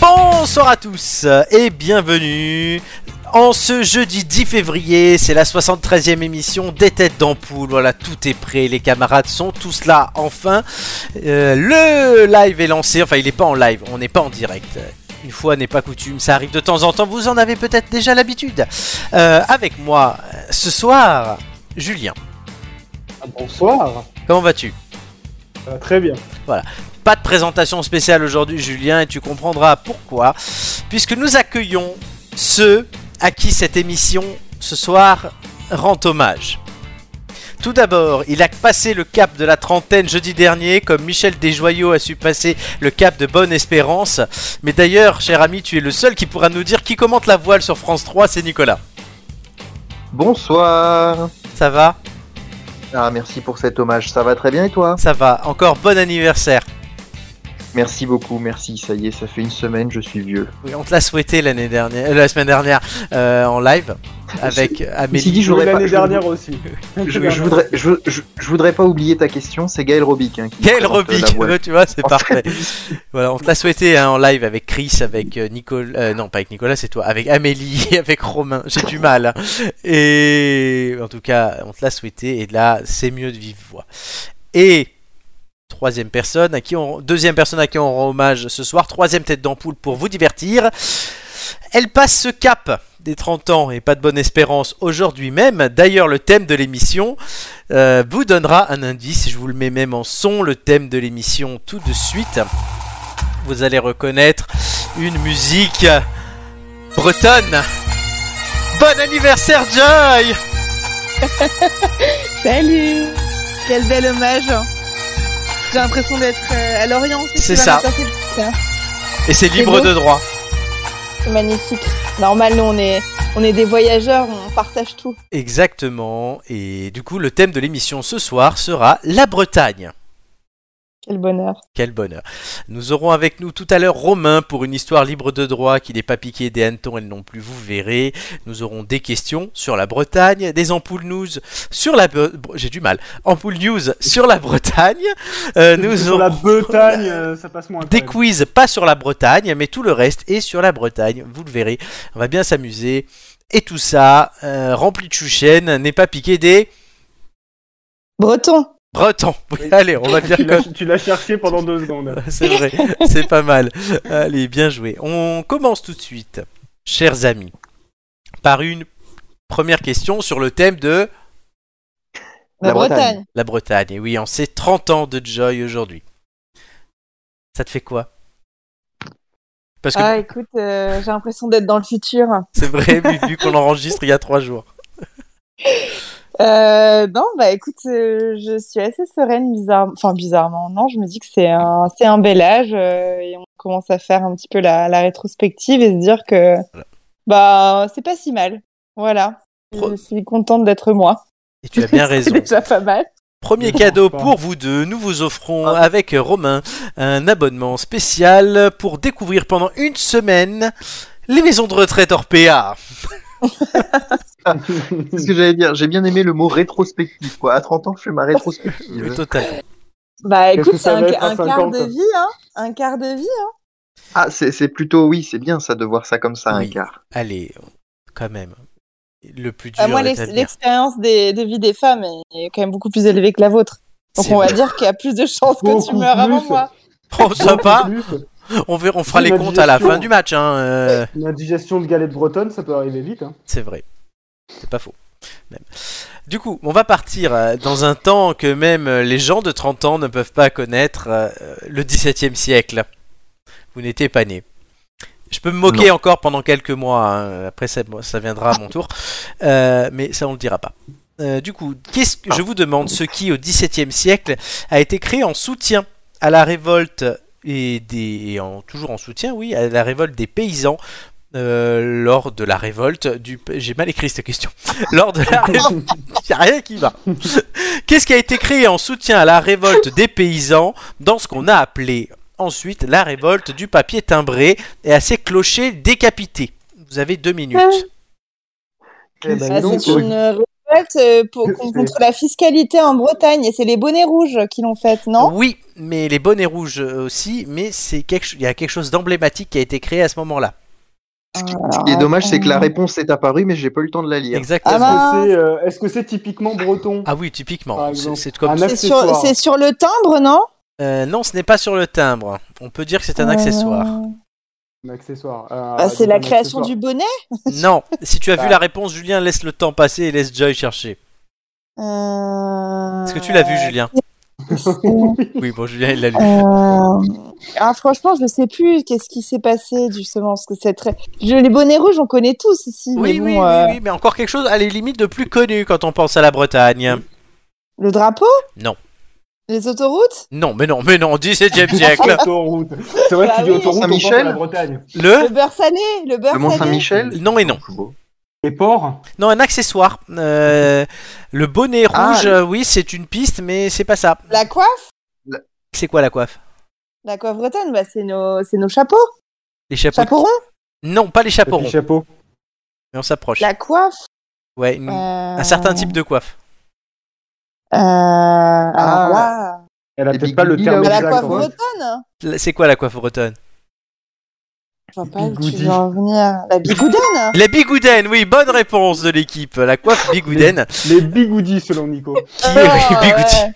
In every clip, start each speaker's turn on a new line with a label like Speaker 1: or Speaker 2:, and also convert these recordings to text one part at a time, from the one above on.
Speaker 1: Bonsoir à tous euh, et bienvenue en ce jeudi 10 février, c'est la 73e émission des têtes d'ampoule. Voilà, tout est prêt, les camarades sont tous là enfin. Euh, le live est lancé, enfin il n'est pas en live, on n'est pas en direct. Une fois n'est pas coutume, ça arrive de temps en temps, vous en avez peut-être déjà l'habitude. Euh, avec moi ce soir, Julien.
Speaker 2: Bonsoir,
Speaker 1: Comment vas-tu
Speaker 2: ça va très bien.
Speaker 1: Pas de présentation spéciale aujourd'hui, Julien, et tu comprendras pourquoi, puisque nous accueillons ceux à qui cette émission ce soir rend hommage. Tout d'abord, il a passé le cap de la trentaine jeudi dernier, comme Michel Desjoyaux a su passer le cap de Bonne Espérance. Mais d'ailleurs, cher ami, tu es le seul qui pourra nous dire qui commente la voile sur France 3, c'est Nicolas.
Speaker 3: Bonsoir.
Speaker 1: Ça va
Speaker 3: Ah, merci pour cet hommage. Ça va très bien et toi
Speaker 1: Ça va. Encore bon anniversaire.
Speaker 3: Merci beaucoup, merci. Ça y est, ça fait une semaine, je suis vieux.
Speaker 1: Oui, on te l'a souhaité l'année dernière, euh, la semaine dernière euh, en live avec Amélie.
Speaker 3: Ceci dit, j'aurais pas-
Speaker 2: l'année
Speaker 3: je-
Speaker 2: dernière aussi.
Speaker 3: Je, je voudrais, je, je- je voudrais pas oublier ta question. C'est Gaël Robic. Hein, qui
Speaker 1: Quel
Speaker 3: présente, euh, la
Speaker 1: Robic,
Speaker 3: voile.
Speaker 1: tu vois, c'est
Speaker 3: En
Speaker 1: parfait. Voilà, on te l'a souhaité hein, en live avec Chris, avec euh, Nicolas, euh, non pas avec Nicolas, c'est toi, avec Amélie, et avec Romain. J'ai du mal. hein. Et en tout cas, on te l'a souhaité et là, c'est mieux de vive voix. Et troisième personne à qui on, deuxième personne à qui on rend hommage ce soir, troisième tête d'ampoule pour vous divertir. Elle passe ce cap des 30 ans et pas de bonne espérance aujourd'hui même. D'ailleurs, le thème de l'émission euh, vous donnera un indice, je vous le mets même en son, le thème de l'émission tout de suite. Vous allez reconnaître une musique bretonne. Bon anniversaire Joy
Speaker 4: Salut Quel bel hommage J'ai l'impression d'être euh, à Lorient.
Speaker 1: C'est
Speaker 4: Tu vas
Speaker 1: ça.
Speaker 4: me passer le-
Speaker 1: Et c'est libre
Speaker 4: beau.
Speaker 1: de droit.
Speaker 4: C'est magnifique. Normal, nous on est, on est des voyageurs, on partage tout.
Speaker 1: Exactement. Et du coup, le thème de l'émission ce soir sera la Bretagne.
Speaker 4: Quel bonheur.
Speaker 1: Quel bonheur. Nous aurons avec nous tout à l'heure Romain pour une histoire libre de droit qui n'est pas piquée des hannetons, elles non plus, vous verrez. Nous aurons des questions sur la Bretagne, des ampoules news sur la... Bre- Bre- J'ai du mal. Ampoules news sur la Bretagne. Euh, nous
Speaker 2: Sur
Speaker 1: aurons
Speaker 2: la Bretagne, euh, ça passe moins.
Speaker 1: des
Speaker 2: quand
Speaker 1: quiz pas sur la Bretagne, mais tout le reste est sur la Bretagne, vous le verrez. On va bien s'amuser. Et tout ça, euh, rempli de chouchen, n'est pas piqué des
Speaker 4: Breton
Speaker 1: Bretons. Oui, allez, on va
Speaker 2: même.
Speaker 1: dire
Speaker 2: Tu
Speaker 1: que...
Speaker 2: l'as- Tu l'as cherché pendant deux secondes.
Speaker 1: C'est vrai, c'est pas mal. Allez, bien joué. On commence tout de suite, chers amis, par une première question sur le thème de
Speaker 3: La
Speaker 4: Bretagne.
Speaker 1: la Bretagne. Et oui, on sait 30 ans de Joy aujourd'hui. Ça te fait quoi Parce que
Speaker 4: Ah écoute, euh, j'ai l'impression d'être dans le futur.
Speaker 1: c'est vrai, vu, vu qu'on enregistre il y a 3 jours.
Speaker 4: Euh, non, bah écoute, euh, je suis assez sereine, bizarre... enfin bizarrement. Non, je me dis que c'est un, c'est un bel âge euh, et on commence à faire un petit peu la, la rétrospective et se dire que
Speaker 1: Voilà.
Speaker 4: bah c'est pas si mal. Voilà.
Speaker 1: Pro-
Speaker 4: Je suis contente d'être moi.
Speaker 1: Et tu as bien raison.
Speaker 4: C'est déjà pas mal.
Speaker 1: Premier
Speaker 2: Non,
Speaker 1: cadeau
Speaker 2: pas.
Speaker 1: pour vous deux, nous vous offrons avec Romain un abonnement spécial pour découvrir pendant une semaine les maisons de retraite Orpea.
Speaker 3: C'est ce que j'allais dire. J'ai bien aimé le mot rétrospective. Quoi. À 30 ans, je fais ma
Speaker 1: Oui,
Speaker 3: rétrospective.
Speaker 1: totalement.
Speaker 4: Bah
Speaker 2: Qu'est-ce
Speaker 4: écoute,
Speaker 2: que
Speaker 4: c'est
Speaker 2: ça
Speaker 4: un,
Speaker 2: va être à
Speaker 4: un quart
Speaker 2: 50?
Speaker 4: de vie, hein Un quart de vie, hein
Speaker 3: ah, c'est c'est plutôt oui, c'est bien ça de voir ça comme ça, un
Speaker 1: Oui.
Speaker 3: quart.
Speaker 1: Allez, quand même. Le plus dur
Speaker 4: Bah, Moi,
Speaker 1: est à
Speaker 4: l'ex-
Speaker 1: venir.
Speaker 4: l'expérience des, de vie des femmes est quand même beaucoup plus élevée que la vôtre. Donc
Speaker 1: C'est
Speaker 4: on va
Speaker 1: vrai.
Speaker 4: dire qu'il y a plus de chances que tu
Speaker 2: Beaucoup
Speaker 4: meurs avant
Speaker 2: plus.
Speaker 4: moi.
Speaker 1: Oh, sympa.
Speaker 2: Plus,
Speaker 1: On, verra, on fera les
Speaker 2: Une
Speaker 1: comptes à la
Speaker 2: indigestion.
Speaker 1: fin du match. hein, euh,
Speaker 2: Une indigestion de galette bretonne, ça peut arriver vite. hein.
Speaker 1: C'est vrai. C'est pas faux. Même. Du coup, on va partir euh, dans un temps que même euh, les gens de 30 ans ne peuvent pas connaître, euh, le 17e siècle. Vous n'étiez pas né. Je peux me moquer encore pendant quelques mois, hein, après ça, moi, ça viendra à mon tour, Euh, mais ça on le dira pas. Euh, du coup, qu'est-ce que je vous demande ce qui au XVIIe siècle a été créé en soutien à la révolte et, des, et en, toujours en soutien, oui, à la révolte des paysans euh, lors de la révolte du. J'ai mal écrit cette question. Lors de la révolte, y a rien qui va. Qu'est-ce qui a été créé en soutien à la révolte des paysans dans ce qu'on a appelé ensuite la révolte du papier timbré et à ses
Speaker 4: Euh,
Speaker 1: clochers décapités Vous avez deux minutes.
Speaker 2: Eh ben,
Speaker 4: Ah,
Speaker 2: dis donc,
Speaker 4: c'est une vote euh, pour, con- contre la fiscalité en Bretagne et c'est les bonnets rouges qui l'ont faite, non
Speaker 1: Oui, mais les bonnets rouges euh, aussi, mais c'est quelque... cho- il y a quelque chose d'emblématique qui a été créé à ce moment-là.
Speaker 4: Ah,
Speaker 3: Ce qui est dommage, c'est que la réponse est apparue, mais j'ai pas eu le temps de la lire.
Speaker 1: Exactement. Ah,
Speaker 2: Est-ce
Speaker 4: Ah bah-
Speaker 2: que c'est euh, est-ce que c'est typiquement breton
Speaker 3: Ah.
Speaker 1: oui, typiquement.
Speaker 2: Par
Speaker 1: C'est
Speaker 2: exemple.
Speaker 1: c'est comme
Speaker 2: Un
Speaker 1: ça.
Speaker 2: ac-
Speaker 4: C'est sur,
Speaker 2: accessoire.
Speaker 4: c'est sur le timbre, non
Speaker 1: Euh, non, ce n'est pas sur le timbre. On peut dire que c'est un
Speaker 4: Euh,
Speaker 1: accessoire.
Speaker 2: Un accessoire. Euh,
Speaker 4: bah, c'est la création du bonnet
Speaker 1: Non, si tu as
Speaker 4: Bah.
Speaker 1: vu
Speaker 2: Ah.
Speaker 1: la réponse, Julien, laisse le temps passer et laisse Joy chercher.
Speaker 4: Euh,
Speaker 1: Est-ce que tu l'as vu, Julien
Speaker 4: c'est-
Speaker 1: Oui, bon, Julien, il l'a lu.
Speaker 4: euh, Ah, franchement, je sais plus qu'est-ce qui s'est passé justement parce que c'est très. Je- Les bonnets rouges, on connaît tous ici.
Speaker 1: Oui,
Speaker 4: mais
Speaker 1: oui,
Speaker 4: bon,
Speaker 1: oui,
Speaker 4: euh,
Speaker 1: oui, mais encore quelque chose à les limites de plus connu quand on pense à la Bretagne.
Speaker 4: Le drapeau
Speaker 1: Non.
Speaker 4: Les autoroutes
Speaker 1: Non, mais non, mais non, 17 e
Speaker 3: Bah.
Speaker 1: siècle.
Speaker 2: Autoroute. C'est vrai que
Speaker 4: Bah
Speaker 2: tu dis
Speaker 4: oui.
Speaker 2: autoroute, on pense à
Speaker 3: Saint-Michel
Speaker 2: la Bretagne.
Speaker 1: Le
Speaker 4: Le beurre salé Le beurre
Speaker 3: Le
Speaker 4: salé
Speaker 3: Mont-Saint-Michel
Speaker 1: Non et non.
Speaker 2: Les ports
Speaker 1: Non, un accessoire. Euh, le bonnet
Speaker 3: Ah,
Speaker 1: rouge, euh, oui, c'est une piste, mais c'est pas ça.
Speaker 4: La coiffe
Speaker 1: C'est quoi la coiffe
Speaker 4: La coiffe bretonne, bah, c'est nos, c'est nos chapeaux.
Speaker 1: Les chapeaux
Speaker 4: Chapeaux ronds
Speaker 1: Non, pas les chapeaux
Speaker 2: Petit
Speaker 1: ronds,
Speaker 2: chapeau.
Speaker 1: mais on s'approche.
Speaker 4: La coiffe
Speaker 1: Ouais, une-
Speaker 4: euh,
Speaker 1: Mm. un certain type de coiffe.
Speaker 4: Euh... alors là,
Speaker 2: Elle a
Speaker 3: Les
Speaker 2: peut-être pas le
Speaker 3: bigoudis,
Speaker 2: terme
Speaker 3: là,
Speaker 4: bah, la
Speaker 2: exact. hein.
Speaker 4: coiffe
Speaker 3: Jacques, ouais.
Speaker 4: bretonne
Speaker 1: La- C'est quoi la coiffe bretonne
Speaker 4: Je vois pas où tu
Speaker 2: Bigoudi.
Speaker 4: veux en venir. La bigoudaine
Speaker 1: Les bigoudaines, oui, bonne réponse de l'équipe. La coiffe bigoudaine.
Speaker 2: Les bigoudis, selon Nico.
Speaker 1: qui est...
Speaker 4: Ah,
Speaker 1: oui, bigoudi.
Speaker 4: ouais.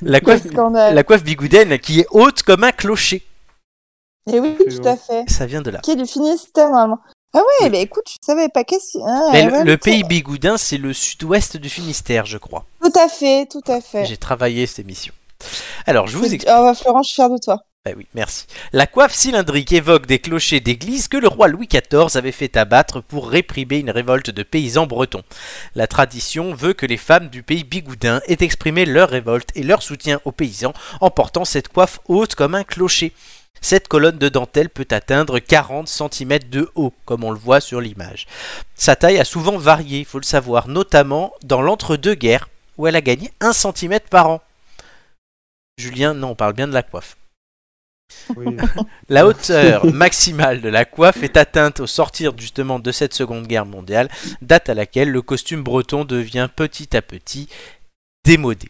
Speaker 1: La
Speaker 4: Quel
Speaker 1: coiffe,
Speaker 4: scandale
Speaker 1: la coiffe bigoudaine qui est haute comme un clocher.
Speaker 4: Et Eh oui,
Speaker 2: C'est
Speaker 4: tout
Speaker 2: vrai.
Speaker 4: à fait.
Speaker 1: Ça vient de là.
Speaker 4: Qui est du Finistère, normalement. Ah ouais, bah écoute, je savais pas qu'est-ce... Ah,
Speaker 1: Mais
Speaker 4: ouais,
Speaker 1: le,
Speaker 4: ouais,
Speaker 1: le
Speaker 4: tout-
Speaker 1: pays bigoudin, c'est le sud-ouest du Finistère, je crois.
Speaker 4: Tout à fait, tout à fait.
Speaker 1: J'ai travaillé cette émission. Alors, je vous explique.
Speaker 4: Ah bah, Florent, je suis fière de toi.
Speaker 1: Ah oui, merci. La coiffe cylindrique évoque des clochers d'église que le roi Louis XIV avait fait abattre pour réprimer une révolte de paysans bretons. La tradition veut que les femmes du pays bigoudin aient exprimé leur révolte et leur soutien aux paysans en portant cette coiffe haute comme un clocher. Cette colonne de dentelle peut atteindre 40 cm de haut, comme on le voit sur l'image. Sa taille a souvent varié, faut le savoir, notamment dans l'entre-deux-guerres, où elle a gagné 1 cm par an. Julien, non, on parle bien de la coiffe.
Speaker 2: Oui.
Speaker 1: La hauteur maximale de la coiffe est atteinte au sortir justement de cette Seconde Guerre mondiale, date à laquelle le costume breton devient petit à petit démodé.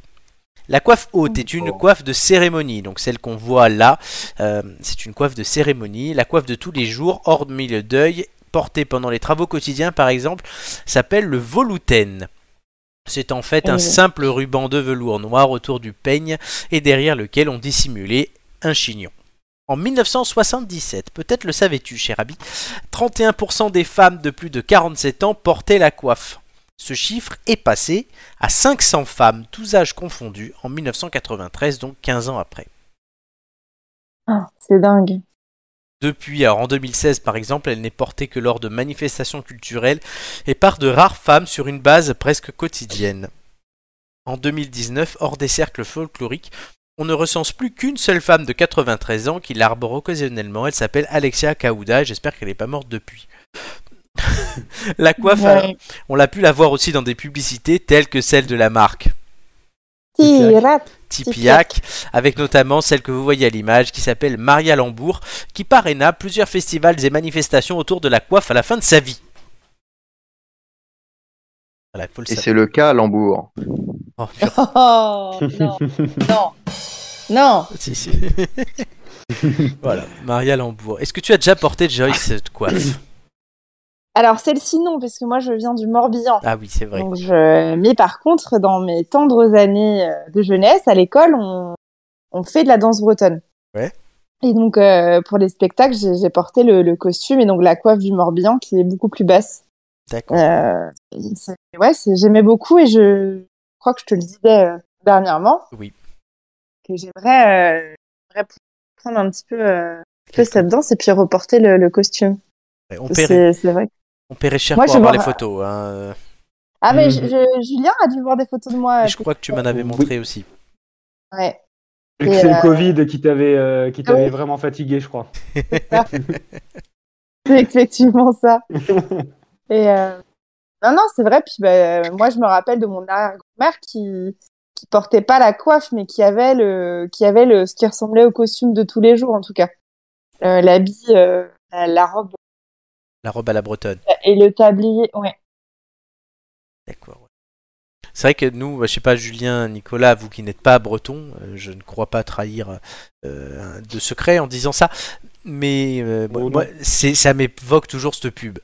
Speaker 1: La coiffe haute est une coiffe de cérémonie, donc celle qu'on voit là, euh, c'est une coiffe de cérémonie. La coiffe de tous les jours, hormis le deuil, portée pendant les travaux quotidiens par exemple, s'appelle le voluten. C'est en fait un
Speaker 4: Oui.
Speaker 1: simple ruban de velours noir autour du peigne et derrière lequel on dissimulait un chignon. En 1977, peut-être le savais-tu, cher ami, 31% des femmes de plus de 47 ans portaient la coiffe. Ce chiffre est passé à 500 femmes, tous âges confondus, en 1993, donc 15 ans après.
Speaker 4: Ah, c'est dingue.
Speaker 1: Depuis, alors en 2016 par exemple, elle n'est portée que lors de manifestations culturelles et par de rares femmes sur une base presque quotidienne. En 2019, hors des cercles folkloriques, on ne recense plus qu'une seule femme de 93 ans qui l'arbore occasionnellement. Elle s'appelle Alexia Kaouda et j'espère qu'elle n'est pas morte depuis. la coiffe,
Speaker 4: Ouais.
Speaker 1: on l'a pu la voir aussi dans des publicités telles que celle de la marque.
Speaker 4: Pirate.
Speaker 1: Tipiac, avec notamment celle que vous voyez à l'image qui s'appelle Maria Lambourg, qui parraina plusieurs festivals et manifestations autour de la coiffe à la fin de sa vie. Voilà, il faut le
Speaker 3: Et
Speaker 1: savoir.
Speaker 3: c'est le cas à Lambourg.
Speaker 1: Oh, purée,
Speaker 4: Oh, non, non, non.
Speaker 1: si, si. voilà, Maria Lambourg. Est-ce que tu as déjà porté Joyce cette coiffe
Speaker 4: Alors, celle-ci, non, parce que moi, je viens du Morbihan.
Speaker 1: Ah oui, c'est vrai.
Speaker 4: Donc, je... Mais par contre, dans mes tendres années euh, de jeunesse, à l'école, on... on fait de la danse bretonne.
Speaker 1: Ouais.
Speaker 4: Et donc, euh, pour les spectacles, j'ai j'ai porté le, le costume et donc la coiffe du Morbihan qui est beaucoup plus basse.
Speaker 1: D'accord.
Speaker 4: Euh, et c'est- ouais, c'est- j'aimais beaucoup et je crois que je te le disais euh, dernièrement.
Speaker 1: Oui.
Speaker 4: Que j'aimerais euh, j'aimerais prendre un petit peu, euh, un peu cette danse et puis reporter le, le costume.
Speaker 1: On paierait,
Speaker 4: C'est c'est vrai
Speaker 1: on paierait cher
Speaker 4: Moi,
Speaker 1: pour
Speaker 4: je
Speaker 1: avoir
Speaker 4: vois-
Speaker 1: les photos. hein.
Speaker 4: Ah, mais
Speaker 2: Mhm.
Speaker 4: je- je- Julien a dû voir des photos de moi. euh,
Speaker 1: Et je crois que tu m'en avais
Speaker 2: Oui.
Speaker 1: montré aussi.
Speaker 4: Ouais.
Speaker 2: Et que
Speaker 4: Et,
Speaker 2: c'est
Speaker 4: euh,
Speaker 2: le Covid qui t'avait euh, qui
Speaker 4: Ah
Speaker 2: t'avait
Speaker 4: oui.
Speaker 2: vraiment fatigué, je crois.
Speaker 4: C'est effectivement ça. Et euh, non, non, c'est vrai. Puis bah, euh, moi, je me rappelle de mon arrière-grand-mère qui qui portait pas la coiffe, mais qui avait le qui avait le ce qui ressemblait au costume de tous les jours, en tout cas. Euh, L'habit, euh, la, la robe
Speaker 1: La robe à la bretonne.
Speaker 4: et le tablier. Ouais.
Speaker 1: D'accord. ouais. C'est vrai que nous, bah, je sais pas, Julien, Nicolas, vous qui n'êtes pas breton, euh, je ne crois pas trahir euh, un- de secret en disant ça, mais euh, moi-
Speaker 2: Oh non.
Speaker 1: moi, c'est- ça m'évoque toujours cette pub.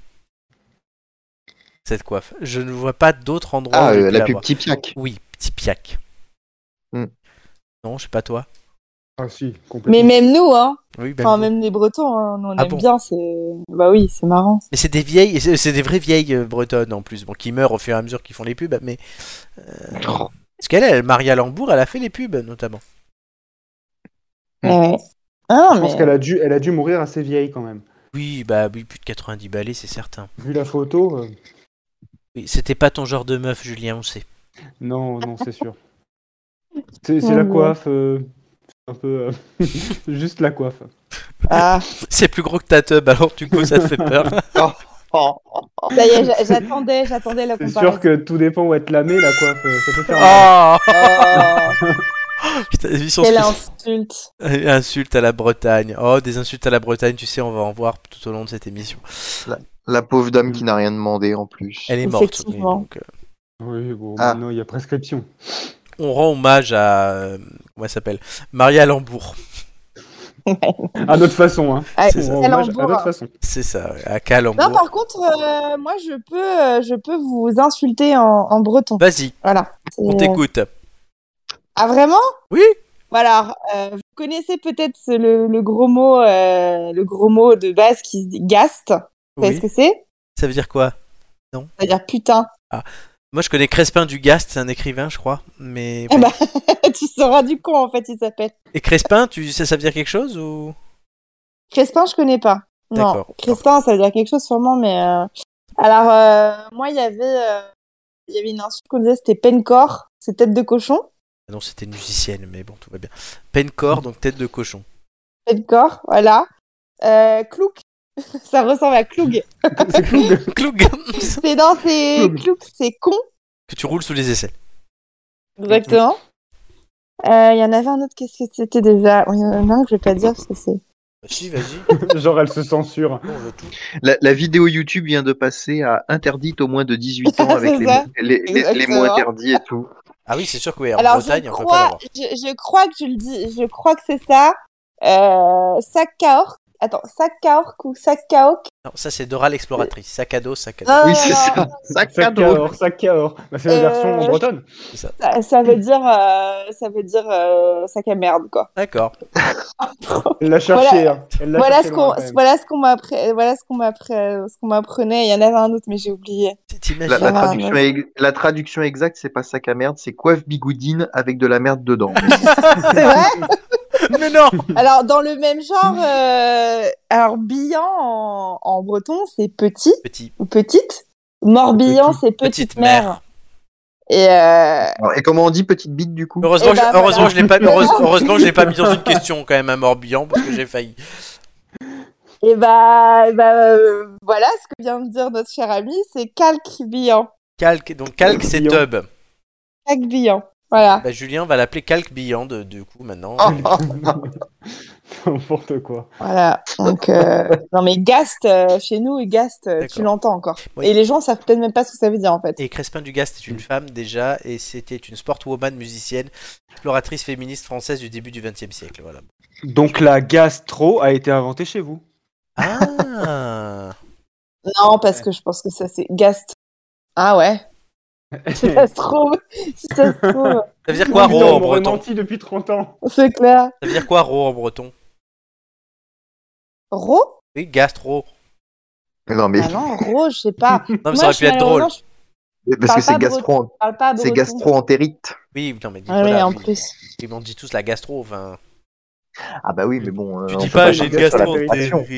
Speaker 1: Cette coiffe. Je ne vois pas d'autres endroits.
Speaker 3: Ah,
Speaker 1: où j'ai
Speaker 3: euh,
Speaker 1: pu
Speaker 3: la
Speaker 1: la
Speaker 3: pub
Speaker 1: voir.
Speaker 3: Tipiac.
Speaker 1: Oui, petit piac.
Speaker 3: Hmm.
Speaker 1: Non, je sais pas toi.
Speaker 2: Ah si,
Speaker 4: Mais
Speaker 2: complètement.
Speaker 4: même nous, hein.
Speaker 1: Oui, même
Speaker 4: Enfin,
Speaker 1: vous.
Speaker 4: même les Bretons, hein, nous, on
Speaker 1: Ah
Speaker 4: aime
Speaker 1: bon
Speaker 4: bien. C'est bah oui, c'est marrant.
Speaker 1: Mais c'est des vieilles, c'est c'est des vraies vieilles euh, bretonnes en plus, bon, qui meurent au fur et à mesure qu'ils font les pubs, mais
Speaker 3: Oh,
Speaker 1: parce qu'elle, elle, Maria Lambourg, elle a fait les pubs notamment.
Speaker 3: Mm.
Speaker 4: Ouais, ouais. Ah,
Speaker 2: Hmm. Je
Speaker 4: non,
Speaker 2: pense
Speaker 4: mais
Speaker 2: qu'elle a dû, elle a dû mourir assez vieille quand même.
Speaker 1: Oui, bah oui, plus de 90 balais, c'est certain.
Speaker 2: Vu la photo, euh,
Speaker 1: Oui, c'était pas ton genre de meuf, Julien, on sait.
Speaker 2: non, non, c'est sûr. C'est c'est
Speaker 4: Ouais,
Speaker 2: la
Speaker 4: ouais.
Speaker 2: coiffe, euh, un peu, euh, juste la coiffe.
Speaker 4: ah,
Speaker 1: C'est plus gros que ta teub, alors du coup, ça te fait peur.
Speaker 3: oh, oh, oh.
Speaker 4: ça y est, j'a- j'attendais, j'attendais la
Speaker 2: C'est sûr
Speaker 4: comparaison.
Speaker 2: que tout dépend où être la met, la coiffe. euh, Ça peut faire.
Speaker 4: Ah.
Speaker 2: mal.
Speaker 1: Oh
Speaker 4: Oh,
Speaker 1: Putain, ils sont
Speaker 4: quelle
Speaker 1: spéciaux.
Speaker 4: insulte.
Speaker 1: Insulte à la Bretagne. Oh, des insultes à la Bretagne, tu sais, on va en voir tout au long de cette émission.
Speaker 3: La pauvre dame qui n'a rien demandé en plus.
Speaker 1: Euh, Elle est morte. oui,
Speaker 4: Effectivement.
Speaker 1: donc, euh,
Speaker 2: Oui, bon,
Speaker 3: Ah.
Speaker 2: maintenant il y a prescription.
Speaker 1: on rend hommage à euh, comment elle s'appelle Maria Lambourg.
Speaker 2: À notre façon, hein.
Speaker 4: Ah,
Speaker 1: C'est ça.
Speaker 2: On rend
Speaker 4: quel
Speaker 2: hommage à
Speaker 4: embourre.
Speaker 2: notre façon.
Speaker 1: C'est ça, ouais, à Calambour.
Speaker 4: Non, par contre, euh, moi, je peux, euh, je peux vous insulter en, en breton.
Speaker 1: Vas-y,
Speaker 4: Voilà. C'est-
Speaker 1: Bah, on t'écoute.
Speaker 4: Ah, vraiment
Speaker 1: Oui.
Speaker 4: Voilà. alors, euh, vous connaissez peut-être ce- le, le gros mot, euh, le gros mot de base qui se dit gast. Vous savez
Speaker 1: Oui.
Speaker 4: ce que c'est
Speaker 1: Ça veut dire quoi
Speaker 4: C'est-à-dire putain.
Speaker 1: Moi, je connais Crespin du Gast, c'est un écrivain, je crois. Mais
Speaker 4: Eh ben. tu seras du con, en fait, il s'appelle.
Speaker 1: et Crespin, tu sais, ça veut dire quelque chose ou
Speaker 4: Crespin, je connais pas. Non,
Speaker 1: D'accord.
Speaker 4: Crespin, ça veut dire quelque chose sûrement, mais. euh, Alors, euh, moi, il y avait, euh, il y avait une insulte qu'on disait, c'était pencor, c'est tête de cochon.
Speaker 1: Ah Non, c'était une musicienne, mais bon, tout va bien. Pencor, donc tête de cochon.
Speaker 4: Pencor, voilà. Euh, clouk, ça ressemble à cloug.
Speaker 2: C'est Cloug.
Speaker 1: Cloug.
Speaker 4: C'est dans ces
Speaker 2: Cloug.
Speaker 4: clouk, c'est con,
Speaker 1: que tu roules sous les essais.
Speaker 4: exactement. Euh, Il y en avait un autre, qu'est-ce que c'était déjà Il y en a un que je vais pas dire parce que c'est.
Speaker 1: Vas-y, Bah vas-y.
Speaker 2: Genre, elle se censure.
Speaker 1: on veut tout.
Speaker 3: La, la vidéo YouTube vient de passer à interdite aux moins de 18 ans
Speaker 4: Ah,
Speaker 3: avec
Speaker 4: c'est
Speaker 3: les,
Speaker 4: ça.
Speaker 3: les- les- les
Speaker 4: Exactement.
Speaker 3: mots interdits et tout.
Speaker 1: Ah oui, c'est sûr que oui, en
Speaker 4: Alors,
Speaker 1: Bretagne,
Speaker 4: je
Speaker 1: on peut pas
Speaker 4: crois,
Speaker 1: l'avoir.
Speaker 4: je, je crois que je le dis, je crois que c'est ça. Euh, Sakaor, attends, Sakaor ou Sakaok
Speaker 1: Non, ça c'est Dora l'exploratrice. Sac à dos, sac à dos.
Speaker 4: Non,
Speaker 3: oui,
Speaker 4: non,
Speaker 3: c'est
Speaker 4: non,
Speaker 3: ça. Sac à dos.
Speaker 2: Sac Sakaor. Bah, c'est la
Speaker 4: Euh,
Speaker 2: version en bretonne.
Speaker 4: ça, ça veut dire, euh, ça veut dire euh, sac à merde quoi.
Speaker 1: D'accord.
Speaker 2: Elle l'a cherché. hein. Elle l'a
Speaker 4: Voilà
Speaker 2: cherché
Speaker 4: ce qu'on,
Speaker 2: loin, quand même.
Speaker 4: voilà ce qu'on m'apprenait, voilà ce qu'on m'apprenait, ce qu'on m'apprenait. Il y en avait un autre mais j'ai oublié.
Speaker 1: T- T'imagines
Speaker 3: La, la
Speaker 4: Ah,
Speaker 3: traduction, ex- la traduction exacte, c'est pas sac à merde, c'est coiffe bigoudine avec de la merde dedans.
Speaker 1: Ah,
Speaker 4: C'est vrai.
Speaker 1: Mais non
Speaker 4: Alors dans le même genre, euh, alors billan en, en breton c'est petit
Speaker 1: Petit,
Speaker 4: ou petite. Morbihan c'est petite,
Speaker 1: petite
Speaker 4: mère.
Speaker 1: mère.
Speaker 4: Et euh,
Speaker 3: Alors, et comment on dit petite bite du coup
Speaker 1: Heureusement,
Speaker 4: Eh
Speaker 1: que je-
Speaker 4: ben,
Speaker 1: heureusement
Speaker 4: voilà.
Speaker 1: que je l'ai pas, heureuse- heureusement que je l'ai pas mis dans une question quand même à Morbihan parce que j'ai failli.
Speaker 4: Et bah, bah, euh, voilà ce que vient de dire notre cher ami, c'est calque billan.
Speaker 1: Calque, donc calque c'est
Speaker 2: Billon.
Speaker 1: tub.
Speaker 4: Calque billan. Voilà.
Speaker 1: Bah, Julien va l'appeler calque billant de- du coup maintenant.
Speaker 3: Ah, ah,
Speaker 2: N'importe quoi.
Speaker 4: Voilà. Donc, euh, non mais Gast, euh, chez nous, et Gast, euh, tu
Speaker 1: D'accord.
Speaker 4: l'entends encore.
Speaker 1: Oui.
Speaker 4: Et les gens savent peut-être même pas ce que ça veut dire en fait.
Speaker 1: Et Crespin Dugast est une femme déjà, et c'était une sportwoman musicienne, exploratrice féministe française du début du XXe siècle. Voilà.
Speaker 2: Donc la gastro a été inventée chez vous.
Speaker 1: Ah
Speaker 4: Non, parce que je pense que ça c'est Gast. Ah ouais. si ça se trouve, si ça se trouve,
Speaker 1: Ça veut dire quoi, ro en
Speaker 2: on m'aurait
Speaker 1: breton
Speaker 2: menti depuis 30 ans.
Speaker 4: c'est clair.
Speaker 1: Ça veut dire quoi, ro en breton
Speaker 4: Ro
Speaker 1: Oui, gastro.
Speaker 3: Non mais
Speaker 4: Ah non, Ro, je sais pas.
Speaker 1: Non, mais
Speaker 4: Moi,
Speaker 1: ça aurait
Speaker 4: je-
Speaker 1: pu être drôle.
Speaker 4: malheureusement, Je
Speaker 3: parce
Speaker 4: parle
Speaker 3: que c'est
Speaker 4: pas
Speaker 3: gastro,
Speaker 4: parle pas
Speaker 3: c'est
Speaker 4: breton.
Speaker 3: gastro-entérite.
Speaker 1: Oui, non, mais dis
Speaker 4: Ah oui, en
Speaker 1: oui.
Speaker 4: plus.
Speaker 1: Ils m'ont dit tous la gastro. Enfin,
Speaker 3: Ah bah oui, mais bon. euh,
Speaker 1: tu
Speaker 3: on
Speaker 1: dis
Speaker 3: peut
Speaker 1: pas, j'ai une
Speaker 3: partir sur la
Speaker 1: gastro
Speaker 3: traduction.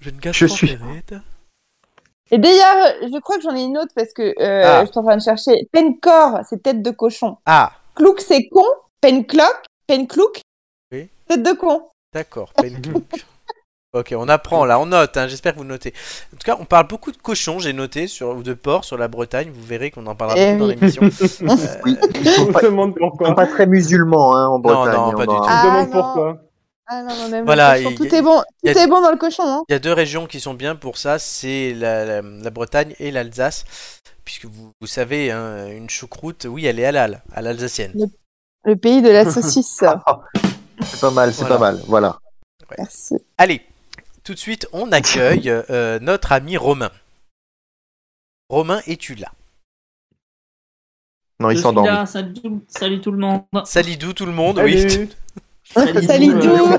Speaker 1: J'ai une gastro
Speaker 4: Et d'ailleurs, je crois que j'en ai une autre parce que euh,
Speaker 1: Ah.
Speaker 4: je suis en train de chercher. Pencor, c'est tête de cochon.
Speaker 1: Ah,
Speaker 4: Clouk, c'est con. Pencloc, penclouc,
Speaker 1: Oui.
Speaker 4: tête de con.
Speaker 1: d'accord. Penclouk. ok, on apprend là, on note. hein, J'espère que vous notez. En tout cas, on parle beaucoup de cochons, j'ai noté, sur, ou de porc sur la Bretagne. Vous verrez qu'on en parlera
Speaker 4: Eh
Speaker 1: beaucoup dans
Speaker 4: oui.
Speaker 1: l'émission. Euh,
Speaker 3: Oui, ils sont
Speaker 2: On
Speaker 3: pas,
Speaker 2: se demande
Speaker 3: ils sont
Speaker 2: pourquoi.
Speaker 3: pas très musulmans hein,
Speaker 1: Non,
Speaker 3: en Bretagne.
Speaker 1: non,
Speaker 3: on
Speaker 1: pas du
Speaker 3: en-
Speaker 1: tout.
Speaker 2: On se
Speaker 4: Ah,
Speaker 2: demande
Speaker 4: non.
Speaker 2: pourquoi.
Speaker 4: Ah non, non, même
Speaker 1: Voilà,
Speaker 4: le cochon,
Speaker 1: il-
Speaker 4: tout est bon,
Speaker 1: il y
Speaker 4: tout
Speaker 1: a-
Speaker 4: est bon dans le cochon, hein.
Speaker 1: Il y a deux régions qui sont bien pour ça, c'est la, la- la Bretagne et l'Alsace. Puisque vous, vous savez, hein, une choucroute, oui, elle est halal, à l'alsacienne.
Speaker 4: Le pays de la saucisse.
Speaker 3: C'est pas mal, c'est
Speaker 1: Voilà.
Speaker 3: pas mal. Voilà.
Speaker 4: Merci.
Speaker 1: Allez, tout de suite, on accueille euh, notre ami Romain. Romain, es-tu là
Speaker 3: Non, il
Speaker 5: Je suis
Speaker 3: s'endormit.
Speaker 5: là, Salut, tout- salut tout le monde.
Speaker 4: Ah,
Speaker 1: Salidou tout le monde, oui.
Speaker 2: Salut.
Speaker 4: Salidou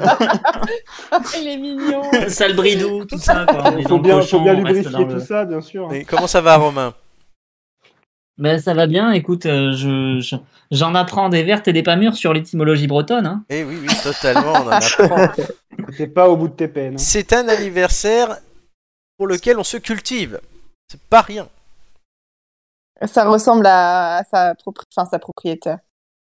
Speaker 4: Il est mignon.
Speaker 5: Salbridou, tout ça. Quoi. On est dans
Speaker 2: Faut
Speaker 5: le
Speaker 2: bien,
Speaker 5: cochon,
Speaker 2: faut bien
Speaker 5: on reste dans
Speaker 2: lubrifier
Speaker 5: le-
Speaker 2: tout ça, bien sûr.
Speaker 1: Et comment ça va, Romain
Speaker 5: Ben, ça va bien, écoute, euh, je, je- j'en apprends des vertes et des pas mûres sur l'étymologie bretonne. hein.
Speaker 1: Eh oui, oui, totalement, on en apprend.
Speaker 2: T'es pas au bout de tes peines.
Speaker 1: C'est un anniversaire pour lequel on se cultive. C'est pas rien.
Speaker 4: Ça ressemble à, à sa, propri- enfin, sa propriétaire.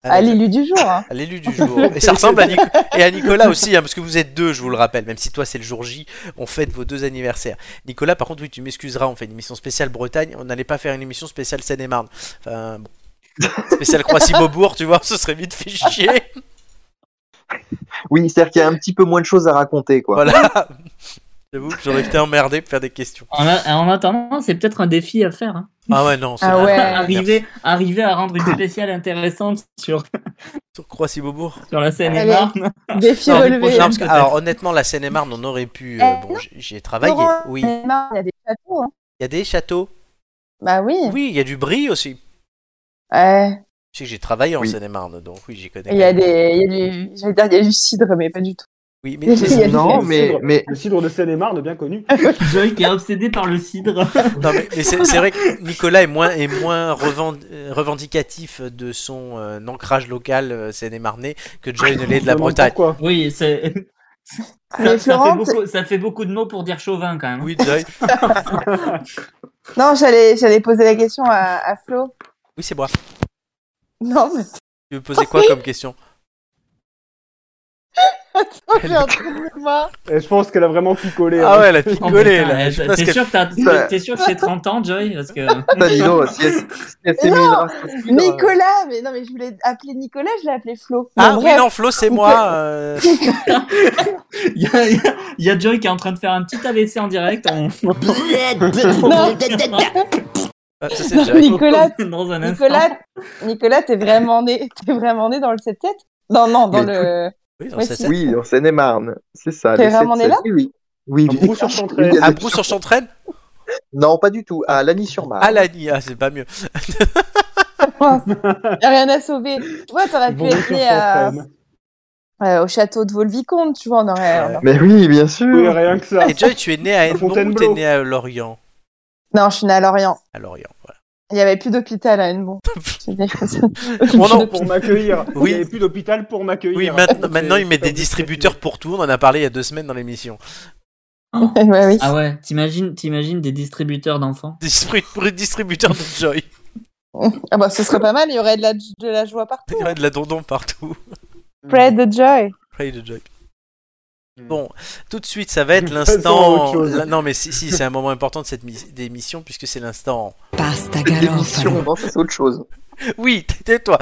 Speaker 1: Ah,
Speaker 4: À l'élu du jour. hein.
Speaker 1: À l'élu du jour. Et ça ressemble à, Nico- et à Nicolas aussi, hein, parce que vous êtes deux, je vous le rappelle. Même si toi, c'est le jour J, on fête vos deux anniversaires. Nicolas, par contre, oui, tu m'excuseras, on fait une émission spéciale Bretagne. On n'allait pas faire une émission spéciale Seine-et-Marne. Enfin, bon. Spéciale Croissy-Beaubourg, tu vois, ce serait vite fait chier.
Speaker 3: Oui, c'est-à-dire qu'il y a un petit peu moins de choses à raconter, quoi.
Speaker 1: Voilà. J'avoue que j'aurais été emmerdé pour faire des questions.
Speaker 5: En, a- en attendant, c'est peut-être un défi à faire. hein.
Speaker 1: Ah ouais, non, c'est
Speaker 4: Ah
Speaker 1: vrai.
Speaker 4: ouais.
Speaker 5: Arriver, arriver à rendre une spéciale intéressante sur,
Speaker 1: Sur Croissy-Beaubourg.
Speaker 5: sur la scène et
Speaker 4: Allez.
Speaker 5: Marne.
Speaker 4: Défi
Speaker 5: Non, mais
Speaker 4: relevé.
Speaker 5: prochain,
Speaker 1: Non, parce que-
Speaker 5: peut-être.
Speaker 1: alors honnêtement, la Seine-et-Marne, on aurait pu. euh,
Speaker 4: Eh,
Speaker 1: bon, j- j'y ai travaillé.
Speaker 4: Laurent,
Speaker 1: Oui.
Speaker 4: Il y a des châteaux. hein.
Speaker 1: Il y a des châteaux.
Speaker 4: Bah oui.
Speaker 1: Oui, il y a du brie aussi.
Speaker 4: Ouais.
Speaker 1: Je sais que j'ai travaillé en
Speaker 3: Oui.
Speaker 1: Seine-et-Marne, donc oui, j'y connais.
Speaker 4: Il y a
Speaker 1: quand même.
Speaker 4: des, il y a du, j'allais dire, il y a du cidre, mais pas du tout.
Speaker 1: Oui, mais
Speaker 4: Il y a du
Speaker 3: Non,
Speaker 4: sel.
Speaker 3: mais,
Speaker 2: cidre.
Speaker 3: mais
Speaker 2: Le cidre de Seine-et-Marne, bien connu.
Speaker 5: Joy qui est obsédé par le cidre.
Speaker 1: Non, mais, mais c'est c'est vrai que Nicolas est moins, est moins revend- euh, revendicatif de son euh, ancrage local euh, Seine-et-Marnais que Joy ne l'est de la
Speaker 2: Je me demande
Speaker 1: Bretagne.
Speaker 2: pourquoi.
Speaker 5: Oui, c'est.
Speaker 4: Mais
Speaker 5: Ça, ça fait
Speaker 4: Florent,
Speaker 5: beaucoup, ça fait beaucoup de mots pour dire chauvin quand même. hein.
Speaker 1: Oui, Joy.
Speaker 4: Non, j'allais, j'allais poser la question à, à Flo.
Speaker 1: Oui, c'est moi.
Speaker 4: Non, mais
Speaker 1: Tu veux poser quoi comme question
Speaker 4: attends, j'ai un truc de mémoire.
Speaker 2: Et je pense qu'elle a vraiment picolé.
Speaker 1: Ah
Speaker 2: hein.
Speaker 1: ouais, la
Speaker 5: Oh,
Speaker 1: picolée
Speaker 5: putain,
Speaker 1: là. Je sais pas ce
Speaker 5: T'es
Speaker 1: qu'elle-
Speaker 5: sûr, que t'as- t'es sûr que c'est 30 ans, Joy Parce que.
Speaker 3: Tanino, si elle- si elle s'est
Speaker 4: Non,
Speaker 3: mis une race au cidre,
Speaker 4: Nicolas, mais non, mais je voulais appeler Nicolas, je l'ai appelé Flo.
Speaker 1: Ah
Speaker 4: Mais
Speaker 1: oui,
Speaker 4: bref.
Speaker 1: non, Flo, c'est moi. euh,
Speaker 5: Il y a, y a- y a Joy qui est en train de faire un petit AVC en direct. On...
Speaker 1: ah, ça, c'est
Speaker 4: Non,
Speaker 1: Joy.
Speaker 4: Nicolas,
Speaker 5: dans un instant.
Speaker 4: Nicolas, Nicolas, t'es vraiment né, t'es vraiment né dans le 7-7 Non, non, dans
Speaker 3: Mais
Speaker 4: le.
Speaker 1: Oui, dans
Speaker 4: Ouais,
Speaker 1: cette-
Speaker 4: si.
Speaker 3: Oui, en Seine-et-Marne. C'est ça.
Speaker 4: T'es
Speaker 3: les
Speaker 4: vraiment
Speaker 3: sept-
Speaker 4: né là
Speaker 3: Oui, oui. Oui,
Speaker 2: À
Speaker 3: oui.
Speaker 2: Brou-sur-Chantraine.
Speaker 3: Oui, il y a
Speaker 1: À
Speaker 3: des-
Speaker 1: Brou-sur-Chantraine
Speaker 3: Non, pas du tout. À Lagny-sur-Marne.
Speaker 1: À Lagny, ah, c'est pas mieux.
Speaker 4: Y'a rien à sauver. Tu vois, t'aurais
Speaker 2: Ils
Speaker 4: pu
Speaker 2: vont
Speaker 4: être né
Speaker 2: sur
Speaker 4: à-
Speaker 2: Chantraine.
Speaker 4: euh, au château de Vaux-le-Vicomte, tu vois, on aurait. on aurait-
Speaker 3: Mais oui, bien
Speaker 2: Oui,
Speaker 3: sûr.
Speaker 2: rien que ça.
Speaker 1: Et Joy, tu es né à
Speaker 2: À
Speaker 1: Edmond ou t'es
Speaker 2: Fontainebleau.
Speaker 1: né à Lorient
Speaker 4: Non, je suis née à Lorient.
Speaker 1: À Lorient, voilà.
Speaker 4: Il n'y avait plus d'hôpital à Edmond. J'ai des-
Speaker 1: Oh non.
Speaker 2: Pour m'accueillir.
Speaker 1: Oui.
Speaker 2: Il n'y avait plus d'hôpital pour m'accueillir.
Speaker 1: Oui, maintenant,
Speaker 2: C'est-
Speaker 1: maintenant ils mettent
Speaker 2: c'est
Speaker 1: des distributeurs pour tout. On en a parlé il y a deux semaines dans l'émission.
Speaker 4: Ouais, oui.
Speaker 5: Ah ouais, t'imagines, t'imagines des distributeurs d'enfants
Speaker 1: Distribu- pour les distributeurs de Joy.
Speaker 4: Ah bah, ce serait pas mal, il y aurait de la, de la joie partout.
Speaker 1: Il y aurait de la dondon partout.
Speaker 4: Spread the joy.
Speaker 1: Pray the Joy.
Speaker 2: Mm.
Speaker 1: Bon, tout de suite, ça va être
Speaker 2: Passons à autre
Speaker 1: l'instant.
Speaker 2: chose.
Speaker 1: la- Non, mais si, si, c'est un moment important de cette mi- des missions puisque c'est l'instant.
Speaker 6: Pasta
Speaker 3: Émission,
Speaker 6: garofalo.
Speaker 3: non, ça, c'est autre chose.
Speaker 1: Oui, tais-toi.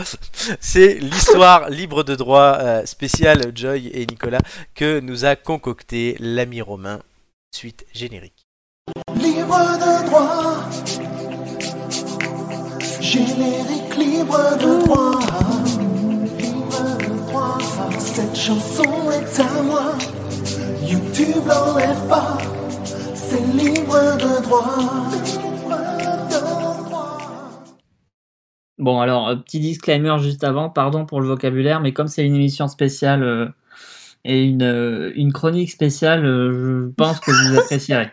Speaker 1: C'est l'histoire libre de droit euh, spéciale Joy et Nicolas que nous a concocté l'ami Romain. Suite générique.
Speaker 7: Libre de droit. Générique libre de droit. Libre de droit. Cette chanson est à moi. YouTube l'enlève pas. C'est libre de droit. Libre de droit.
Speaker 5: Bon, alors, euh, petit disclaimer juste avant, pardon pour le vocabulaire, mais comme c'est une émission spéciale euh, et une, euh, une chronique spéciale, euh, je pense que vous apprécierez.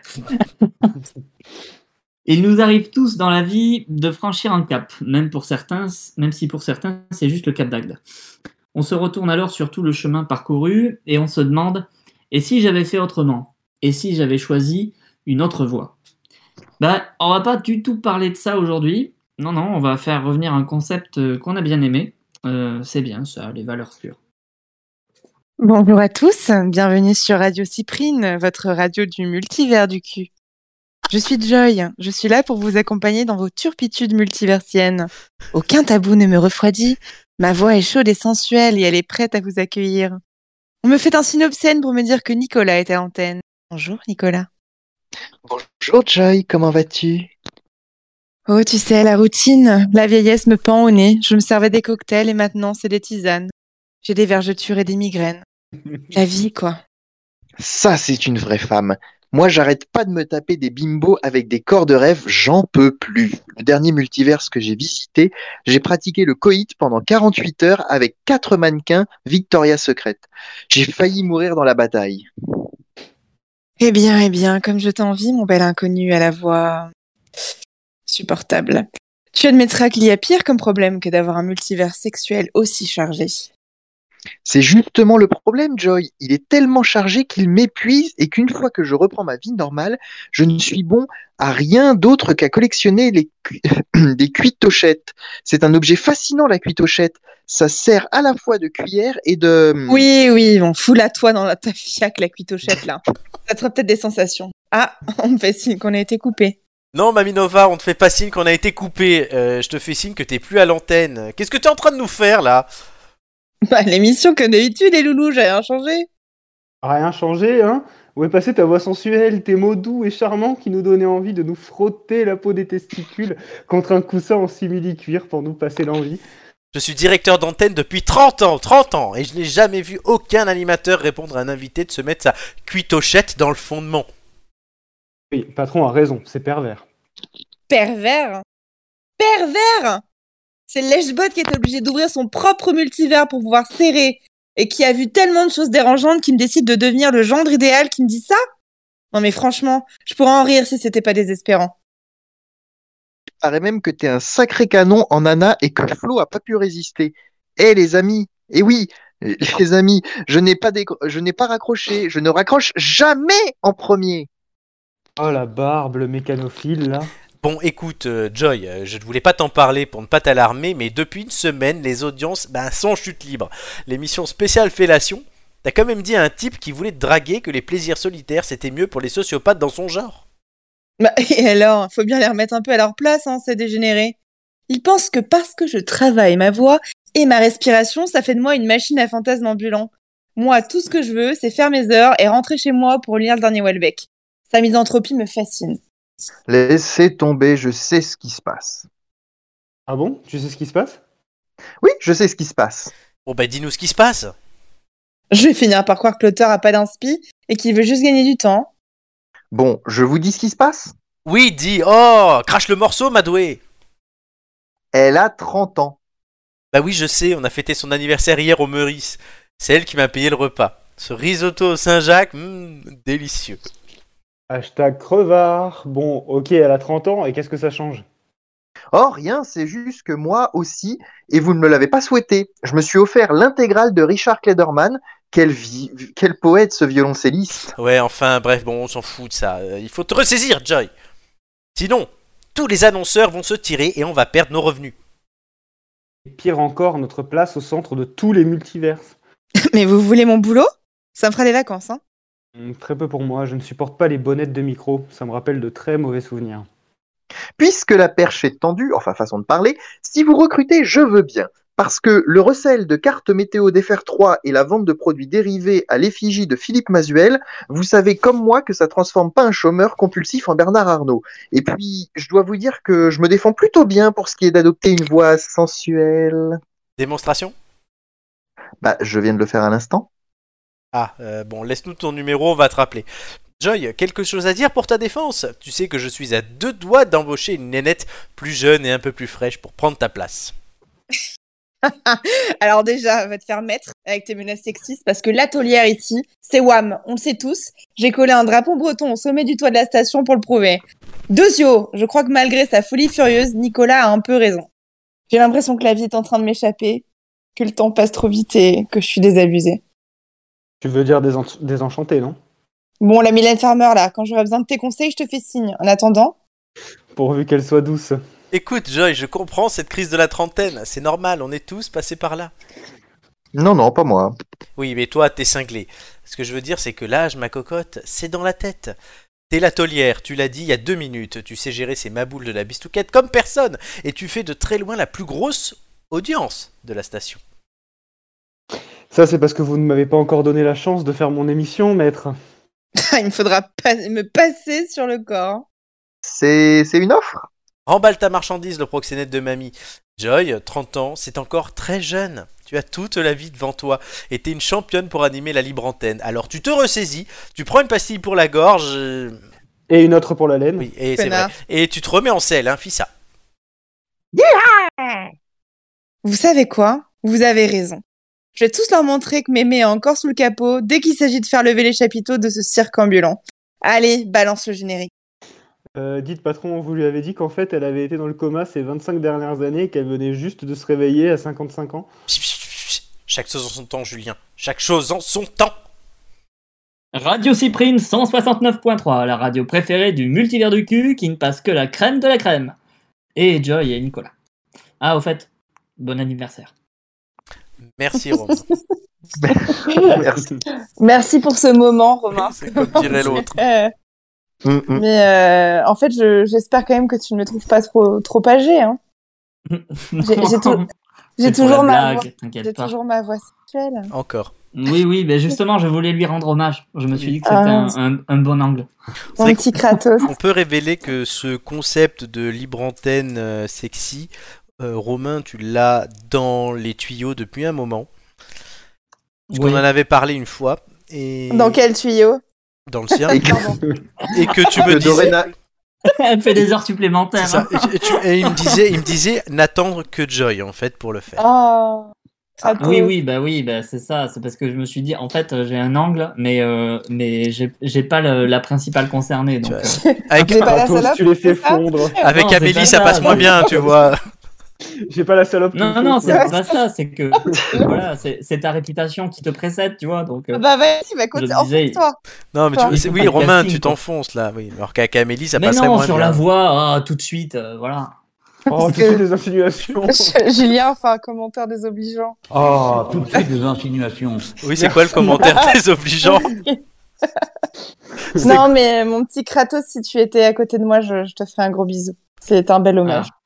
Speaker 5: Il nous arrive tous dans la vie de franchir un cap, même, pour certains, même si pour certains, c'est juste le cap d'Agde. On se retourne alors sur tout le chemin parcouru et on se demande et si j'avais fait autrement Et si j'avais choisi une autre voie Bah, on va pas du tout parler de ça aujourd'hui. Non, non, on va faire revenir un concept euh, qu'on a bien aimé. Euh, c'est bien ça, les valeurs pures.
Speaker 4: Bonjour à tous, bienvenue sur Radio Cyprine, votre radio du multivers du cul. Je suis Joy, je suis là pour vous accompagner dans vos turpitudes multiversiennes. Aucun tabou ne me refroidit, ma voix est chaude et sensuelle et elle est prête à vous accueillir. On me fait un synopsène pour me dire que Nicolas est à l'antenne. Bonjour Nicolas.
Speaker 3: Bonjour Joy, comment vas-tu
Speaker 4: Oh, tu sais, la routine, la vieillesse me pend au nez. Je me servais des cocktails et maintenant c'est des tisanes. J'ai des vergetures et des migraines. La vie, quoi.
Speaker 3: Ça, c'est une vraie femme. Moi, j'arrête pas de me taper des bimbos avec des corps de rêve, j'en peux plus. Le dernier multiverse que j'ai visité, j'ai pratiqué le coït pendant 48 heures avec quatre mannequins Victoria's Secret. J'ai failli mourir dans la bataille.
Speaker 4: Eh bien, eh bien, comme je t'envie, mon bel inconnu à la voix supportable. Tu admettras qu'il y a pire comme problème que d'avoir un multivers sexuel aussi chargé.
Speaker 3: C'est justement le problème, Joy. Il est tellement chargé qu'il m'épuise et qu'une fois que je reprends ma vie normale, je ne suis bon à rien d'autre qu'à collectionner les cu- des cuitochettes. C'est un objet fascinant, la cuitochette. Ça sert à la fois de cuillère et de... hum,
Speaker 4: Oui, oui, on fout la toi dans la- ta fiac, la cuitochette, là. Ça te fera peut-être des sensations. Ah, on me fait signe qu'on a été coupé.
Speaker 1: Non, Maminova, on te fait pas signe qu'on a été coupé. Euh, je te fais signe que t'es plus à l'antenne. Qu'est-ce que t'es en train de nous faire là
Speaker 4: Bah, l'émission que d'habitude, les loulous, j'ai rien changé.
Speaker 2: Rien changé, hein Où est passée ta voix sensuelle, tes mots doux et charmants qui nous donnaient envie de nous frotter la peau des testicules contre un coussin en simili-cuir pour nous passer l'envie
Speaker 1: Je suis directeur d'antenne depuis 30 ans, 30 ans, et je n'ai jamais vu aucun animateur répondre à un invité de se mettre sa cuitochette dans le fondement.
Speaker 2: Oui, patron a raison, c'est pervers.
Speaker 4: Pervers. Pervers C'est Lèchebot qui est obligé d'ouvrir son propre multivers pour pouvoir serrer et qui a vu tellement de choses dérangeantes qu'il décide de devenir le gendre idéal qui me dit ça Non mais franchement, je pourrais en rire si c'était pas désespérant.
Speaker 3: paraît même que t'es un sacré canon en nana et que Flo a pas pu résister. Eh les amis, eh oui, les amis, je n'ai pas dégr- je n'ai pas raccroché, je ne raccroche jamais en premier.
Speaker 2: Oh la barbe, le mécanophile, là
Speaker 1: Bon, écoute, euh, Joy, euh, je ne voulais pas t'en parler pour ne pas t'alarmer, mais depuis une semaine, les audiences ben, sont chute libre. L'émission spéciale Fellation, t'as quand même dit à un type qui voulait te draguer que les plaisirs solitaires c'était mieux pour les sociopathes dans son genre.
Speaker 4: Bah, et alors, faut bien les remettre un peu à leur place, hein, ces dégénérés. Ils pensent que parce que je travaille ma voix et ma respiration, ça fait de moi une machine à fantasmes ambulants. Moi, tout ce que je veux, c'est faire mes heures et rentrer chez moi pour lire le dernier Welbeck. Sa misanthropie me fascine.
Speaker 3: Laissez tomber, je sais ce qui se passe.
Speaker 2: Ah bon Tu sais ce qui se passe
Speaker 3: Oui, je sais ce qui se passe.
Speaker 1: Bon, ben dis-nous ce qui se passe.
Speaker 4: Je vais finir par croire que l'auteur a pas d'inspi et qu'il veut juste gagner du temps.
Speaker 3: Bon, je vous dis ce qui se passe.
Speaker 1: Oui, dis, oh, crache le morceau, Madoué.
Speaker 3: Elle a 30 ans.
Speaker 1: Bah oui, je sais, on a fêté son anniversaire hier au Meurice. C'est elle qui m'a payé le repas. Ce risotto au Saint-Jacques, hmm, délicieux.
Speaker 2: Hashtag crevard. Bon, ok, elle a 30 ans, et qu'est-ce que ça change
Speaker 3: Oh, rien, c'est juste que moi aussi, et vous ne me l'avez pas souhaité, je me suis offert l'intégrale de Richard Klederman. Quel, vi- quel poète ce violoncelliste
Speaker 1: Ouais, enfin, bref, bon, on s'en fout de ça. Euh, il faut te ressaisir, Joy. Sinon, tous les annonceurs vont se tirer et on va perdre nos revenus.
Speaker 2: Et pire encore, notre place au centre de tous les multiverses.
Speaker 4: Mais vous voulez mon boulot Ça me fera des vacances, hein
Speaker 2: Hum, Très peu pour moi, je ne supporte pas les bonnettes de micro, ça me rappelle de très mauvais souvenirs.
Speaker 3: Puisque la perche est tendue, enfin façon de parler, si vous recrutez, je veux bien. Parce que le recel de cartes météo d'FR3 et la vente de produits dérivés à l'effigie de Philippe Mazuel, vous savez comme moi que ça transforme pas un chômeur compulsif en Bernard Arnault. Et puis, je dois vous dire que je me défends plutôt bien pour ce qui est d'adopter une voix sensuelle.
Speaker 1: Démonstration
Speaker 3: Bah, je viens de le faire à l'instant.
Speaker 1: Ah, euh, bon, laisse-nous ton numéro, on va te rappeler. Joy, quelque chose à dire pour ta défense Tu sais que je suis à deux doigts d'embaucher une nénette plus jeune et un peu plus fraîche pour prendre ta place.
Speaker 4: Alors déjà, va te faire mettre avec tes menaces sexistes parce que l'atelière ici, c'est WAM, on le sait tous. J'ai collé un drapeau breton au sommet du toit de la station pour le prouver. Deuxio, je crois que malgré sa folie furieuse, Nicolas a un peu raison. J'ai l'impression que la vie est en train de m'échapper, que le temps passe trop vite et que je suis désabusée.
Speaker 2: Tu veux dire désen- désenchanté, non
Speaker 4: Bon, la Mylène Farmer, là, quand j'aurai besoin de tes conseils, je te fais signe. En attendant,
Speaker 2: Pourvu qu'elle soit douce.
Speaker 1: Écoute, Joy, je comprends cette crise de la trentaine. C'est normal, on est tous passés par là.
Speaker 3: Non, non, pas moi.
Speaker 1: Oui, mais toi, t'es cinglé. Ce que je veux dire, c'est que l'âge, ma cocotte, c'est dans la tête. T'es la tolière, tu l'as dit il y a deux minutes. Tu sais gérer ces maboules de la bistouquette comme personne. Et tu fais de très loin la plus grosse audience de la station.
Speaker 2: Ça, c'est parce que vous ne m'avez pas encore donné la chance de faire mon émission, maître.
Speaker 6: Il me faudra pas- me passer sur le corps.
Speaker 3: C'est c'est une offre
Speaker 1: Remballe ta marchandise, le proxénète de mamie. Joy, 30 ans, c'est encore très jeune. Tu as toute la vie devant toi et t'es une championne pour animer la libre antenne. Alors tu te ressaisis, tu prends une pastille pour la gorge, euh,
Speaker 2: Et une autre pour la laine.
Speaker 1: oui, et c'est vrai.
Speaker 6: Connard.
Speaker 1: Et tu te remets en selle, hein, fis ça.
Speaker 6: Vous savez quoi Vous avez raison. Je vais tous leur montrer que Mémé est encore sous le capot dès qu'il s'agit de faire lever les chapiteaux de ce cirque ambulant. Allez, balance le générique.
Speaker 2: Euh, dites patron, vous lui avez dit qu'en fait, elle avait été dans le coma ces 25 dernières années et qu'elle venait juste de se réveiller à 55 ans.
Speaker 1: Psst, psst, psst. Chaque chose en son temps, Julien. Chaque chose en son temps.
Speaker 5: Radio Cyprine 169.3, la radio préférée du multivers du cul qui ne passe que la crème de la crème. Et Joy et Nicolas. Ah, au fait, bon anniversaire.
Speaker 1: Merci Romain.
Speaker 3: Merci.
Speaker 4: Merci pour ce moment, Romain.
Speaker 1: C'est comme dirait l'autre.
Speaker 4: Euh,
Speaker 3: Mm, mm.
Speaker 4: mais euh, en fait, je- j'espère quand même que tu ne me trouves pas trop, trop âgée. hein. j'ai tout- J'ai
Speaker 5: C'est pour
Speaker 4: toujours,
Speaker 5: la
Speaker 4: ma voix-
Speaker 5: blague, t'inquiète
Speaker 4: j'ai
Speaker 5: pas.
Speaker 4: toujours ma voix sexuelle.
Speaker 1: Encore.
Speaker 5: Oui, oui, mais justement, je voulais lui rendre hommage. Je me suis dit que c'était
Speaker 4: Ah.
Speaker 5: un, un- un bon angle.
Speaker 1: C'est
Speaker 4: Mon
Speaker 1: vrai
Speaker 4: petit Kratos.
Speaker 1: On peut révéler que ce concept de libre antenne euh, sexy, euh, Romain, tu l'as dans les tuyaux depuis un moment. Parce
Speaker 5: Oui.
Speaker 1: qu'on en avait parlé une fois. Et
Speaker 4: Dans quel tuyau
Speaker 1: dans le sien.
Speaker 3: Et que-
Speaker 1: et que tu
Speaker 3: que
Speaker 1: me disais.
Speaker 3: Dorena-
Speaker 5: Elle fait des heures
Speaker 1: C'est
Speaker 5: supplémentaires.
Speaker 1: ça.
Speaker 5: hein.
Speaker 1: Et, tu- et il me disait, il me disait n'attendre que Joy en fait pour le faire.
Speaker 4: Oh, Kratos.
Speaker 5: Oui, oui, bah oui, bah c'est ça. C'est parce que je me suis dit, en fait, euh, j'ai un angle, mais euh, mais j'ai j'ai pas le- la principale concernée. Donc,
Speaker 1: Tu vois.
Speaker 5: euh,
Speaker 1: Avec,
Speaker 4: J'ai pas la
Speaker 2: Kratos,
Speaker 4: salope,
Speaker 2: tu les fais
Speaker 4: c'est ça
Speaker 2: fondre.
Speaker 1: avec
Speaker 5: Non, c'est
Speaker 1: Amélie,
Speaker 5: pas
Speaker 1: ça
Speaker 5: ça,
Speaker 1: passe moins
Speaker 5: non.
Speaker 1: bien, tu vois.
Speaker 2: J'ai pas la salope.
Speaker 5: non,
Speaker 2: qu'il me
Speaker 5: non, non,
Speaker 2: faut,
Speaker 5: c'est
Speaker 2: quoi.
Speaker 5: pas ça. C'est que voilà, c'est c'est ta réputation qui te précède, tu vois. Donc, euh,
Speaker 4: Bah vas-y, bah
Speaker 5: je
Speaker 4: écoute,
Speaker 5: me disais,
Speaker 4: enfonce-toi.
Speaker 1: Non, mais tu-
Speaker 5: Ils
Speaker 1: c'est-
Speaker 5: font
Speaker 1: oui,
Speaker 5: pas de
Speaker 1: Romain,
Speaker 5: casting,
Speaker 1: tu
Speaker 5: quoi.
Speaker 1: t'enfonces là. Oui, alors qu'avec Amélie, ça
Speaker 5: mais
Speaker 1: passerait
Speaker 5: non,
Speaker 1: moins
Speaker 5: sur
Speaker 1: bien.
Speaker 5: la voix, ah, tout de suite, euh, voilà.
Speaker 2: Oh,
Speaker 4: Parce
Speaker 2: tu fais
Speaker 4: que-
Speaker 2: des insinuations.
Speaker 4: Julien, enfin, un commentaire désobligeant.
Speaker 8: Ah, tout de suite des insinuations.
Speaker 1: Oui, c'est quoi le commentaire désobligeant
Speaker 4: Non, mais mon petit Kratos, si tu étais à côté de moi, je, je te ferais un gros bisou. C'est un bel hommage.
Speaker 5: Ah.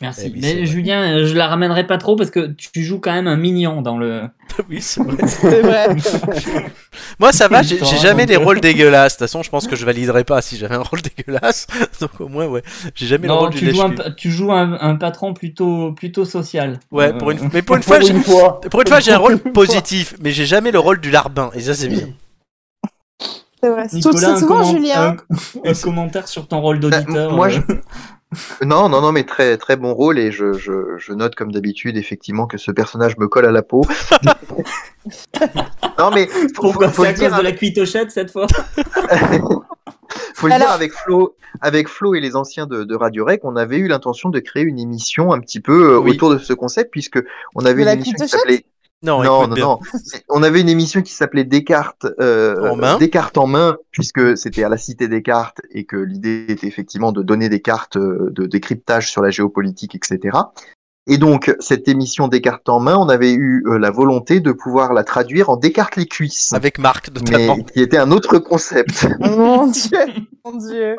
Speaker 5: Merci.
Speaker 1: Eh oui, c'est
Speaker 5: mais
Speaker 1: vrai.
Speaker 5: Julien, euh, je la ramènerai pas trop parce que tu joues quand même un mignon dans le.
Speaker 1: Oui, c'est vrai.
Speaker 5: Ah.
Speaker 4: C'est vrai.
Speaker 1: Moi, ça va, j'ai
Speaker 5: Putain,
Speaker 1: j'ai jamais
Speaker 5: donc,
Speaker 1: des
Speaker 5: euh.
Speaker 1: rôles dégueulasses. De toute façon, je pense que je validerais pas si j'avais un rôle dégueulasse. Donc, au moins, ouais. J'ai jamais le
Speaker 5: Non,
Speaker 1: rôle du
Speaker 5: tu joues, un,
Speaker 1: lèche-cul.
Speaker 5: pa- tu joues un, un patron plutôt plutôt social.
Speaker 1: Ouais,
Speaker 5: Euh,
Speaker 1: pour une, mais pour une fois,
Speaker 2: Pour
Speaker 1: j'ai-
Speaker 2: une fois.
Speaker 1: pour une fois, j'ai un rôle positif, mais j'ai jamais le rôle du larbin. Et ça, c'est bien.
Speaker 4: C'est vrai.
Speaker 5: Nicolas,
Speaker 4: C'est
Speaker 5: un
Speaker 4: souvent,
Speaker 5: comment- euh.
Speaker 4: Julien.
Speaker 5: Un, un commentaire sur ton
Speaker 1: Bah,
Speaker 5: rôle
Speaker 3: Euh,
Speaker 5: d'auditeur.
Speaker 3: moi, je-
Speaker 5: euh,
Speaker 3: Non, non, non, mais très, très bon rôle et je, je, je note comme d'habitude effectivement que ce personnage me colle à la peau. non, mais faut,
Speaker 5: Pourquoi
Speaker 3: faut- faut
Speaker 5: c'est
Speaker 3: le
Speaker 5: à
Speaker 3: dire,
Speaker 5: cause de la cuitochette cette fois
Speaker 3: faut le dire
Speaker 4: Alors-
Speaker 3: avec Flo, avec Flo et les anciens de, de Radio Rec, on avait eu l'intention de créer une émission un petit peu euh,
Speaker 1: Oui.
Speaker 3: autour de ce concept puisque on avait
Speaker 4: De
Speaker 3: une
Speaker 4: la
Speaker 3: émission qui
Speaker 4: cuitochette
Speaker 3: s'appelait
Speaker 1: Non,
Speaker 3: non,
Speaker 1: Oh, écoute
Speaker 3: non,
Speaker 1: bien.
Speaker 3: non. C'est- On avait une émission qui s'appelait Descartes, euh,
Speaker 1: En main.
Speaker 3: Descartes en main, puisque c'était à la Cité Descartes et que l'idée était effectivement de donner des cartes euh, de décryptage sur la géopolitique, etc. Et donc, cette émission Descartes en main, on avait eu euh, la volonté de pouvoir la traduire en Descartes les cuisses.
Speaker 1: Avec Marc,
Speaker 3: Mais
Speaker 1: notamment.
Speaker 3: qui était un autre concept,
Speaker 4: Mon Dieu. Mon Dieu.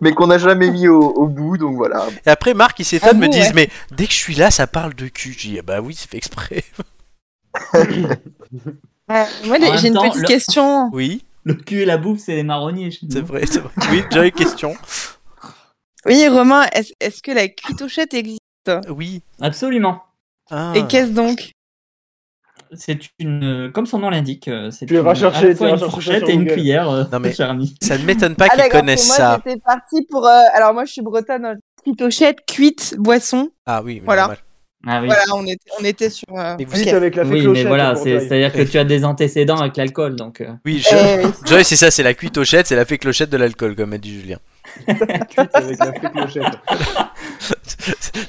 Speaker 3: mais qu'on n'a jamais mis au, au bout, donc voilà.
Speaker 1: Et après, Marc, il s'étonne,
Speaker 6: Ah
Speaker 1: me
Speaker 6: bon,
Speaker 1: disent
Speaker 6: ouais.
Speaker 1: Mais dès que je suis là, ça parle de cul. Je dis Ah bah oui, c'est fait exprès.
Speaker 4: Ouais, Euh, moi,
Speaker 5: En
Speaker 4: j'ai
Speaker 5: même
Speaker 4: une
Speaker 5: temps,
Speaker 4: petite
Speaker 5: le-
Speaker 4: question.
Speaker 1: Oui,
Speaker 5: Le cul et la bouffe, c'est les marronniers. chez
Speaker 1: c'est
Speaker 5: nous.
Speaker 1: vrai, c'est vrai. Oui, Joy, question.
Speaker 4: Oui, Romain, est-ce est-ce que la cuitochette existe
Speaker 1: Oui.
Speaker 5: Absolument.
Speaker 1: Ah.
Speaker 4: Et qu'est-ce donc
Speaker 5: C'est une, euh, comme son nom l'indique, euh, c'est
Speaker 2: Tu
Speaker 5: une,
Speaker 2: iras chercher-
Speaker 5: à la
Speaker 2: tu
Speaker 5: fois
Speaker 2: iras chercher
Speaker 5: une
Speaker 2: ça
Speaker 5: fourchette
Speaker 2: sur
Speaker 5: et une
Speaker 2: Google.
Speaker 5: cuillère, euh,
Speaker 1: Non, mais-
Speaker 5: cher ami.
Speaker 1: Ça ne m'étonne pas
Speaker 4: Ah,
Speaker 1: qu'ils
Speaker 4: d'accord,
Speaker 1: connaissent
Speaker 4: moi,
Speaker 1: ça.
Speaker 4: J'étais partie pour. euh, alors, moi, je suis bretonne. hein. Cuitochette, cuite, boisson.
Speaker 1: Ah oui, mais
Speaker 4: Voilà.
Speaker 1: normal.
Speaker 5: Ah oui.
Speaker 4: Voilà, on était, on était sur. euh,
Speaker 1: Mais vous
Speaker 4: ok.
Speaker 2: Vite avec la fée
Speaker 5: Oui, mais
Speaker 2: clochette,
Speaker 5: voilà,
Speaker 2: pour
Speaker 5: c'est-
Speaker 2: Joy.
Speaker 5: c'est-à-dire que tu as des antécédents avec l'alcool, donc. euh,
Speaker 1: Oui,
Speaker 4: Eh
Speaker 1: je-
Speaker 4: oui.
Speaker 1: Joy, c'est ça, c'est la cuitochette, c'est la fée clochette de l'alcool, comme a dit Julien.
Speaker 2: Vite avec la fée clochette.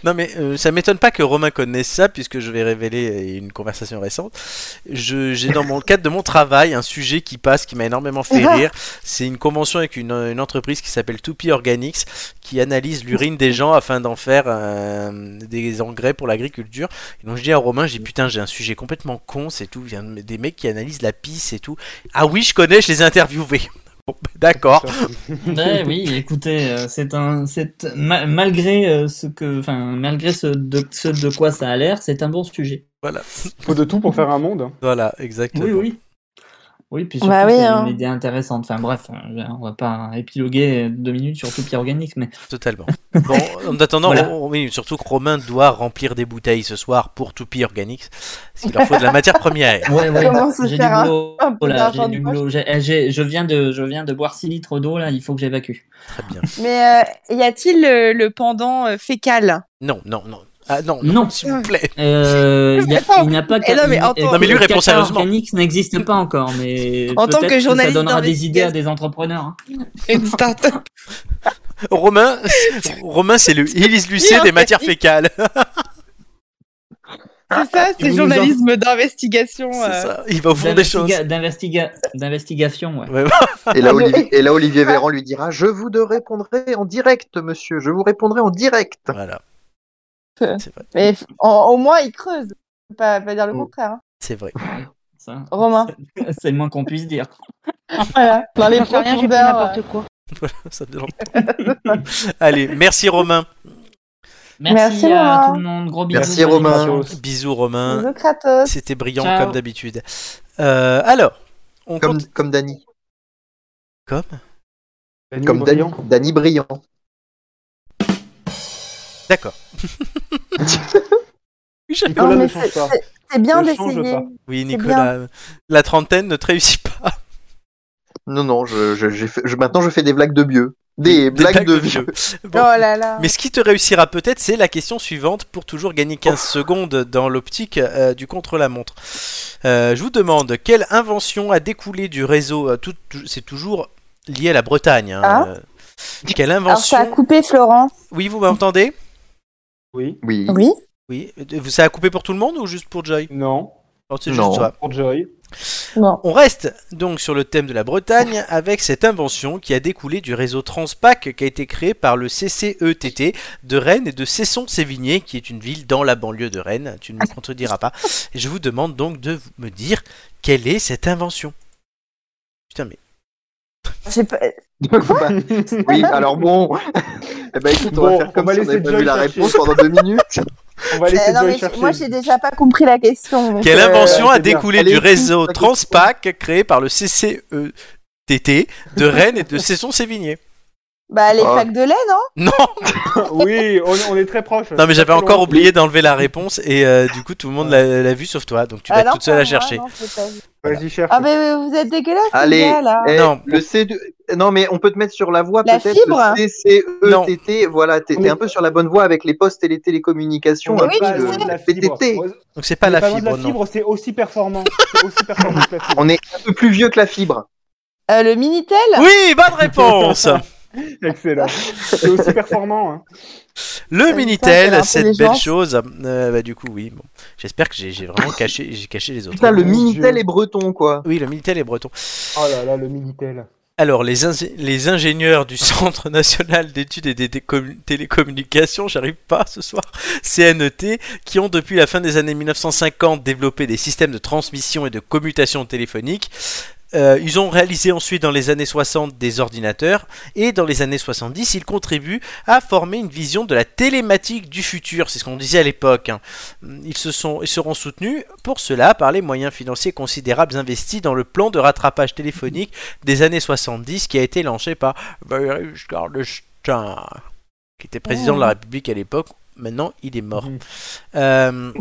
Speaker 1: non, mais euh, ça m'étonne pas que Romain connaisse ça, puisque je vais révéler euh, une conversation récente. Je- J'ai dans mon cadre de mon travail un sujet qui passe, qui m'a énormément fait rire. C'est une convention avec une, une entreprise qui s'appelle Toupie Organics, qui analyse l'urine des gens afin d'en faire euh, des engrais pour l'agriculture. Et donc je dis à Romain, j'ai putain, j'ai un sujet complètement con, c'est tout. Il y a des mecs qui analysent la pisse et tout. Ah oui, je connais, je les ai interviewés. Bon, bah, D'accord.
Speaker 5: Ouais, oui, écoutez, euh, c'est un, c'est ma- malgré euh, ce que, enfin, malgré ce de, ce de quoi ça a l'air, c'est un bon sujet.
Speaker 1: Voilà.
Speaker 2: Faut de tout pour faire un monde.
Speaker 1: Voilà, exactement.
Speaker 5: Oui, oui. Oui, puis surtout,
Speaker 4: Bah oui,
Speaker 5: c'est
Speaker 4: hein.
Speaker 5: une idée intéressante. Enfin bref, euh, on va pas épiloguer deux minutes sur tout pied organique, mais
Speaker 1: Totalement. Bon, en attendant,
Speaker 5: Voilà.
Speaker 1: on- oui, surtout que Romain doit remplir des bouteilles ce soir pour Toupie Organics, parce qu'il leur faut de la matière première.
Speaker 5: ouais, ouais,
Speaker 4: Comment se
Speaker 5: j'ai du
Speaker 4: faire un-
Speaker 5: boulot.
Speaker 4: Un peu
Speaker 5: Oh là,
Speaker 4: d'argent
Speaker 5: j'ai
Speaker 4: de
Speaker 5: du
Speaker 4: poche.
Speaker 5: boulot. J'ai- eh, j'ai- je, viens de, je viens de boire 6 litres d'eau, là, il faut que j'évacue.
Speaker 1: Très bien.
Speaker 6: Mais euh, y a-t-il euh, le pendant euh, fécal
Speaker 1: Non, non, non. Ah non,
Speaker 5: Non.
Speaker 1: non, s'il vous plaît.
Speaker 5: Euh, il y a-
Speaker 6: Attends.
Speaker 5: il n'y a pas
Speaker 6: Eh non, mais attends.
Speaker 5: euh,
Speaker 6: Non,
Speaker 1: mais lui
Speaker 5: le
Speaker 1: répond
Speaker 5: caca
Speaker 1: sérieusement.
Speaker 5: organique n'existe pas encore, mais
Speaker 6: En tant
Speaker 5: peut-être
Speaker 6: que
Speaker 5: ça
Speaker 6: journaliste
Speaker 5: donnera des idées
Speaker 6: d'investigation.
Speaker 5: à des entrepreneurs. hein.
Speaker 6: Une start-up
Speaker 1: Romain, Romain c'est le Élise Lucet des matières fécales.
Speaker 6: C'est
Speaker 1: Ah,
Speaker 6: ça,
Speaker 5: vous
Speaker 6: c'est
Speaker 5: nous
Speaker 6: journalisme d'investigation.
Speaker 1: C'est
Speaker 6: euh.
Speaker 1: ça. Il va au fond des choses.
Speaker 5: D'investiga- d'investiga- D'investigation, ouais.
Speaker 3: Et
Speaker 1: Ah,
Speaker 3: là, Olivier, et là, Olivier Véran lui dira Je vous de répondrai en direct, monsieur. Je vous répondrai en direct.
Speaker 1: Voilà.
Speaker 4: Euh.
Speaker 1: C'est vrai.
Speaker 4: Mais f- en- au moins, il creuse. Je peux Pas, pas dire le
Speaker 1: Oh.
Speaker 2: Mm.
Speaker 4: contraire. hein.
Speaker 1: C'est vrai.
Speaker 5: Ça,
Speaker 4: Romain,
Speaker 5: c'est le moins qu'on puisse dire.
Speaker 4: voilà. Dans les
Speaker 9: J'en sais rien, j'ai pris
Speaker 4: profondeurs. euh,
Speaker 9: n'importe quoi.
Speaker 1: Ça donne envie. Allez, merci Romain.
Speaker 5: Merci,
Speaker 4: Merci,
Speaker 5: à
Speaker 4: Romain.
Speaker 5: tout le monde. Gros bisous.
Speaker 3: Merci,
Speaker 5: Bonne
Speaker 3: Romain.
Speaker 5: émission.
Speaker 1: Bisous Romain.
Speaker 4: Bisous, Kratos.
Speaker 1: C'était brillant
Speaker 5: Ciao.
Speaker 1: comme d'habitude. Euh, alors, on
Speaker 3: Comme,
Speaker 1: compte-
Speaker 3: comme Dany.
Speaker 2: Dany
Speaker 3: Comme Dany,
Speaker 2: Briand.
Speaker 3: Dany Brillant.
Speaker 1: D'accord. Oui, j'adore.
Speaker 2: Nicolas
Speaker 4: Non,
Speaker 2: ne
Speaker 4: mais
Speaker 2: change
Speaker 4: c'est-
Speaker 2: pas.
Speaker 4: c'est c'est bien
Speaker 2: Ne change
Speaker 4: d'essayer. Oh
Speaker 2: pas.
Speaker 1: Oui, Nicolas, la trentaine ne te réussit pas.
Speaker 3: Non, non, je, je- j'ai fait- je- maintenant je fais des blagues de vieux. Des, blagues, de vieux.
Speaker 1: Bon.
Speaker 4: Oh là là.
Speaker 1: Mais ce qui te réussira peut-être, c'est la question suivante pour toujours gagner 15
Speaker 3: Oh.
Speaker 1: secondes dans l'optique euh, du contre-la-montre. Euh, je vous demande quelle invention a découlé du réseau. euh, tout- tout- c'est toujours lié à la Bretagne. hein,
Speaker 4: Ah.
Speaker 1: euh, quelle
Speaker 4: Alors,
Speaker 1: invention
Speaker 4: ça a coupé Florent.
Speaker 1: Oui, vous m'entendez
Speaker 2: Oui.
Speaker 3: Oui.
Speaker 4: Oui.
Speaker 1: Oui. Euh, Ça a coupé pour tout le monde ou juste pour Joy
Speaker 2: Non.
Speaker 1: Non, c'est
Speaker 3: Non.
Speaker 1: juste toi.
Speaker 2: Pour Joy.
Speaker 4: Bon.
Speaker 1: On reste donc sur le thème de la Bretagne avec cette invention qui a découlé du réseau Transpac qui a été créé par le CCETT de Rennes et de Cesson-Sévigné qui est une ville dans la banlieue de Rennes. Tu ne me contrediras pas. Et je vous demande donc de vous- me dire quelle est cette invention. Putain mais
Speaker 4: J'ai pas- euh,
Speaker 2: Ah.
Speaker 3: Bah, oui, alors bon. eh ben écoute, on
Speaker 2: Bon,
Speaker 3: va faire comme
Speaker 2: on va
Speaker 3: si on n'avait
Speaker 2: laisser
Speaker 3: pas
Speaker 2: Joy
Speaker 3: vu la
Speaker 2: chercher.
Speaker 3: réponse pendant deux minutes.
Speaker 2: On va laisser
Speaker 4: Euh, non,
Speaker 2: Joy
Speaker 4: mais
Speaker 2: chercher.
Speaker 4: moi, j'ai déjà pas compris la question. donc,
Speaker 1: quelle
Speaker 4: euh,
Speaker 1: invention a
Speaker 2: c'est bien.
Speaker 1: découlé
Speaker 3: Allez,
Speaker 1: du réseau
Speaker 3: la question.
Speaker 1: Transpac créé par le CCETT de Rennes et de Cesson-Sévigné
Speaker 4: Bah, les
Speaker 3: Ah.
Speaker 4: packs de lait, non
Speaker 1: Non,
Speaker 2: oui, on, on est très proche.
Speaker 1: non mais j'avais encore oublié d'enlever la réponse et euh, du coup tout le monde l'a l'a vue sauf toi donc tu vas
Speaker 4: Ah, non,
Speaker 1: toute seule
Speaker 4: pas
Speaker 1: à
Speaker 4: moi,
Speaker 1: chercher.
Speaker 4: non, je l'ai pas vu.
Speaker 2: Vas-y, cherche.
Speaker 4: Ah, mais vous êtes dégueulasse,
Speaker 3: Allez.
Speaker 4: les gars, là.
Speaker 3: Eh,
Speaker 1: Non.
Speaker 3: Le C Non, mais on peut te mettre sur la voie
Speaker 4: La
Speaker 3: peut-être.
Speaker 4: fibre
Speaker 3: le CCETT. Voilà, t'es t'es un peu sur la bonne voie avec les postes et les télécommunications.
Speaker 2: On
Speaker 3: un
Speaker 2: est
Speaker 4: oui,
Speaker 3: peu
Speaker 2: pas
Speaker 4: je
Speaker 3: le-
Speaker 2: loin de
Speaker 3: le
Speaker 2: la fibre.
Speaker 3: PTT.
Speaker 1: Donc c'est pas
Speaker 2: On est
Speaker 1: la
Speaker 2: loin de
Speaker 1: fibre,
Speaker 2: la
Speaker 1: non.
Speaker 2: fibre, c'est aussi performant. C'est Oh aussi performant que la fibre.
Speaker 3: On est un peu plus vieux que la fibre.
Speaker 4: Euh, le Minitel
Speaker 1: Oui, bonne réponse.
Speaker 2: Excellent. C'est aussi performant. hein.
Speaker 1: Le
Speaker 4: Ça,
Speaker 1: minitel,
Speaker 4: ça, c'est
Speaker 1: cette belle
Speaker 4: l'intelligence.
Speaker 1: chose. Euh, bah, du coup, oui. Bon. J'espère que j'ai j'ai vraiment caché, j'ai caché les autres.
Speaker 3: Putain, le
Speaker 2: Mon
Speaker 3: Minitel
Speaker 2: Dieu.
Speaker 3: est breton, quoi.
Speaker 1: Oui, le minitel est breton.
Speaker 2: Oh là là, le Minitel.
Speaker 1: Alors, les, ing- les ingénieurs du Centre national d'études et des télécom- télécommunications, j'arrive pas ce soir, CNET, E qui ont depuis la fin des années 1950 développé des systèmes de transmission et de commutation téléphonique. Euh, ils ont réalisé ensuite dans les années 60 des ordinateurs et dans les années 70 ils contribuent à former une vision de la télématique du futur, c'est ce qu'on disait à l'époque. hein. Ils, se sont, ils seront soutenus pour cela par les moyens financiers considérables investis dans le plan de rattrapage téléphonique des années 70 qui a été lancé par Valéry Giscard d'Estaing, qui était président de la République à l'époque. Maintenant, il est mort.
Speaker 2: Mhm.
Speaker 1: Euh,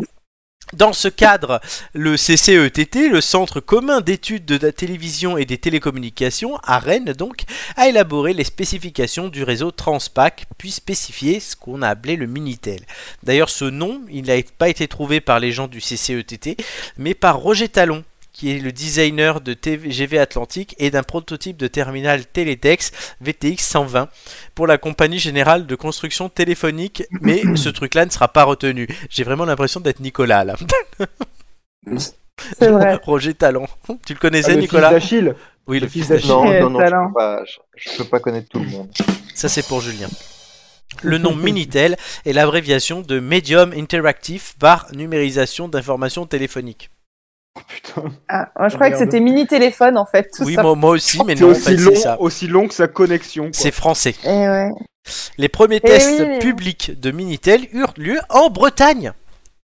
Speaker 1: dans ce cadre, le CCETT, le Centre commun d'études de la télévision et des télécommunications, à Rennes donc, a élaboré les spécifications du réseau Transpac, puis spécifié ce qu'on a appelé le Minitel. D'ailleurs, ce nom, il n'a pas été trouvé par les gens du CCETT, mais par Roger Talon, qui est le designer de TGV Atlantique et d'un prototype de terminal Teletex VTX 120 pour la compagnie générale de construction téléphonique, mais ce truc-là ne sera pas retenu. J'ai vraiment l'impression d'être Nicolas là.
Speaker 4: C'est vrai.
Speaker 1: Roger Talon. Tu le connaissais,
Speaker 2: Ah, le fils
Speaker 1: Nicolas
Speaker 2: d'Achille.
Speaker 1: Oui,
Speaker 2: le
Speaker 1: le fils
Speaker 2: fils
Speaker 1: d'Achille.
Speaker 3: Non,
Speaker 4: Quel
Speaker 3: non, non, je
Speaker 4: talent.
Speaker 3: peux, pas, je- je peux pas connaître tout le monde.
Speaker 1: Ça, c'est pour Julien. Le nom Minitel est l'abréviation de Medium Interactif par numérisation d'informations téléphoniques.
Speaker 2: Putain.
Speaker 4: Ah, moi, je croyais que
Speaker 2: Merde.
Speaker 4: c'était mini-téléphone, en fait. Tout
Speaker 1: Oui,
Speaker 4: ça.
Speaker 1: moi, moi aussi, mais
Speaker 2: C'est
Speaker 1: non, en fait,
Speaker 2: aussi,
Speaker 1: c'est
Speaker 2: long,
Speaker 1: ça.
Speaker 2: aussi long que sa connexion.
Speaker 1: C'est
Speaker 2: quoi.
Speaker 1: français.
Speaker 4: Eh ouais.
Speaker 1: Les premiers
Speaker 4: Eh
Speaker 1: tests
Speaker 4: oui, mais-
Speaker 1: publics de Minitel eurent lieu en Bretagne.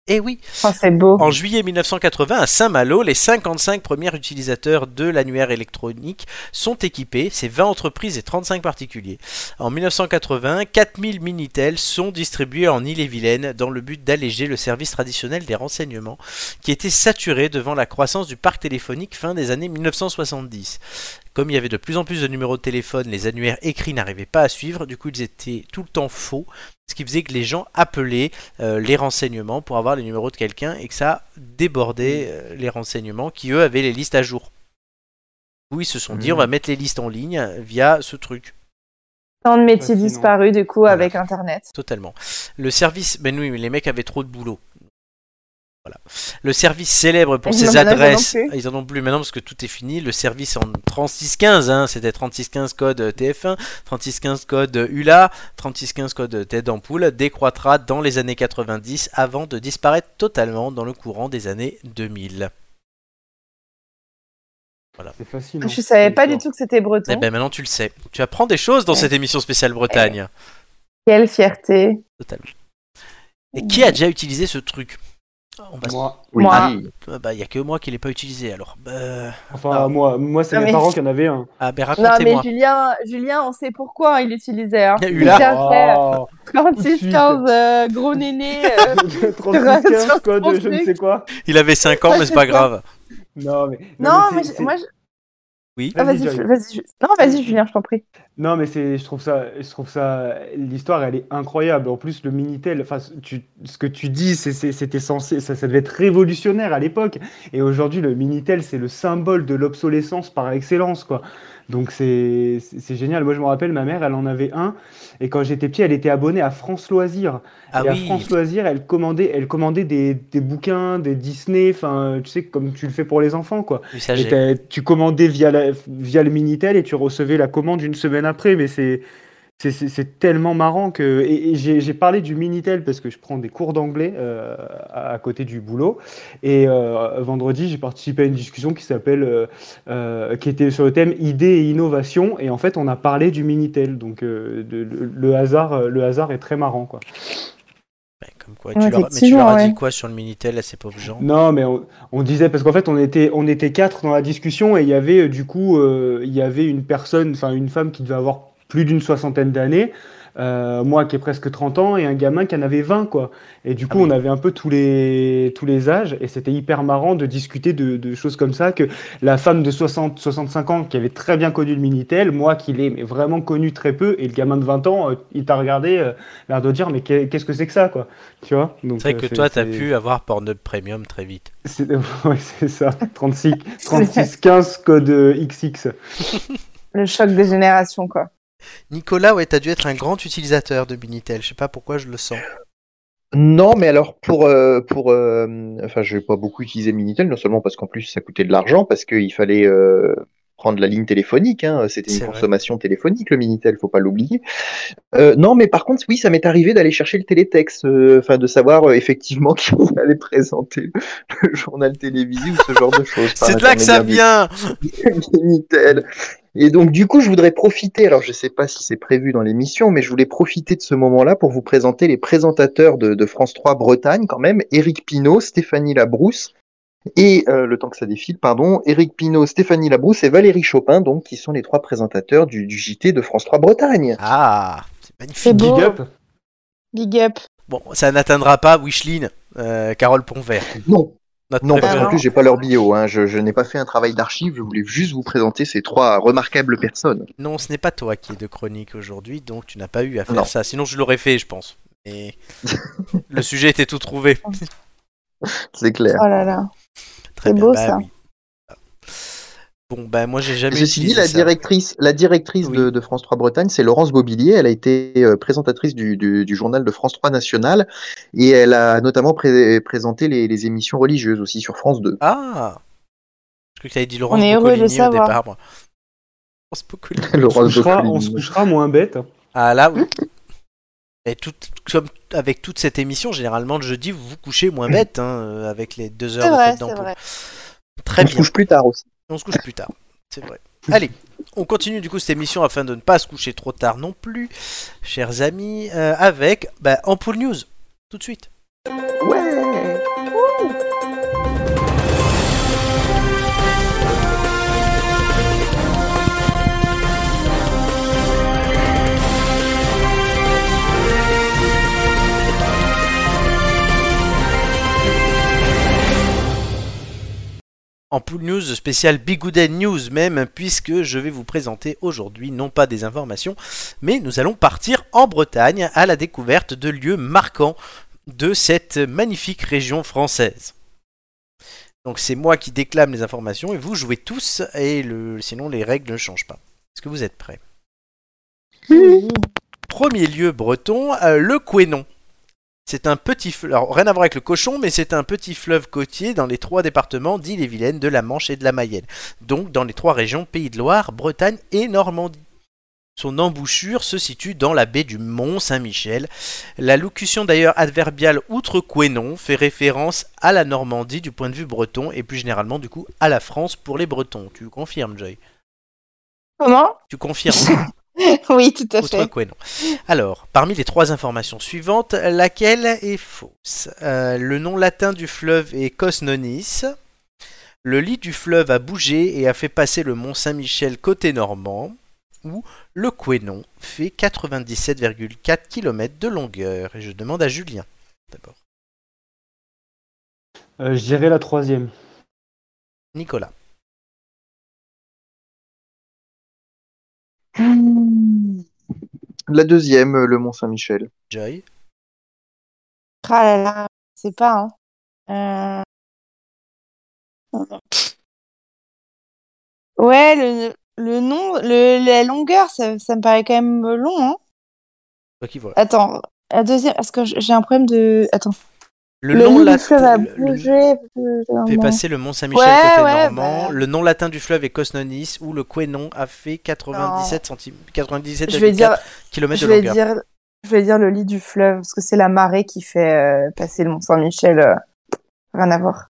Speaker 1: Eh oui,
Speaker 4: Oh, c'est beau.
Speaker 1: En juillet 1980, à Saint-Malo, les 55 premiers utilisateurs de l'annuaire électronique sont équipés, c'est 20 entreprises et 35 particuliers. En 1980, 4000 Minitel sont distribués en Ille-et-Vilaine dans le but d'alléger le service traditionnel des renseignements qui était saturé devant la croissance du parc téléphonique fin des années 1970. Comme il y avait de plus en plus de numéros de téléphone, les annuaires écrits n'arrivaient pas à suivre, du coup ils étaient tout le temps faux, ce qui faisait que les gens appelaient euh, les renseignements pour avoir les numéros de quelqu'un et que ça débordait euh, les renseignements qui eux avaient les listes à jour. Oui, ils se sont dit
Speaker 2: Mhm.
Speaker 1: on va mettre les listes en ligne euh, via ce truc.
Speaker 4: Tant de métiers
Speaker 2: Fascinant.
Speaker 4: disparus, du coup,
Speaker 1: Voilà.
Speaker 4: avec Internet.
Speaker 1: Totalement. Le service, ben oui, mais les mecs avaient trop de boulot. Voilà. Le service célèbre pour
Speaker 4: Ils
Speaker 1: ses
Speaker 4: en- ils en ont
Speaker 1: adresses,
Speaker 4: plus.
Speaker 1: Ah, ils en ont plus maintenant parce que tout est fini. Le service en 3615, hein, c'était 3615 code euh, TF1, 3615 code euh, ULA, 3615 code euh, tête d'ampoule, décroîtra dans les années 90 avant de disparaître totalement dans le courant des années 2000.
Speaker 2: C'est hein. fascinant.
Speaker 4: Je savais pas du tout que c'était breton.
Speaker 1: Eh ben maintenant tu le sais. Tu apprends des choses dans
Speaker 4: Ouais.
Speaker 1: cette émission spéciale Bretagne.
Speaker 4: Quelle fierté.
Speaker 1: Totalement. Et qui a déjà utilisé ce truc On va se-
Speaker 2: Moi,
Speaker 3: Oui.
Speaker 4: Moi.
Speaker 1: Ah bah, il y a que moi qui l'ai pas utilisé alors. Bah,
Speaker 2: enfin,
Speaker 1: Non.
Speaker 2: moi, moi c'est
Speaker 4: Non,
Speaker 2: mes
Speaker 4: mais-
Speaker 2: parents qui en avaient un.
Speaker 1: Ah ben
Speaker 4: Non, mais
Speaker 1: racontez-moi.
Speaker 4: Julien, Julien, on sait pourquoi il utilisait. Hein.
Speaker 1: Il y a eu
Speaker 4: Il
Speaker 1: là.
Speaker 4: cherchait, euh,
Speaker 2: Oh.
Speaker 4: 36, 15, euh, gros néné. euh,
Speaker 2: 35, quoi, de je ne sais quoi.
Speaker 1: Il avait 5 ans mais c'est pas grave.
Speaker 2: Non, mais.
Speaker 4: Non,
Speaker 2: mais
Speaker 4: mais
Speaker 2: c'est-
Speaker 4: je-
Speaker 2: c'est-
Speaker 4: moi, je...
Speaker 1: Oui.
Speaker 4: ah,
Speaker 2: Vas-y,
Speaker 4: vas-y,
Speaker 2: Joy.
Speaker 4: Ju- vas-y, Ju- non, vas-y, Julien, je t'en prie.
Speaker 2: Non, mais c'est, je trouve ça, je trouve ça, l'histoire, elle est incroyable. En plus, le Minitel, enfin, tu, ce que tu dis, c'est- c'est- c'était censé, ça, ça devait être révolutionnaire à l'époque. Et aujourd'hui, le Minitel, c'est le symbole de l'obsolescence par excellence, quoi. Donc, c'est, c'est c'est génial. Moi, je me rappelle, ma mère, elle en avait un. Et quand j'étais petit, elle était abonnée à France Loisirs.
Speaker 1: Ah
Speaker 2: et à
Speaker 1: oui.
Speaker 2: France Loisirs, elle commandait, elle commandait des, des bouquins, des Disney, enfin, tu sais, comme tu le fais pour les enfants, quoi.
Speaker 1: Oui, ça,
Speaker 2: Et
Speaker 1: j'ai-
Speaker 2: t'as- tu commandais via, la- via le Minitel et tu recevais la commande une semaine après. Mais c'est, c'est, c'est- c'est tellement marrant que. Et, et j'ai, j'ai parlé du Minitel parce que je prends des cours d'anglais euh, à, à côté du boulot. Et euh, vendredi, j'ai participé à une discussion qui s'appelle. euh, euh, qui était sur le thème idées et innovation. Et en fait, on a parlé du Minitel. Donc euh, de- le, le hasard, euh, le hasard est très marrant. Quoi.
Speaker 1: Ouais, Bah, Comme quoi,
Speaker 4: Ouais,
Speaker 1: tu leur... Mais tu
Speaker 4: effectivement,
Speaker 1: leur as
Speaker 4: ouais.
Speaker 1: dit quoi sur le Minitel à ces pauvres gens
Speaker 2: Non, mais on, on disait parce qu'en fait on était on était quatre dans la discussion et il y avait euh, du coup euh, il y avait une personne, enfin une femme qui devait avoir plus d'une soixantaine d'années, euh, moi qui ai presque 30 ans et un gamin qui en avait 20 quoi. Et du coup
Speaker 1: Ah oui.
Speaker 2: on avait un peu tous les tous les âges et c'était hyper marrant de discuter de, de choses comme ça que la femme de 60 65 ans qui avait très bien connu le minitel, moi qui l'ai mais vraiment connu très peu et le gamin de 20 ans euh, il t'a regardé euh, l'air de dire mais qu'est- qu'est-ce que c'est que ça quoi, tu vois. Donc,
Speaker 1: C'est vrai
Speaker 2: euh,
Speaker 1: que toi, t'as
Speaker 2: c'est-
Speaker 1: pu avoir Pornhub Premium très vite.
Speaker 2: c'est ouais, c'est ça, 36, 36 15 code euh, XX.
Speaker 4: Le choc des générations, quoi.
Speaker 1: Nicolas, ouais, t'as dû être un grand utilisateur de Minitel. Je sais pas pourquoi je le sens.
Speaker 3: Non, mais alors pour euh, pour euh, enfin, je n'ai pas beaucoup utilisé Minitel, non seulement parce qu'en plus ça coûtait de l'argent, parce qu'il fallait euh, prendre la ligne téléphonique, hein, c'était une
Speaker 1: C'est vrai.
Speaker 3: consommation téléphonique le Minitel, faut pas l'oublier. Euh, non, mais par contre, oui, ça m'est arrivé d'aller chercher le télétexte, euh, enfin de savoir euh, effectivement qui allait présenter le journal télévisé ou ce genre de choses. par
Speaker 1: C'est de là que ça
Speaker 3: l'intermédiaire du-
Speaker 1: vient
Speaker 3: Minitel. Et donc, du coup, je voudrais profiter, alors je ne sais pas si c'est prévu dans l'émission, mais je voulais profiter de ce moment-là pour vous présenter les présentateurs de, de France 3 Bretagne, quand même, Éric Pinault, Stéphanie Labrousse, et euh, le temps que ça défile, pardon, Éric Pinault, Stéphanie Labrousse et Valérie Chopin, donc, qui sont les trois présentateurs du, du JT de France 3 Bretagne.
Speaker 1: Ah, c'est magnifique.
Speaker 4: C'est beau.
Speaker 2: Big up.
Speaker 4: Big up.
Speaker 1: Bon, ça n'atteindra pas Wishline, euh, Carole Pontvert.
Speaker 3: Non,
Speaker 1: Notre
Speaker 3: non, parce
Speaker 1: préférée.
Speaker 3: qu'en plus, j'ai pas leur bio, hein, je, je n'ai pas fait un travail d'archive, je voulais juste vous présenter ces trois remarquables personnes.
Speaker 1: Non, ce n'est pas toi qui es de chronique aujourd'hui, donc tu n'as pas eu à faire
Speaker 3: Non.
Speaker 1: ça. Sinon, je l'aurais fait, je pense. Mais le sujet était tout trouvé.
Speaker 3: C'est clair.
Speaker 4: Oh là là.
Speaker 1: Très
Speaker 4: C'est
Speaker 1: bien,
Speaker 4: beau,
Speaker 1: bah
Speaker 4: ça.
Speaker 1: oui. Bon, bah moi j'ai jamais
Speaker 3: Ceci dit,
Speaker 1: utilisé
Speaker 3: la
Speaker 1: ça.
Speaker 3: directrice, la directrice
Speaker 1: Oui.
Speaker 3: de, de France 3 Bretagne, c'est Laurence Bobillier. Elle a été euh, présentatrice du, du- du journal de France 3 National et elle a notamment pré- présenté les, les émissions religieuses aussi sur France 2.
Speaker 1: Ah Je crois que t'avais dit Laurence
Speaker 4: On est heureux de
Speaker 1: Boccolini au
Speaker 4: savoir.
Speaker 1: départ, moi. Laurence Boccolini.
Speaker 2: On
Speaker 3: Laurence
Speaker 2: se, couchera, on se
Speaker 3: Boccolini.
Speaker 2: couchera moins bête.
Speaker 1: Ah là, oui. Et tout, comme avec toute cette émission, généralement le jeudi, vous vous couchez moins bête, hein, euh, avec les deux heures
Speaker 4: C'est
Speaker 1: de
Speaker 4: vrai,
Speaker 1: tête
Speaker 4: c'est
Speaker 1: d'ampoule.
Speaker 4: vrai.
Speaker 1: Très
Speaker 3: on se
Speaker 1: bien.
Speaker 3: couche plus tard aussi.
Speaker 1: Et on se couche plus tard. C'est vrai. Allez, on continue du coup cette émission afin de ne pas se coucher trop tard non plus, chers amis, euh, avec bah, Ampoule News, tout de suite.
Speaker 3: Ouais.
Speaker 1: en Pool News spécial Bigouden News même, puisque je vais vous présenter aujourd'hui non pas des informations, mais nous allons partir en Bretagne à la découverte de lieux marquants de cette magnifique région française. Donc c'est moi qui déclame les informations et vous jouez tous et le... sinon les règles ne changent pas. Est-ce que vous êtes prêts Premier lieu breton, euh, le Quénon. C'est un petit fleuve, rien à voir avec le cochon, mais c'est un petit fleuve côtier dans les trois départements d'Ille-et-Vilaine, de la Manche et de la Mayenne. Donc dans les trois régions Pays de Loire, Bretagne et Normandie. Son embouchure se situe dans la baie du Mont Saint-Michel. La locution d'ailleurs adverbiale outre Quénon fait référence à la Normandie du point de vue breton et plus généralement du coup à la France pour les Bretons. Tu confirmes, Joy
Speaker 4: Comment
Speaker 1: Tu confirmes
Speaker 4: Oui, tout à
Speaker 1: Outre
Speaker 4: fait.
Speaker 1: quoi, non. Alors, parmi les trois informations suivantes, laquelle est fausse Euh, Le nom latin du fleuve est Cosnonis. Le lit du fleuve a bougé et a fait passer le mont Saint-Michel côté normand. Ou le Quénon fait 97,4 km de longueur. Et je demande à Julien d'abord.
Speaker 2: Euh, je dirais la troisième.
Speaker 1: Nicolas.
Speaker 3: La deuxième, euh, le Mont Saint-Michel.
Speaker 1: Joy.
Speaker 4: Ah là là, je sais pas. hein. Euh. Ouais, le, le nom, le, la longueur, ça, ça me paraît quand même long. Hein.
Speaker 1: Toi qui vois.
Speaker 4: Attends, la deuxième, parce que j'ai un problème de. Attends.
Speaker 1: Le,
Speaker 4: Le
Speaker 1: nom
Speaker 4: lit du
Speaker 1: latin.
Speaker 4: fleuve a
Speaker 1: le- le-
Speaker 4: bougé. euh,
Speaker 1: fait
Speaker 4: non.
Speaker 1: passer le mont Saint-Michel
Speaker 4: Ouais,
Speaker 1: côté
Speaker 4: ouais,
Speaker 1: normand.
Speaker 4: bah.
Speaker 1: Le nom latin du fleuve est Cosnonis, où le Quénon a fait 97 centimes, 97
Speaker 4: Je vais dire,
Speaker 1: km
Speaker 4: je
Speaker 1: de
Speaker 4: vais
Speaker 1: longueur.
Speaker 4: dire, je vais dire le lit du fleuve, parce que c'est la marée qui fait euh, passer le Mont Saint-Michel. euh, rien à voir.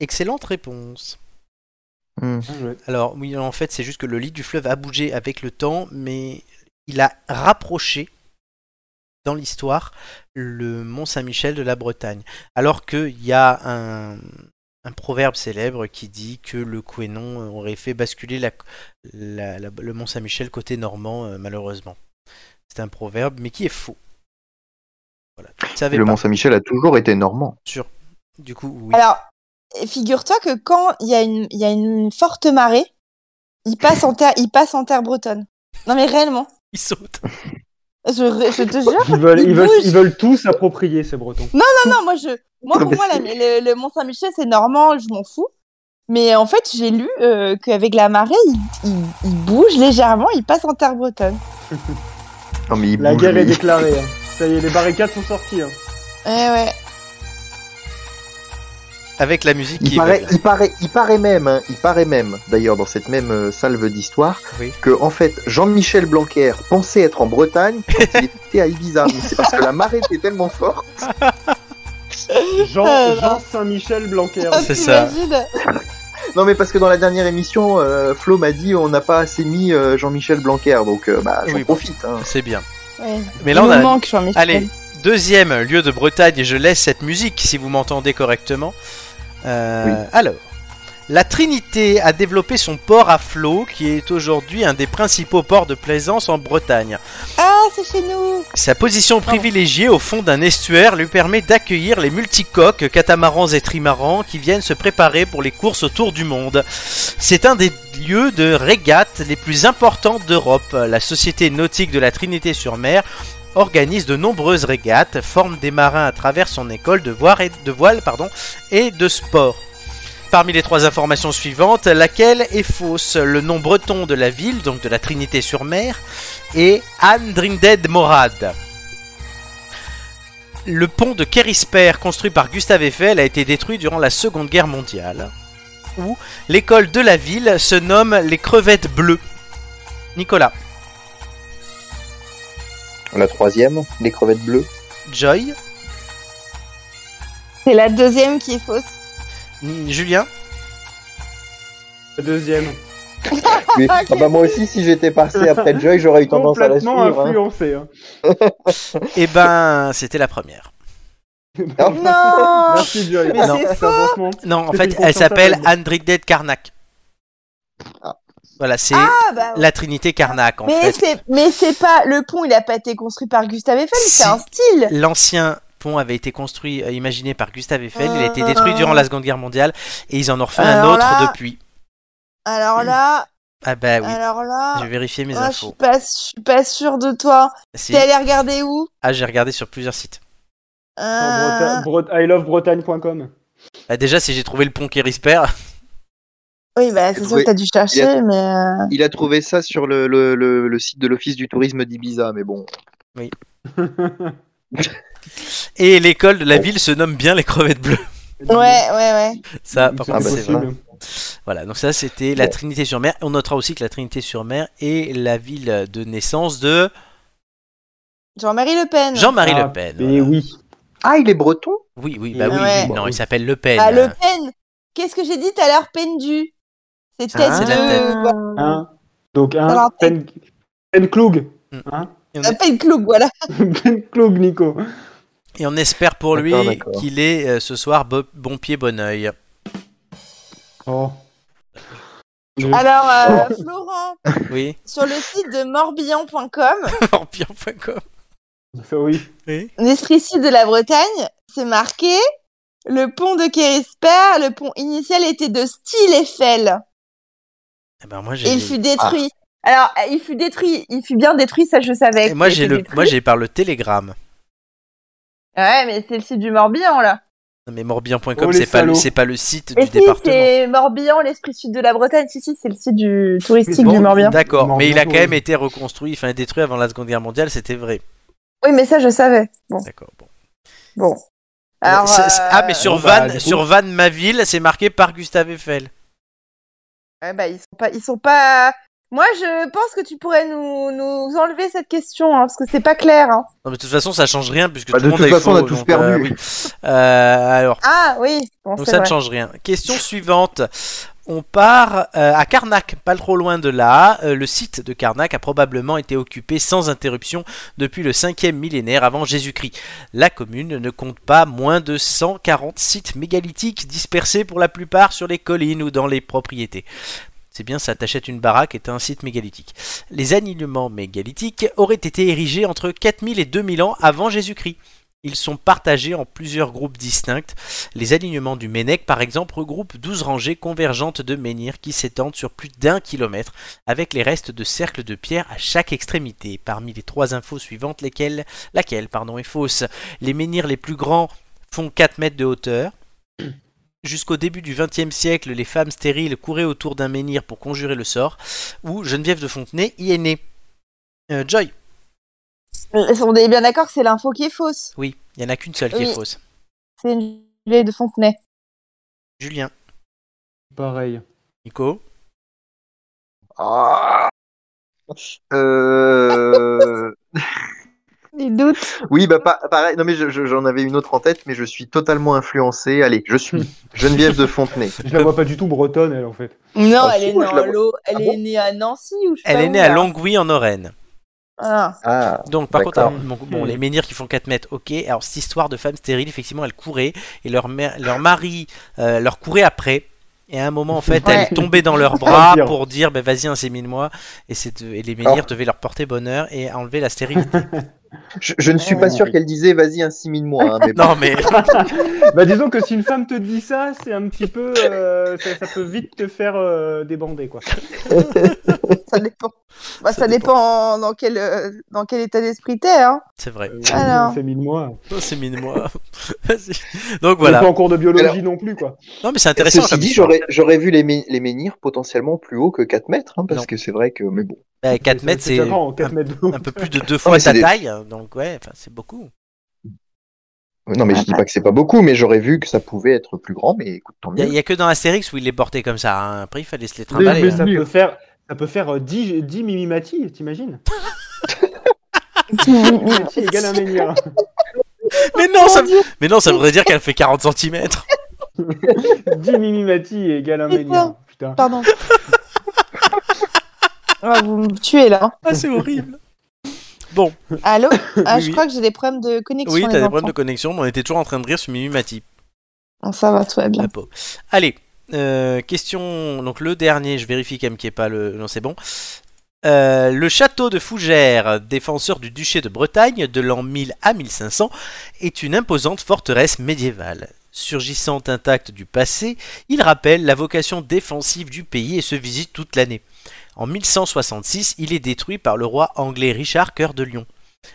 Speaker 1: Excellente réponse.
Speaker 4: Ah,
Speaker 2: Bien joué.
Speaker 1: Alors, oui, en fait, c'est juste que le lit du fleuve a bougé avec le temps, mais il a rapproché dans l'histoire le Mont Saint-Michel de la Bretagne. Alors qu'il y a un, un proverbe célèbre qui dit que le Quénon aurait fait basculer la- la- la- le Mont Saint-Michel côté normand, euh, malheureusement. C'est un proverbe, mais qui est faux. Voilà, tu ne savais
Speaker 3: Le
Speaker 1: pas.
Speaker 3: Mont Saint-Michel a toujours été normand.
Speaker 1: Du coup, oui.
Speaker 4: Alors, figure-toi que quand il y, a une- il y a une forte marée, il passe en terre, il passe en terre bretonne. Non mais réellement,
Speaker 1: il saute.
Speaker 4: je, je te jure.
Speaker 2: Ils veulent,
Speaker 4: Il
Speaker 2: ils, veulent,
Speaker 4: bouge.
Speaker 2: ils veulent tous s'approprier ces Bretons.
Speaker 4: Non, non, moi, je, moi pour moi, la- le, le Mont Saint-Michel, c'est normand, je m'en fous. Mais en fait, j'ai lu euh, qu'avec la marée, il, il- il bouge légèrement, il passe en terre bretonne.
Speaker 3: Non, mais il
Speaker 2: La
Speaker 3: bouge,
Speaker 2: guerre
Speaker 3: mais
Speaker 2: est
Speaker 3: il-
Speaker 2: déclarée. hein. Ça y est, les barricades sont sorties. hein.
Speaker 4: Ouais, Eh ouais.
Speaker 1: Avec la musique
Speaker 3: Il
Speaker 1: qui
Speaker 3: paraît,
Speaker 1: évoque-
Speaker 3: il paraît, il paraît même, hein, il paraît même, d'ailleurs dans cette même euh, salve d'histoire,
Speaker 1: Oui.
Speaker 3: que en fait Jean-Michel Blanquer pensait être en Bretagne quand il était à Ibiza. Mais c'est parce que la marée était tellement forte.
Speaker 2: Jean,
Speaker 4: Euh,
Speaker 2: Jean Saint-Michel Blanquer.
Speaker 4: Ah,
Speaker 1: c'est ça.
Speaker 4: t'imagines
Speaker 3: Non mais parce que dans la dernière émission, euh, Flo m'a dit on n'a pas assez mis euh, Jean-Michel Blanquer, donc euh, bah j'en
Speaker 1: Oui, bon.
Speaker 3: profite. hein.
Speaker 1: C'est bien.
Speaker 4: Ouais.
Speaker 1: Mais
Speaker 4: Il
Speaker 1: là, on
Speaker 4: nous
Speaker 1: a
Speaker 4: manque Jean-Michel.
Speaker 1: Allez, deuxième lieu de Bretagne, et je laisse cette musique si vous m'entendez correctement. Euh, Alors, la Trinité a développé son port à flot, qui est aujourd'hui un des principaux ports de plaisance en Bretagne.
Speaker 4: Ah, c'est chez nous.
Speaker 1: Sa position privilégiée au fond d'un estuaire lui permet d'accueillir les multicoques, catamarans et trimarans qui viennent se préparer pour les courses autour du monde. C'est un des lieux de régate les plus importants d'Europe. La Société nautique de la Trinité-sur-Mer organise de nombreuses régates, forme des marins à travers son école de, voire et- de voile pardon, et de sport. Parmi les trois informations suivantes, laquelle est fausse Le nom breton de la ville, donc de la Trinité-sur-Mer, et Andrinded Morad. Le pont de Kérisper construit par Gustave Eiffel a été détruit durant la Seconde Guerre mondiale. Où l'école de la ville se nomme les crevettes bleues. Nicolas,
Speaker 3: La troisième, les crevettes bleues.
Speaker 1: Joy,
Speaker 4: C'est la deuxième qui est fausse.
Speaker 1: Ni- Julien,
Speaker 2: La deuxième.
Speaker 3: Mais- ah bah moi aussi si j'étais passé après Joy j'aurais eu tendance à la
Speaker 2: Complètement
Speaker 3: suivre. hein.
Speaker 2: influencé. hein.
Speaker 1: eh ben c'était la première.
Speaker 4: Non Ah,
Speaker 2: Merci Joy.
Speaker 4: Oh, Mais c'est
Speaker 2: Ça,
Speaker 4: faux.
Speaker 2: franchement,
Speaker 1: Non, en
Speaker 2: C'était
Speaker 1: fait
Speaker 2: une
Speaker 1: elle
Speaker 2: confiance
Speaker 1: s'appelle
Speaker 2: aveugle.
Speaker 1: Andrinded Karnak.
Speaker 3: Ah.
Speaker 1: Voilà, c'est
Speaker 4: Ah, bah,
Speaker 1: la Trinité Karnak en
Speaker 4: mais
Speaker 1: fait.
Speaker 4: c'est mais c'est pas le pont, il a pas été construit par Gustave Eiffel,
Speaker 1: Si.
Speaker 4: c'est un style.
Speaker 1: L'ancien pont avait été construit, euh, imaginé par Gustave Eiffel. Il a été détruit durant la Seconde Guerre mondiale et ils en ont refait un
Speaker 4: Ah. Alors
Speaker 1: autre
Speaker 4: là-
Speaker 1: depuis.
Speaker 4: Alors là,
Speaker 1: Ah bah oui,
Speaker 4: alors
Speaker 1: je
Speaker 4: là,
Speaker 1: vais vérifier mes
Speaker 4: ah, je suis
Speaker 1: infos.
Speaker 4: pas, je suis pas sûre de toi.
Speaker 1: Si.
Speaker 4: T'es allé regarder où
Speaker 1: Ah, j'ai regardé sur plusieurs sites.
Speaker 4: Ah,
Speaker 2: I love Bretagne.com.
Speaker 1: Bah, déjà, si j'ai trouvé le pont Kérisper,
Speaker 4: Oui, bah c'est sûr
Speaker 3: Oui.
Speaker 4: que t'as dû
Speaker 3: Il
Speaker 4: chercher, mais euh,
Speaker 3: Il a trouvé ça sur le, le- le- le site de l'Office du tourisme d'Ibiza, mais bon.
Speaker 1: et l'école de la ville se nomme bien les crevettes bleues.
Speaker 4: ouais, ouais, ouais.
Speaker 1: Ça, par
Speaker 3: Ah
Speaker 1: contre,
Speaker 3: bah,
Speaker 1: c'est
Speaker 3: c'est
Speaker 1: vrai. Voilà, donc ça, c'était la Trinité-sur-Mer. On notera aussi que la Trinité-sur-Mer est la ville de naissance de
Speaker 4: Ah. Jean-Marie Le Pen.
Speaker 1: Jean-Marie
Speaker 2: Ah,
Speaker 1: Le Pen.
Speaker 2: Et
Speaker 1: voilà.
Speaker 2: oui.
Speaker 3: Ah, il est breton
Speaker 1: Oui, oui, bah oui,
Speaker 4: Ah Ouais.
Speaker 1: oui, non, il s'appelle Le Pen.
Speaker 4: Ah, Le Pen. Qu'est-ce que j'ai dit tout à l'heure, Pendu C'est tête
Speaker 3: Ah.
Speaker 1: C'est la
Speaker 4: de voilà,
Speaker 2: Hein Donc
Speaker 4: Alors,
Speaker 2: un Pen... Penklug.
Speaker 1: tête.
Speaker 4: Penklug, voilà.
Speaker 2: Penklug, Nico.
Speaker 1: Et on espère pour lui
Speaker 3: D'accord, d'accord.
Speaker 1: qu'il est euh, ce soir bo- bon pied, bon oeil.
Speaker 2: Oh. Je-
Speaker 4: Alors, euh, Florent,
Speaker 1: Oui.
Speaker 4: sur le site de Morbihan.com,
Speaker 1: Vampire.com.
Speaker 2: Oui.
Speaker 4: l'esprit-ci de la Bretagne, c'est marqué le pont de Kérisper, le pont initial était de style Eiffel
Speaker 1: Eh ben, moi,
Speaker 4: et
Speaker 1: j'ai.
Speaker 4: il fut détruit. Alors, euh, il fut détruit, il fut bien détruit, ça je savais.
Speaker 1: Ah. Et Eh, moi,
Speaker 4: qu'il
Speaker 1: j'ai
Speaker 4: était
Speaker 1: le,
Speaker 4: détruit.
Speaker 1: moi, j'ai par le Telegram.
Speaker 4: Ouais, mais c'est le site du Morbihan là.
Speaker 1: Non, mais Morbihan.com,
Speaker 2: Oh, les
Speaker 1: c'est pas le,
Speaker 2: salauds.
Speaker 1: c'est pas le site
Speaker 4: Et
Speaker 1: du
Speaker 4: si,
Speaker 1: département.
Speaker 4: c'est Morbihan, l'esprit sud de la Bretagne. Si, si, c'est le site du touristique
Speaker 2: Bon,
Speaker 4: du Morbihan.
Speaker 1: D'accord, mais il a quand
Speaker 2: Morbihan,
Speaker 1: même
Speaker 2: oui.
Speaker 1: été reconstruit, enfin détruit avant la Seconde Guerre mondiale, c'était vrai.
Speaker 4: Oui, mais ça, je savais. Bon,
Speaker 1: D'accord. Bon.
Speaker 4: bon. Alors,
Speaker 1: C'est- c'est- Ah, mais
Speaker 4: euh,
Speaker 1: sur
Speaker 2: bon, bah,
Speaker 1: Van,
Speaker 2: du coup-
Speaker 1: sur Van, ma ville, c'est marqué par Gustave Eiffel.
Speaker 4: ouais, bah, ils sont pas, ils sont pas. Moi, je pense que tu pourrais nous, nous enlever cette question hein, parce que c'est pas clair. hein.
Speaker 1: Non, mais de toute façon, ça change rien puisque
Speaker 3: Bah,
Speaker 1: tout
Speaker 3: de
Speaker 1: le monde
Speaker 3: toute
Speaker 1: est
Speaker 3: façon, on a
Speaker 1: faux,
Speaker 3: tous
Speaker 1: donc,
Speaker 3: perdu.
Speaker 1: euh, oui. Euh, alors.
Speaker 4: Ah oui, bon,
Speaker 1: Donc
Speaker 4: c'est
Speaker 1: ça
Speaker 4: vrai.
Speaker 1: ne change rien. Question suivante. On part euh, à Karnak, pas trop loin de là. Euh, le site de Karnak a probablement été occupé sans interruption depuis le 5e millénaire avant Jésus-Christ. La commune ne compte pas moins de 140 sites mégalithiques dispersés pour la plupart sur les collines ou dans les propriétés. C'est bien, ça t'achète une baraque et t'as un site mégalithique. Les alignements mégalithiques auraient été érigés entre 4000 et 2000 ans avant Jésus-Christ. Ils sont partagés en plusieurs groupes distincts les alignements du Ménec, par exemple, regroupent 12 rangées convergentes de menhirs qui s'étendent sur plus d'un kilomètre, avec les restes de cercles de pierre à chaque extrémité. Parmi les trois infos suivantes, lesquelles, laquelle pardon, est fausse Les menhirs les plus grands font 4 mètres de hauteur. Jusqu'au début du XXe siècle, les femmes stériles couraient autour d'un menhir pour conjurer le sort, où Geneviève de Fontenay y est née. Euh, Joy,
Speaker 4: On est bien d'accord que c'est l'info qui est fausse.
Speaker 1: oui, il n'y en a qu'une seule qui est
Speaker 4: Oui.
Speaker 1: fausse.
Speaker 4: C'est une vieille de Fontenay.
Speaker 1: Julien,
Speaker 2: Pareil.
Speaker 1: Nico,
Speaker 3: Ah. Euh...
Speaker 4: Il doute.
Speaker 3: Oui, bah pa- pareil. Non, mais je- je- j'en avais une autre en tête, mais je suis totalement influencé. Allez, je suis
Speaker 1: Hmm.
Speaker 3: Geneviève de Fontenay.
Speaker 2: Je la vois pas du tout bretonne, elle, en fait.
Speaker 4: Non,
Speaker 3: Ah,
Speaker 4: elle est
Speaker 3: fou,
Speaker 4: née
Speaker 3: je
Speaker 4: en
Speaker 3: la vois.
Speaker 4: l'eau. Elle
Speaker 3: Ah
Speaker 4: est
Speaker 3: bon
Speaker 4: née à Nancy ou je sais
Speaker 1: elle
Speaker 4: pas
Speaker 1: est
Speaker 4: où,
Speaker 1: née à
Speaker 4: là.
Speaker 1: Longwy en Lorraine.
Speaker 4: Ah.
Speaker 3: Ah,
Speaker 1: Donc par contre,
Speaker 3: D'accord.
Speaker 1: alors, bon, bon, les menhirs qui font 4 mètres, ok. Alors cette histoire de femmes stériles, effectivement, elles couraient et leur, mère- leur mari euh, leur courait après. Et à un moment, en fait,
Speaker 4: Ouais.
Speaker 1: elles tombaient dans leurs bras
Speaker 2: Pire.
Speaker 1: pour dire ben vas-y, insémine-moi. Et, c'est- et les menhirs
Speaker 3: Oh.
Speaker 1: devaient leur porter bonheur et enlever la stérilité.
Speaker 3: je, je ne suis pas sûr qu'elle disait vas-y insimile-moi. hein, mais bon.
Speaker 1: Ah, non, mais
Speaker 2: bah, disons que si une femme te dit ça, c'est un petit peu. euh, ça, ça peut vite te faire euh, débander, quoi.
Speaker 4: Ça dépend. Bah, ça,
Speaker 1: Ça dépend.
Speaker 4: dépend, dans quel euh, dans quel état d'esprit t'es. Hein.
Speaker 1: c'est vrai,
Speaker 2: Euh,
Speaker 4: Alors.
Speaker 2: C'est mille mois.
Speaker 1: insémine-moi. Vas-y. Donc
Speaker 2: On est
Speaker 1: voilà.
Speaker 2: Pas en cours de biologie
Speaker 3: Alors-
Speaker 2: non plus, quoi.
Speaker 1: Non, mais c'est intéressant.
Speaker 3: Ceci
Speaker 1: comme
Speaker 3: dit,
Speaker 1: histoire.
Speaker 3: j'aurais j'aurais vu les, mé- les menhirs potentiellement plus haut que 4 mètres, hein, parce
Speaker 1: Non.
Speaker 3: que c'est vrai que. Mais bon.
Speaker 1: Ben, 4 mètres, c'est
Speaker 2: déjà grand, quatre
Speaker 1: un,
Speaker 2: mètres de haut.
Speaker 1: un peu plus de deux fois
Speaker 3: mais c'est
Speaker 1: ta
Speaker 3: des-
Speaker 1: taille. hein, Donc ouais, enfin, c'est beaucoup.
Speaker 3: Non,
Speaker 1: Ah,
Speaker 3: mais je dis pas que c'est pas beaucoup, mais j'aurais vu que ça pouvait être plus grand, mais écoute, tant
Speaker 1: Il
Speaker 3: mieux.
Speaker 1: n'y a, que dans Astérix où il les portait comme ça. hein. Après, il fallait se les
Speaker 2: Mais-
Speaker 1: trimballer.
Speaker 2: mais
Speaker 1: hein.
Speaker 2: ça peut faire. Ça peut faire euh, 10, 10 mimimati, t'imagines Mimimati égale un menhir.
Speaker 1: Mais non, ça, mais non, ça voudrait dire qu'elle fait 40 cm.
Speaker 2: 10 mimimati égale un menhir. Putain.
Speaker 4: Pardon. Ah, vous me tuez là.
Speaker 1: Ah, c'est horrible.
Speaker 4: Allô ah,
Speaker 1: Oui,
Speaker 4: Je
Speaker 1: oui.
Speaker 4: crois que j'ai des problèmes de connexion.
Speaker 1: Oui,
Speaker 4: les
Speaker 1: t'as des
Speaker 4: enfants.
Speaker 1: problèmes de connexion, mais on était toujours en train de rire sur Mimi Mati,
Speaker 4: Bon, ça va, tout va bien.
Speaker 1: la pauvre. Allez, euh, question. Donc, le dernier, je vérifie quand même qu'il n'y ait pas le. Non, c'est bon. Euh, le château de Fougères, défenseur du duché de Bretagne de l'an 1000 à 1500, est une imposante forteresse médiévale. Surgissant intact du passé, il rappelle la vocation défensive du pays et se visite toute l'année. En 1166, il est détruit par le roi anglais Richard Cœur de Lion.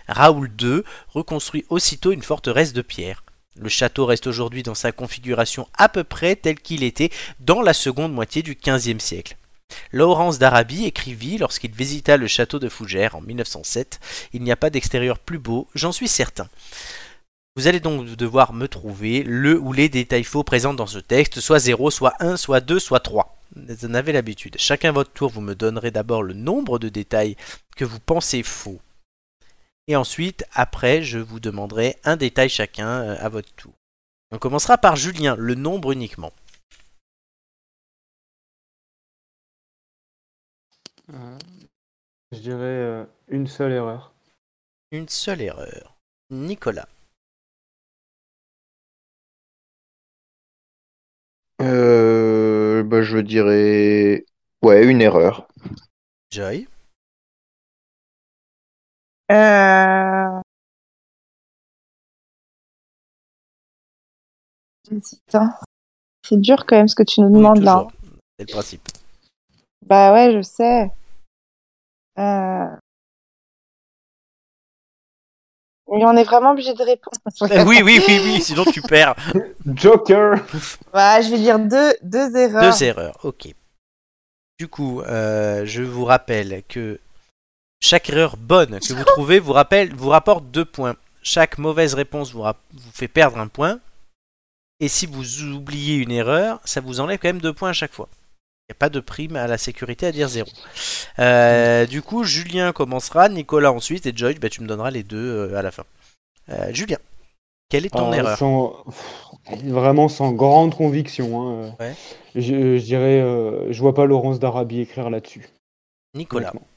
Speaker 1: Raoul II reconstruit aussitôt une forteresse de pierre. Le château reste aujourd'hui dans sa configuration à peu près telle qu'il était dans la seconde moitié du XVe siècle. Laurence d'Arabie écrivit lorsqu'il visita le château de Fougères en 1907 Il n'y a pas d'extérieur plus beau, j'en suis certain. Vous allez donc devoir me trouver le ou les détails faux présents dans ce texte, soit 0, soit 1, soit 2, soit 3. Vous en avez l'habitude. Chacun à votre tour, vous me donnerez d'abord le nombre de détails que vous pensez faux. Et ensuite, après, je vous demanderai un détail chacun euh, à votre tour. On commencera par Julien, le nombre uniquement.
Speaker 2: Euh, Je dirais euh, une seule erreur.
Speaker 1: Une seule erreur. Nicolas.
Speaker 3: Euh, bah, je dirais. Ouais, une erreur.
Speaker 1: Joy.
Speaker 4: Euh... J'hésite, hein. C'est dur quand même ce que tu nous demandes là.
Speaker 1: Toujours. C'est le principe.
Speaker 4: Bah ouais, je sais. Euh... Mais on est vraiment obligé de répondre.
Speaker 1: Euh, oui, oui, oui, oui, sinon tu perds.
Speaker 2: Joker
Speaker 4: Bah, je vais dire deux, deux erreurs.
Speaker 1: Deux erreurs, ok. Du coup, euh, je vous rappelle que chaque erreur bonne que vous trouvez vous, rappelle, vous rapporte deux points. Chaque mauvaise réponse vous, rap- vous fait perdre un point. Et si vous oubliez une erreur, ça vous enlève quand même deux points à chaque fois. Il n'y a pas de prime à la sécurité à dire zéro. Euh, du coup, Julien commencera, Nicolas ensuite, et Joyce, bah, tu me donneras les deux euh, à la fin. Euh, Julien, quelle est ton
Speaker 2: Ah,
Speaker 1: erreur
Speaker 2: sans- pff, Vraiment sans grande conviction. hein.
Speaker 1: Ouais.
Speaker 2: Je, je dirais, euh, je vois pas Laurence d'Arabie écrire là-dessus.
Speaker 1: Nicolas,
Speaker 2: honnêtement.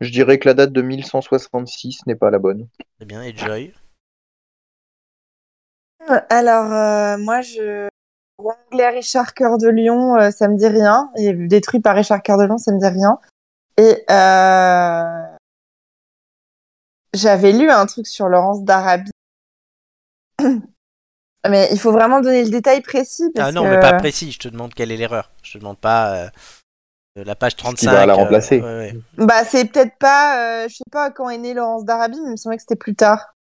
Speaker 3: Je dirais que la date de 1166 n'est pas la bonne.
Speaker 1: très bien, et Joy
Speaker 4: Alors, euh, moi, je. Roi anglais Richard Cœur de Lion, euh, ça me dit rien. Il est détruit par Richard Cœur de Lion, ça me dit rien. Et euh, j'avais lu un truc sur Laurence d'Arabie. Mais il faut vraiment donner le détail précis. Parce
Speaker 1: Ah non,
Speaker 4: que...
Speaker 1: mais pas précis, je te demande quelle est l'erreur. Je te demande pas euh, euh, la page 35.
Speaker 3: qui va la remplacer.
Speaker 1: ouais, ouais.
Speaker 4: Bah, c'est peut-être pas. euh, je sais pas quand est née Laurence d'Arabie, mais il me semblait que c'était plus tard.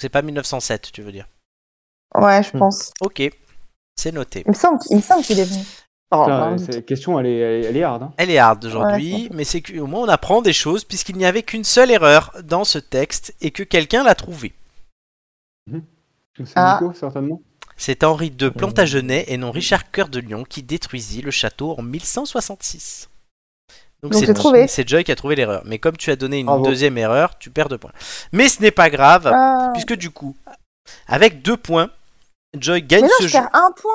Speaker 1: C'est pas 1907, tu veux dire.
Speaker 4: Ouais, je
Speaker 3: Hmm.
Speaker 4: pense.
Speaker 1: Ok, c'est noté.
Speaker 4: Il me semble, il me semble qu'il est venu.
Speaker 3: Ah,
Speaker 4: Oh,
Speaker 2: Putain,
Speaker 4: ben,
Speaker 2: cette question, elle est, elle est- elle est hard. hein.
Speaker 1: Elle est hard aujourd'hui, mais c'est qu'au moins on apprend des choses puisqu'il n'y avait qu'une seule erreur dans ce texte et que quelqu'un l'a trouvée.
Speaker 2: C'est
Speaker 4: Ah.
Speaker 2: Nico, certainement.
Speaker 1: C'est Henri de
Speaker 4: Mmh.
Speaker 1: Plantagenet et non Richard Cœur de Lion qui détruisit le château en 1166. Donc
Speaker 4: Donc
Speaker 1: c'est
Speaker 4: j'ai trouvé.
Speaker 1: c'est Joy qui a trouvé l'erreur. Mais comme tu as donné une
Speaker 2: Bravo.
Speaker 1: deuxième erreur, tu perds deux points. Mais ce n'est pas grave,
Speaker 4: ah.
Speaker 1: puisque du coup, avec deux points, Joy gagne
Speaker 4: Mais non,
Speaker 1: ce
Speaker 4: je
Speaker 1: jeu.
Speaker 4: perds un point.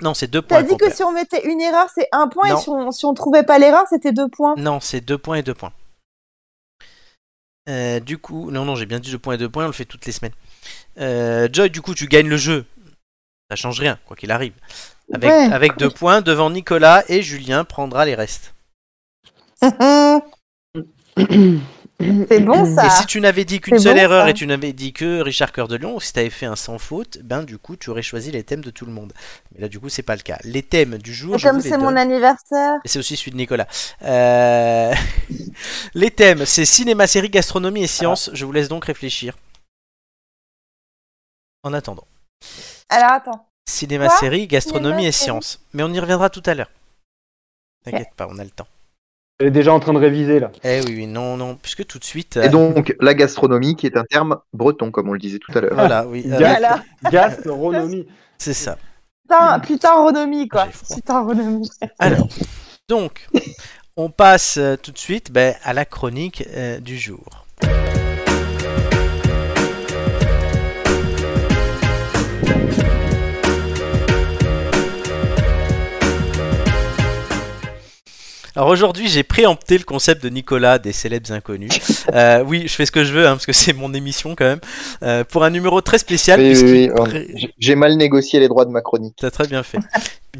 Speaker 1: Non, c'est deux
Speaker 4: T'as
Speaker 1: points.
Speaker 4: dit
Speaker 1: qu'on
Speaker 4: que
Speaker 1: perd.
Speaker 4: si on mettait une erreur, c'est un point,
Speaker 1: Non.
Speaker 4: et si on, si on trouvait pas l'erreur, c'était deux points.
Speaker 1: Non, c'est deux points et deux points. Euh, du coup, non, non, j'ai bien dit deux points et deux points, on le fait toutes les semaines. Euh, Joy, du coup, tu gagnes le jeu. Ça change rien, quoi qu'il arrive. Avec,
Speaker 4: Ouais.
Speaker 1: avec deux points devant Nicolas et Julien prendra les restes.
Speaker 4: c'est bon ça.
Speaker 1: Et Hmm. si tu n'avais dit qu'une
Speaker 4: C'est
Speaker 1: seule
Speaker 4: bon,
Speaker 1: erreur
Speaker 4: ça.
Speaker 1: et tu n'avais dit que Richard Cœur de Lion, ou si tu avais fait un sans faute, ben du coup tu aurais choisi les thèmes de tout le monde. Mais là du coup c'est pas le cas. Les thèmes du jour,
Speaker 4: Et
Speaker 1: je
Speaker 4: comme
Speaker 1: vous les
Speaker 4: c'est
Speaker 1: donne.
Speaker 4: mon anniversaire,
Speaker 1: Et c'est aussi celui de Nicolas. Euh, les thèmes, c'est cinéma, série, gastronomie et sciences. Je vous laisse donc réfléchir. En attendant.
Speaker 4: alors attends.
Speaker 1: Cinéma,
Speaker 4: Quoi
Speaker 1: série, gastronomie
Speaker 4: Cinéma,
Speaker 1: et
Speaker 4: série. Eh.
Speaker 1: sciences. Mais on y reviendra tout à l'heure. T'inquiète pas, on a le temps.
Speaker 2: Elle est déjà en train de réviser, là.
Speaker 1: Eh oui, oui, non, non, puisque tout de suite. euh,
Speaker 3: Et donc, la gastronomie, qui est un terme breton, comme on le disait tout à l'heure.
Speaker 1: Voilà, oui. euh,
Speaker 2: Gaz-
Speaker 4: Voilà.
Speaker 2: Gastronomie.
Speaker 1: c'est ça.
Speaker 4: Putain, putain, renommée quoi.
Speaker 1: J'ai froid.
Speaker 4: Putain, renommée.
Speaker 1: Alors, donc, on passe euh, tout de suite ben, à la chronique euh, du jour. Alors aujourd'hui, j'ai préempté le concept de Nicolas des célèbres inconnus. Euh, oui, je fais ce que je veux, hein, parce que c'est mon émission quand même. Euh, pour un numéro très spécial.
Speaker 3: Oui,
Speaker 1: puisqu'il
Speaker 3: oui, oui, on-
Speaker 1: pré-
Speaker 3: J'ai- J'ai mal négocié les droits de ma chronique.
Speaker 1: T'as très bien fait.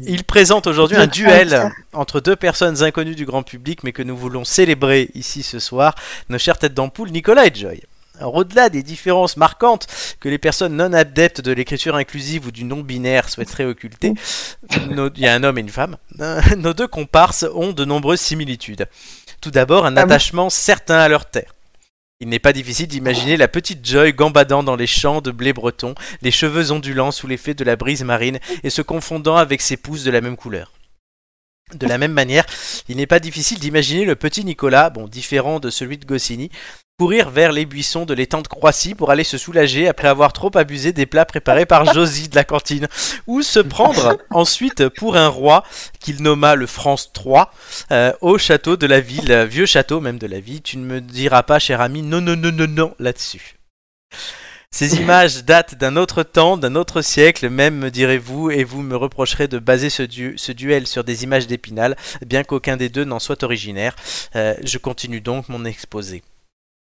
Speaker 1: Il présente aujourd'hui un duel entre deux personnes inconnues du grand public, mais que nous voulons célébrer ici ce soir, nos chères têtes d'ampoule Nicolas et Joy. Alors, au-delà des différences marquantes que les personnes non adeptes de l'écriture inclusive ou du non-binaire souhaiteraient occulter, nos- il y a un homme et une femme, euh, nos deux comparses ont de nombreuses similitudes. Tout d'abord, un
Speaker 6: Ah bon
Speaker 1: attachement certain à leur terre. Il n'est pas difficile d'imaginer la petite Joy gambadant dans les champs de blé breton, les cheveux ondulants sous l'effet de la brise marine et se confondant avec ses pouces de la même couleur. De la même manière, il n'est pas difficile d'imaginer le petit Nicolas, bon différent de celui de Goscinny, courir vers les buissons de l'étang de Croissy pour aller se soulager après avoir trop abusé des plats préparés par Josie de la cantine, ou se prendre ensuite pour un roi qu'il nomma le France III euh, au château de la ville, euh, vieux château même de la ville. Tu ne me diras pas, cher ami, non, non, non, non, non là-dessus. Ces images datent d'un autre temps, d'un autre siècle, même me direz-vous, et vous me reprocherez de baser ce, du- ce duel sur des images d'Épinal, bien qu'aucun des deux n'en soit originaire. Euh, je continue donc mon exposé.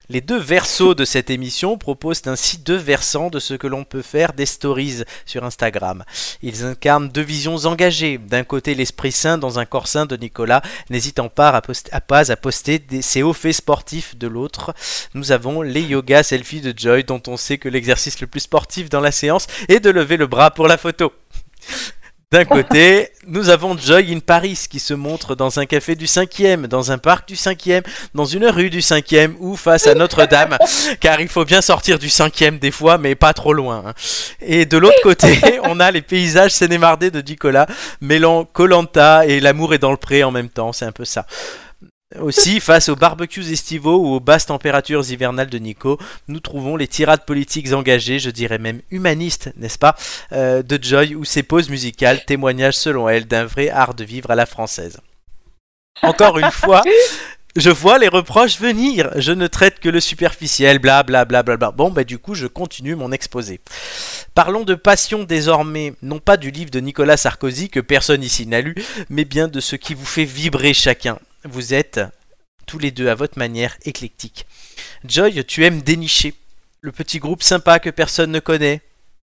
Speaker 1: Les deux versos de cette émission proposent ainsi deux versants de ce que l'on peut faire des stories sur Instagram. Ils incarnent deux visions engagées. D'un côté, l'esprit saint dans un corps sain de Nicolas, n'hésitant pas à, post- à pas à poster des- ses hauts faits sportifs. De l'autre, nous avons les yoga selfies de Joy, dont on sait que l'exercice le plus sportif dans la séance est de lever le bras pour la photo. D'un côté, nous avons Joy in Paris qui se montre dans un café du 5e, dans un parc du 5e, dans une rue du 5e ou face à Notre-Dame, car il faut bien sortir du 5e des fois, mais pas trop loin. hein. Et de l'autre côté, on a les paysages sénémardés de Nicolas, mêlant Colanta et l'amour est dans le pré en même temps, c'est un peu ça. Aussi, face aux barbecues estivaux ou aux basses températures hivernales de Nico, nous trouvons les tirades politiques engagées, je dirais même humanistes, n'est-ce pas, euh, de Joy ou ses pauses musicales, témoignage selon elle d'un vrai art de vivre à la française. Encore une fois, je vois les reproches venir. Je ne traite que le superficiel, bla bla bla bla bla. Bon, bah du coup, je continue mon exposé. Parlons de passion désormais, non pas du livre de Nicolas Sarkozy que personne ici n'a lu, mais bien de ce qui vous fait vibrer chacun. Vous êtes tous les deux à votre manière éclectique. Joy, tu aimes dénicher le petit groupe sympa que personne ne connaît,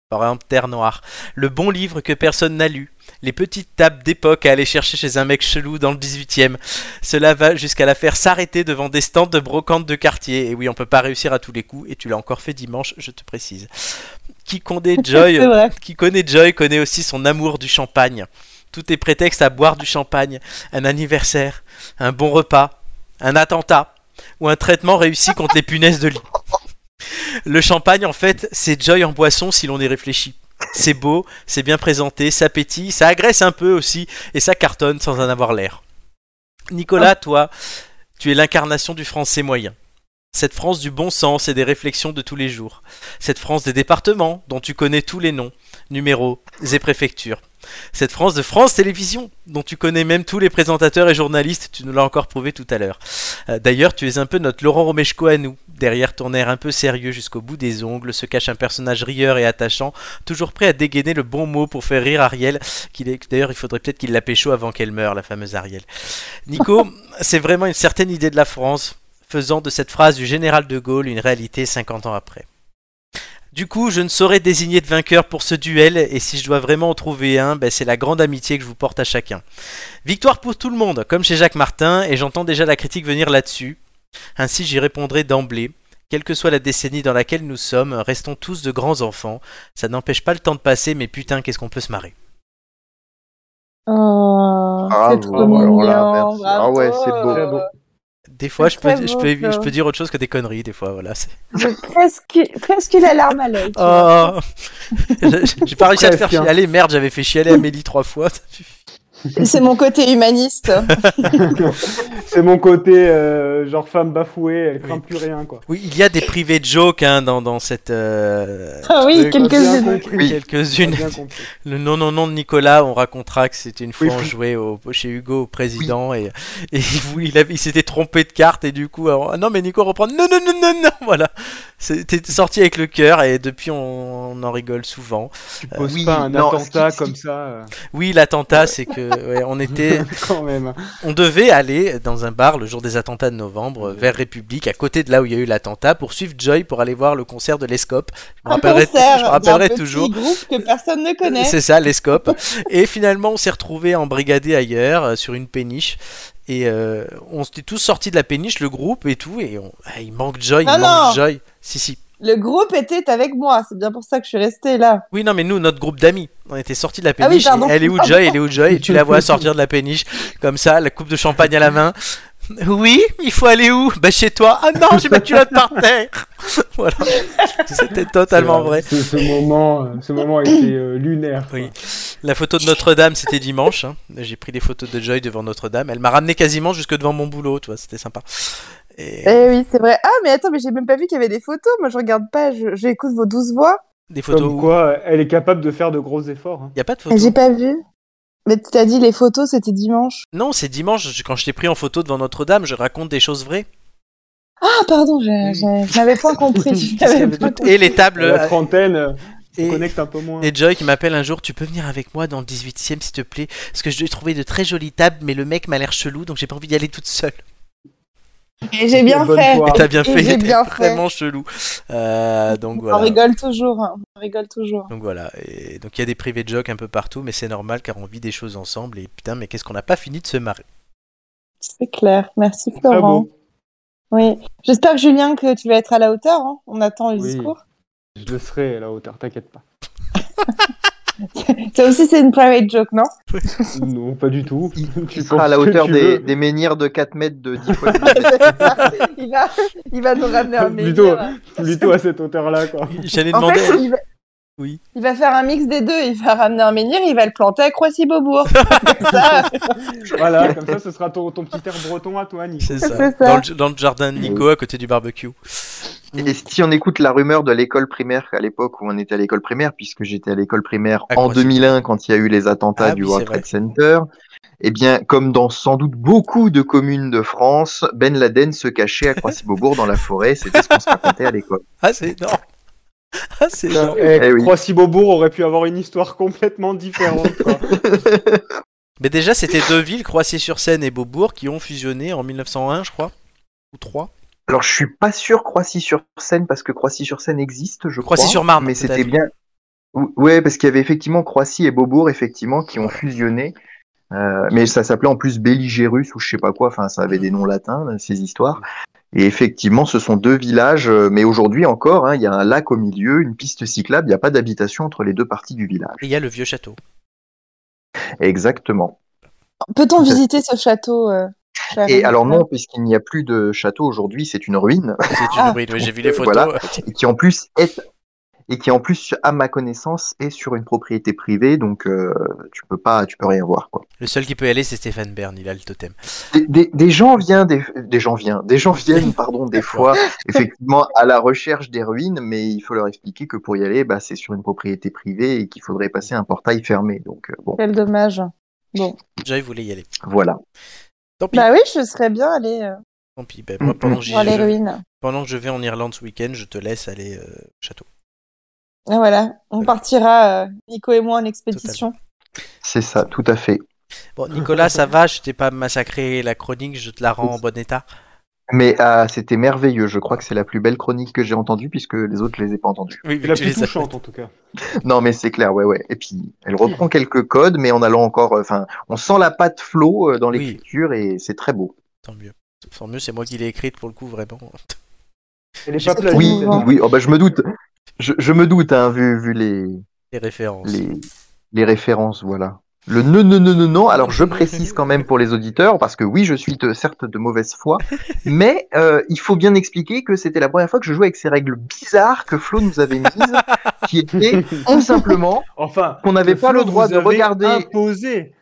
Speaker 1: par exemple Terre Noire, le bon livre que personne n'a lu, les petites tables d'époque à aller chercher chez un mec chelou dans le 18e. Cela va jusqu'à la faire s'arrêter devant des stands de brocante de quartier. Et oui, on peut pas réussir à tous les coups, et tu l'as encore fait dimanche, je te précise. Qui connaît Joy,
Speaker 4: C'est vrai.
Speaker 1: qui connaît Joy connaît aussi son amour du champagne. Tout est prétexte à boire du champagne, un anniversaire, un bon repas, un attentat ou un traitement réussi contre les punaises de lit. Le champagne, en fait, c'est Joy en boisson si l'on y réfléchit. C'est beau, c'est bien présenté, ça pétille, ça agresse un peu aussi, et ça cartonne sans en avoir l'air. Nicolas, toi, tu es l'incarnation du français moyen. Cette France du bon sens et des réflexions de tous les jours. Cette France des départements, dont tu connais tous les noms, numéros et préfectures. Cette France de France Télévisions, dont tu connais même tous les présentateurs et journalistes, tu nous l'as encore prouvé tout à l'heure. Euh, D'ailleurs, tu es un peu notre Laurent Romeshko à nous. Derrière ton air un peu sérieux jusqu'au bout des ongles se cache un personnage rieur et attachant, toujours prêt à dégainer le bon mot pour faire rire Ariel. qu'il est- D'ailleurs, il faudrait peut-être qu'il la pécho avant qu'elle meure, la fameuse Ariel. Nico, c'est vraiment une certaine idée de la France, faisant de cette phrase du général de Gaulle une réalité 50 ans après. Du coup, je ne saurais désigner de vainqueur pour ce duel, et si je dois vraiment en trouver un, ben, c'est la grande amitié que je vous porte à chacun. Victoire pour tout le monde, comme chez Jacques Martin, et j'entends déjà la critique venir là-dessus. Ainsi, j'y répondrai d'emblée. Quelle que soit la décennie dans laquelle nous sommes, restons tous de grands enfants. Ça n'empêche pas le temps de passer, mais putain, qu'est-ce qu'on peut se marrer.
Speaker 4: Oh, c'est
Speaker 3: Bravo,
Speaker 4: trop
Speaker 3: alors là,
Speaker 4: mignon,
Speaker 3: merci. Ah ouais,
Speaker 4: bravo.
Speaker 3: c'est beau.
Speaker 2: Très beau.
Speaker 1: Des fois, je
Speaker 4: C'est
Speaker 1: peux,
Speaker 4: très
Speaker 1: di- je,
Speaker 4: beau,
Speaker 1: peux, je
Speaker 4: ça.
Speaker 1: peux dire autre chose que des conneries, des fois, voilà. c'est-
Speaker 4: J'ai presque, presque eu la larme à l'œil. tu vois.
Speaker 1: Oh J'ai j'ai pas réussi à te faire
Speaker 2: Presque, hein.
Speaker 1: chialer, merde, j'avais fait chialer Amélie trois fois.
Speaker 6: C'est mon côté humaniste.
Speaker 2: C'est mon côté, euh, genre femme bafouée, elle craint
Speaker 1: Oui.
Speaker 2: plus rien, quoi.
Speaker 1: Oui, il y a des privés de jokes hein, dans, dans cette. euh,
Speaker 4: Ah oui,
Speaker 1: truc.
Speaker 2: Bien
Speaker 4: quelques-unes.
Speaker 2: compris,
Speaker 3: Oui.
Speaker 2: bien
Speaker 1: Quelques-unes.
Speaker 2: compris.
Speaker 1: Le non, non, non de Nicolas, on racontera que c'était une fois
Speaker 2: Oui,
Speaker 1: on
Speaker 2: oui.
Speaker 1: jouait au, chez Hugo au président et, et il, vou- il, avait- il s'était trompé de carte et du coup, alors, ah non, mais Nico reprend non, non, non, non, non, voilà. C'était sorti avec le cœur et depuis on, on en rigole souvent.
Speaker 2: Tu poses
Speaker 3: oui,
Speaker 1: Euh,
Speaker 2: pas un
Speaker 3: non, ce qui-
Speaker 2: attentat
Speaker 3: ce qui-
Speaker 2: comme ça. euh.
Speaker 1: Oui, l'attentat, c'est que euh, ouais, on était,
Speaker 2: quand même. hein.
Speaker 1: on devait aller dans un bar le jour des attentats de novembre, euh, vers République, à côté de là où il y a eu l'attentat, pour suivre Joy pour aller voir le concert de l'Escope. Je me
Speaker 6: Un
Speaker 1: rappellerai,
Speaker 6: concert
Speaker 1: je me
Speaker 6: d'un
Speaker 1: rappellerai
Speaker 6: petit
Speaker 1: toujours.
Speaker 6: groupe que personne ne connaît.
Speaker 1: C'est ça, l'escope. et finalement, on s'est retrouvés embrigadés ailleurs, euh, sur une péniche. Et euh, on s'était tous sortis de la péniche, le groupe et tout. Et on... ah, il manque Joy,
Speaker 6: Non,
Speaker 1: il manque
Speaker 6: non.
Speaker 1: Joy. Si, si.
Speaker 6: Le groupe était avec moi, c'est bien pour ça que je suis restée là.
Speaker 1: Oui, non, mais nous, notre groupe d'amis, on était sortis de la
Speaker 6: Ah oui,
Speaker 1: péniche. et
Speaker 6: pardon.
Speaker 1: elle est où Joy Elle est où Joy Et tu la vois sortir de la péniche, comme ça, la coupe de champagne à la main. Oui, il faut aller où Bah chez toi. Ah non, j'ai ma culotte par terre. voilà. C'était totalement vrai.
Speaker 2: Ce, ce moment, euh, ce moment était euh, lunaire. quoi.
Speaker 1: Oui. La photo de Notre-Dame, c'était dimanche. hein. J'ai pris des photos de Joy devant Notre-Dame. Elle m'a ramené quasiment jusque devant mon boulot, tu vois, c'était sympa. Et
Speaker 6: Eh oui, c'est vrai. Ah, mais attends, mais j'ai même pas vu qu'il y avait des photos. Moi, je regarde pas, je- j'écoute vos douze voix.
Speaker 1: des photos
Speaker 2: Comme
Speaker 1: où
Speaker 2: quoi, euh, elle est capable de faire de gros efforts. hein.
Speaker 1: il n'y a pas de
Speaker 6: Mais J'ai
Speaker 1: photos.
Speaker 6: pas vu. Mais tu t'as dit les photos, c'était dimanche.
Speaker 1: Non, c'est dimanche, je- quand je t'ai pris en photo devant Notre-Dame, je raconte des choses vraies.
Speaker 6: Ah, pardon, je- je je n'avais point compris. Je
Speaker 1: Qu'est-ce qu'il y
Speaker 6: n'avais
Speaker 1: avait
Speaker 6: pas
Speaker 1: d'autre Et les tables.
Speaker 2: La trentaine, euh,
Speaker 1: et-
Speaker 2: on connecte un peu moins.
Speaker 1: Et Joy qui m'appelle un jour, tu peux venir avec moi dans le 18ème s'il te plaît Parce que je dois trouver de très jolies tables, mais le mec m'a l'air chelou donc j'ai pas envie d'y aller toute seule.
Speaker 6: compris. Et J'ai bien
Speaker 2: Bonne
Speaker 6: fait.
Speaker 2: foi.
Speaker 1: Et t'as bien
Speaker 6: Et
Speaker 1: fait,
Speaker 6: j'ai
Speaker 1: t'es
Speaker 6: Ah, bien fait.
Speaker 1: vraiment chelou. Euh, donc
Speaker 6: On
Speaker 1: voilà.
Speaker 6: rigole toujours. hein. On rigole toujours.
Speaker 1: Donc voilà, et donc il y a des privés de jokes un peu partout, mais c'est normal car on vit des choses ensemble et putain, mais qu'est-ce qu'on n'a pas fini de se marrer.
Speaker 6: C'est clair. Merci,
Speaker 3: Ah
Speaker 2: Très
Speaker 6: Florent.
Speaker 2: beau.
Speaker 6: Oui. J'espère, Julien, que tu vas être à la hauteur. hein. On attend le
Speaker 2: Oui.
Speaker 6: discours.
Speaker 2: Je le serai à la hauteur, t'inquiète pas.
Speaker 6: Ça aussi, c'est une private joke, non
Speaker 2: Non, pas du tout.
Speaker 3: Tu
Speaker 2: penses
Speaker 3: seras à la
Speaker 2: que
Speaker 3: hauteur
Speaker 2: tu
Speaker 3: des,
Speaker 2: veux.
Speaker 3: des menhirs de 4 mètres de 10 fois 10
Speaker 6: il, va, il va nous ramener un meilleur.
Speaker 2: plutôt, plutôt à cette hauteur-là, quoi.
Speaker 1: J'allais
Speaker 6: En
Speaker 1: demander.
Speaker 6: fait, il va...
Speaker 1: Oui.
Speaker 6: il va faire un mix des deux. Il va ramener un menhir, il va le planter à Croissy-Beaubourg. Comme ça,
Speaker 2: Voilà, comme ça, ce sera ton, ton petit air breton à toi, Nico.
Speaker 1: C'est ça.
Speaker 6: c'est ça.
Speaker 1: Dans, le, dans le jardin de Nico à côté du barbecue.
Speaker 3: Et si on écoute la rumeur de l'école primaire à l'époque où on était à l'école primaire, puisque j'étais à l'école primaire
Speaker 1: Ah,
Speaker 3: en
Speaker 1: quoi, c'est-
Speaker 3: 2001 quand il y a eu les attentats
Speaker 1: Ah
Speaker 3: du
Speaker 1: oui,
Speaker 3: World
Speaker 1: c'est vrai.
Speaker 3: Trade Center, eh bien, comme dans sans doute beaucoup de communes de France, Ben Laden se cachait à Croissy-Beaubourg dans la forêt. C'était ce qu'on se racontait à l'école.
Speaker 1: Ah, c'est énorme. Ah, c'est énorme.
Speaker 2: Eh,
Speaker 3: Eh oui.
Speaker 2: Croissy-Beaubourg aurait pu avoir une histoire complètement différente. quoi.
Speaker 1: Mais déjà, c'était deux villes, Croissy-sur-Seine et Beaubourg, qui ont fusionné en 1901, je crois. Ou trois.
Speaker 3: Alors, je suis pas sûr Croissy-sur-Seine parce que Croissy-sur-Seine existe, je crois.
Speaker 1: Croissy-sur-Marne,
Speaker 3: mais c'était
Speaker 1: peut-être.
Speaker 3: bien. Ou- Ouais, parce qu'il y avait effectivement Croissy et Beaubourg effectivement qui ont fusionné. Euh, mais ça s'appelait en plus Belligérus ou je sais pas quoi. Enfin, ça avait des noms latins euh, ces histoires. Et effectivement, ce sont deux villages. euh, Mais aujourd'hui encore, hein, il y a un lac au milieu, une piste cyclable. Il n'y a pas d'habitation entre les deux parties du village.
Speaker 1: Et il y a le vieux château.
Speaker 3: Exactement.
Speaker 6: Peut-on visiter ce château euh, cher
Speaker 3: Et
Speaker 4: Ah,
Speaker 6: ami
Speaker 3: alors non, puisqu'il n'y a plus de château aujourd'hui, c'est une ruine.
Speaker 1: C'est une
Speaker 6: Ah.
Speaker 1: ruine, oui, j'ai vu les photos.
Speaker 3: Voilà. et qui en plus est et qui en plus à ma connaissance est sur une propriété privée donc euh, tu peux pas tu peux rien voir quoi.
Speaker 1: Le seul qui peut y aller, c'est Stéphane Bern, il a le totem.
Speaker 3: Des, des- des gens viennent des, des gens viennent des gens viennent pardon des fois effectivement à la recherche des ruines mais il faut leur expliquer que pour y aller bah, c'est sur une propriété privée et qu'il faudrait passer un portail fermé donc euh, bon
Speaker 6: Quel dommage.
Speaker 1: Joy voulait y aller.
Speaker 3: voilà.
Speaker 1: Tant pis,
Speaker 6: Bah oui, je serais bien allée euh,
Speaker 1: tant pis. Ben, moi, pendant, que j'y-
Speaker 4: Oh,
Speaker 6: voir les
Speaker 1: je-
Speaker 6: ruines.
Speaker 1: pendant que je vais en Irlande ce week-end, je te laisse aller euh, au château.
Speaker 6: Et Ah, voilà, on partira, euh, Nico et moi, en expédition.
Speaker 3: C'est ça, tout à fait.
Speaker 1: Bon, Nicolas, ça va, je t'ai pas massacré la chronique, je te la rends en bon état.
Speaker 3: Mais ah, c'était merveilleux. Je crois que c'est la plus belle chronique que j'ai entendue puisque les autres, je les ai pas entendues.
Speaker 1: Oui,
Speaker 2: C'est la plus touchante, en tout cas.
Speaker 3: Non, mais c'est clair, ouais, ouais. Et puis, elle reprend quelques codes, mais en allant encore. euh, Enfin, on sent la patte flow euh, dans
Speaker 1: Oui.
Speaker 3: l'écriture et c'est très beau.
Speaker 1: Tant mieux. Tant mieux, c'est moi qui l'ai écrite pour le coup, vraiment.
Speaker 2: Elle est pas
Speaker 1: Oui,
Speaker 2: plagiée,
Speaker 3: Oui,
Speaker 2: celle-là.
Speaker 3: oui. Oh, bah, je me doute. Je, je me doute, hein, vu, vu les,
Speaker 1: Les références.
Speaker 3: les, les références, voilà. Le non, non, non, non, non. Alors, je précise quand même pour les auditeurs, parce que oui, je suis de- certes de mauvaise foi, mais euh, il faut bien expliquer que c'était la première fois que je jouais avec ces règles bizarres que Flo nous avait mises, qui étaient tout simplement
Speaker 2: Enfin,
Speaker 3: qu'on n'avait
Speaker 2: que
Speaker 3: pas le
Speaker 2: Flo
Speaker 3: droit
Speaker 2: vous
Speaker 3: de
Speaker 2: avez
Speaker 3: regarder.
Speaker 2: Imposé.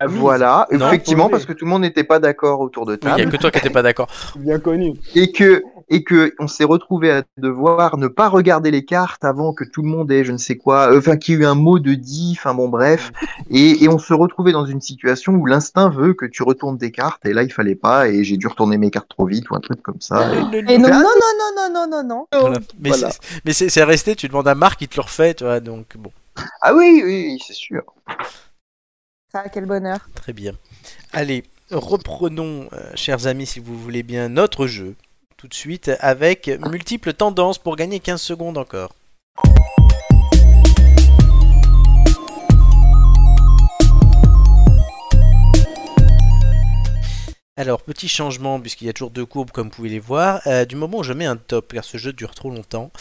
Speaker 2: Ah oui,
Speaker 3: Voilà,
Speaker 1: Non,
Speaker 3: effectivement,
Speaker 2: posé.
Speaker 3: parce que tout le monde n'était pas d'accord autour de
Speaker 1: Oui, il n'y a
Speaker 3: table
Speaker 1: que toi qui n'étais pas d'accord.
Speaker 2: c'est Bien connu.
Speaker 3: et que et que on s'est retrouvé à devoir ne pas regarder les cartes avant que tout le monde ait je ne sais quoi, euh, enfin qu'il y ait eu un mot de dit, enfin bon bref, et, et on se retrouvait dans une situation où l'instinct veut que tu retournes des cartes et là il fallait pas et j'ai dû retourner mes cartes trop vite ou un truc comme ça.
Speaker 6: Et non, non, non, non, non, non, non, non.
Speaker 1: Voilà. Mais
Speaker 3: Voilà.
Speaker 1: c'est- mais c'est c'est resté, tu demandes à Marc, il te le refait, tu vois, donc bon.
Speaker 3: Ah oui oui, oui, c'est sûr.
Speaker 4: Ah, quel bonheur.
Speaker 1: Très bien. Allez, reprenons, euh, chers amis, si vous voulez bien, notre jeu tout de suite avec multiples tendances pour gagner 15 secondes encore. Alors, petit changement, puisqu'il y a toujours deux courbes comme vous pouvez les voir. Euh, du moment où je mets un top, car ce jeu dure trop longtemps,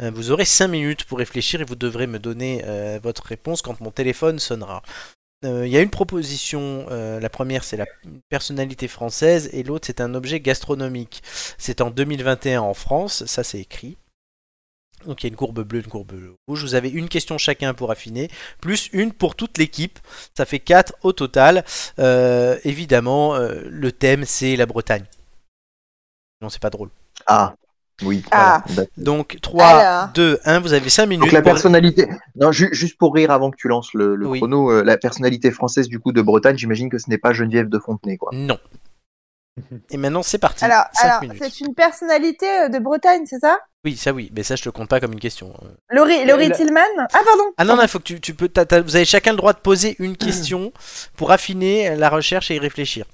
Speaker 1: euh, vous aurez 5 minutes pour réfléchir et vous devrez me donner euh, votre réponse quand mon téléphone sonnera. Euh, Il y a une proposition, euh, la première c'est la personnalité française et l'autre c'est un objet gastronomique. C'est en 2021 en France, ça c'est écrit. Donc il y a une courbe bleue, une courbe rouge. Vous avez une question chacun pour affiner, plus une pour toute l'équipe. Ça fait 4 au total. Euh, évidemment, euh, le thème c'est la Bretagne. Non, c'est pas drôle.
Speaker 3: Ah, oui.
Speaker 4: Ah.
Speaker 3: voilà.
Speaker 1: Donc 3,
Speaker 4: Alors.
Speaker 1: 2, 1, vous avez 5 minutes.
Speaker 3: Donc la
Speaker 1: pour-
Speaker 3: personnalité. Non, ju- juste pour rire avant que tu lances le, le
Speaker 1: Oui.
Speaker 3: chrono, euh, la personnalité française du coup de Bretagne, j'imagine que ce n'est pas Geneviève de Fontenay, quoi.
Speaker 1: Non. Et maintenant c'est parti.
Speaker 4: Alors,
Speaker 1: Cinq
Speaker 4: alors
Speaker 1: minutes.
Speaker 4: c'est une personnalité euh, de Bretagne, c'est ça
Speaker 1: Oui, ça oui, mais ça je te compte pas comme une question. Euh,
Speaker 4: Laurie, Laurie
Speaker 2: la-
Speaker 4: Tillman Ah, pardon.
Speaker 1: Ah non, non, il faut que tu, tu peux. t'as- t'as- vous avez chacun le droit de poser une question pour affiner la recherche et y réfléchir.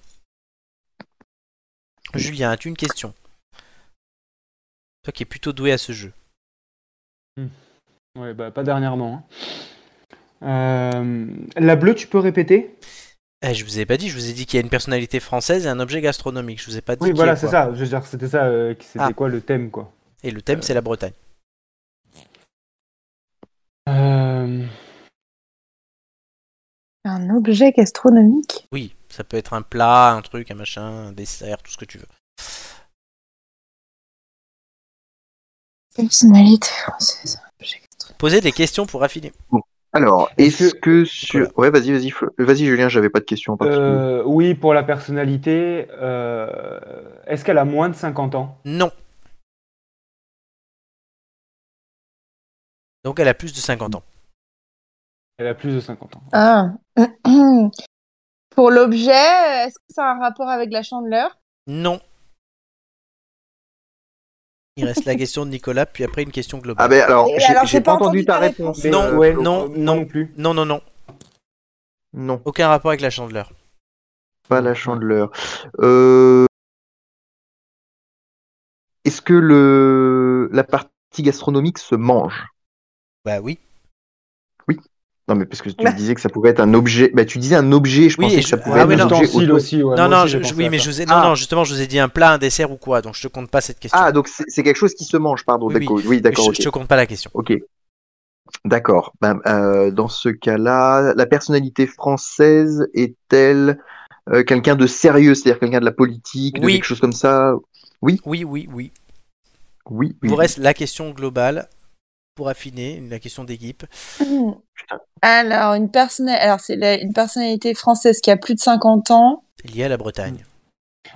Speaker 1: Julien, as-tu une question Toi qui es plutôt doué à ce jeu.
Speaker 2: Ouais, bah pas dernièrement. hein. Euh, la bleue, tu peux répéter
Speaker 1: Eh, je vous ai pas dit, je vous ai dit qu'il y a une personnalité française et un objet gastronomique. Je vous ai pas dit.
Speaker 2: Oui,
Speaker 1: qui
Speaker 2: voilà,
Speaker 1: est
Speaker 2: c'est
Speaker 1: quoi.
Speaker 2: ça. Je veux dire, c'était ça, euh, qui- c'était
Speaker 1: Ah.
Speaker 2: quoi le thème, quoi.
Speaker 1: Et le thème, c'est la Bretagne.
Speaker 2: Euh,
Speaker 4: Un objet gastronomique
Speaker 1: Oui, ça peut être un plat, un truc, un machin, un dessert, tout ce que tu veux.
Speaker 4: Personnalité française. objet gastronomique.
Speaker 1: Posez des questions pour affiner.
Speaker 3: Alors,
Speaker 2: Est-ce
Speaker 3: est-ce
Speaker 2: que-
Speaker 3: que sur... Ouais, vas-y, vas-y, Flo- vas-y, Julien, j'avais pas de question. en particulier.
Speaker 2: euh, oui, pour la personnalité, euh, est-ce qu'elle a moins de 50 ans
Speaker 1: Non. Donc elle a plus de 50 ans.
Speaker 2: Elle a plus de 50 ans.
Speaker 4: Ah. Pour l'objet, est-ce que ça a un rapport avec la chandeleur
Speaker 1: Non. Il reste la question de Nicolas, puis après une question globale.
Speaker 3: Ah ben alors,
Speaker 4: Et
Speaker 3: j'ai
Speaker 4: alors,
Speaker 3: j'ai pas entendu ta réponse.
Speaker 1: Non,
Speaker 3: euh,
Speaker 2: ouais,
Speaker 3: Flo.
Speaker 1: non,
Speaker 2: moi
Speaker 1: non.
Speaker 2: plus.
Speaker 1: Non, non, non.
Speaker 3: Non,
Speaker 1: Aucun rapport avec la chandeleur.
Speaker 3: pas la chandeleur. Euh, Est-ce que le la partie gastronomique se mange
Speaker 1: Bah oui.
Speaker 3: Non, mais parce que tu
Speaker 4: Bah.
Speaker 3: disais que ça pouvait être un objet. Bah, tu disais un objet, je
Speaker 1: Oui,
Speaker 3: pensais
Speaker 1: et
Speaker 3: que
Speaker 1: je-
Speaker 3: ça pouvait
Speaker 1: Ah,
Speaker 3: être
Speaker 1: mais
Speaker 2: Un
Speaker 1: non.
Speaker 3: un objet.
Speaker 2: ustensile
Speaker 3: auto-
Speaker 2: aussi, ouais,
Speaker 1: non,
Speaker 2: moi
Speaker 1: non, je,
Speaker 2: aussi, j'ai
Speaker 1: je-
Speaker 2: pensé
Speaker 1: oui,
Speaker 2: à
Speaker 1: mais
Speaker 2: ça.
Speaker 1: je vous ai- non,
Speaker 3: Ah.
Speaker 1: non, justement, je vous ai dit un plat, un dessert ou quoi, donc je te compte pas cette question.
Speaker 3: Ah, donc c'est c'est quelque chose qui se mange, pardon.
Speaker 1: Oui,
Speaker 3: d'accord. Oui, d'accord.
Speaker 1: je,
Speaker 3: ok.
Speaker 1: je te compte pas la question.
Speaker 3: Ok. D'accord. Ben, euh, dans ce cas-là, la personnalité française est-elle euh, quelqu'un de sérieux, c'est-à-dire quelqu'un de la politique, de
Speaker 1: Oui.
Speaker 3: quelque chose comme ça
Speaker 1: Oui, oui, oui.
Speaker 3: Oui.
Speaker 1: Il
Speaker 3: oui.
Speaker 1: vous reste la question globale pour affiner, la question d'équipe.
Speaker 4: Alors, une, personna... Alors c'est la- une personnalité française qui a plus de 50 ans,
Speaker 1: liée à la Bretagne.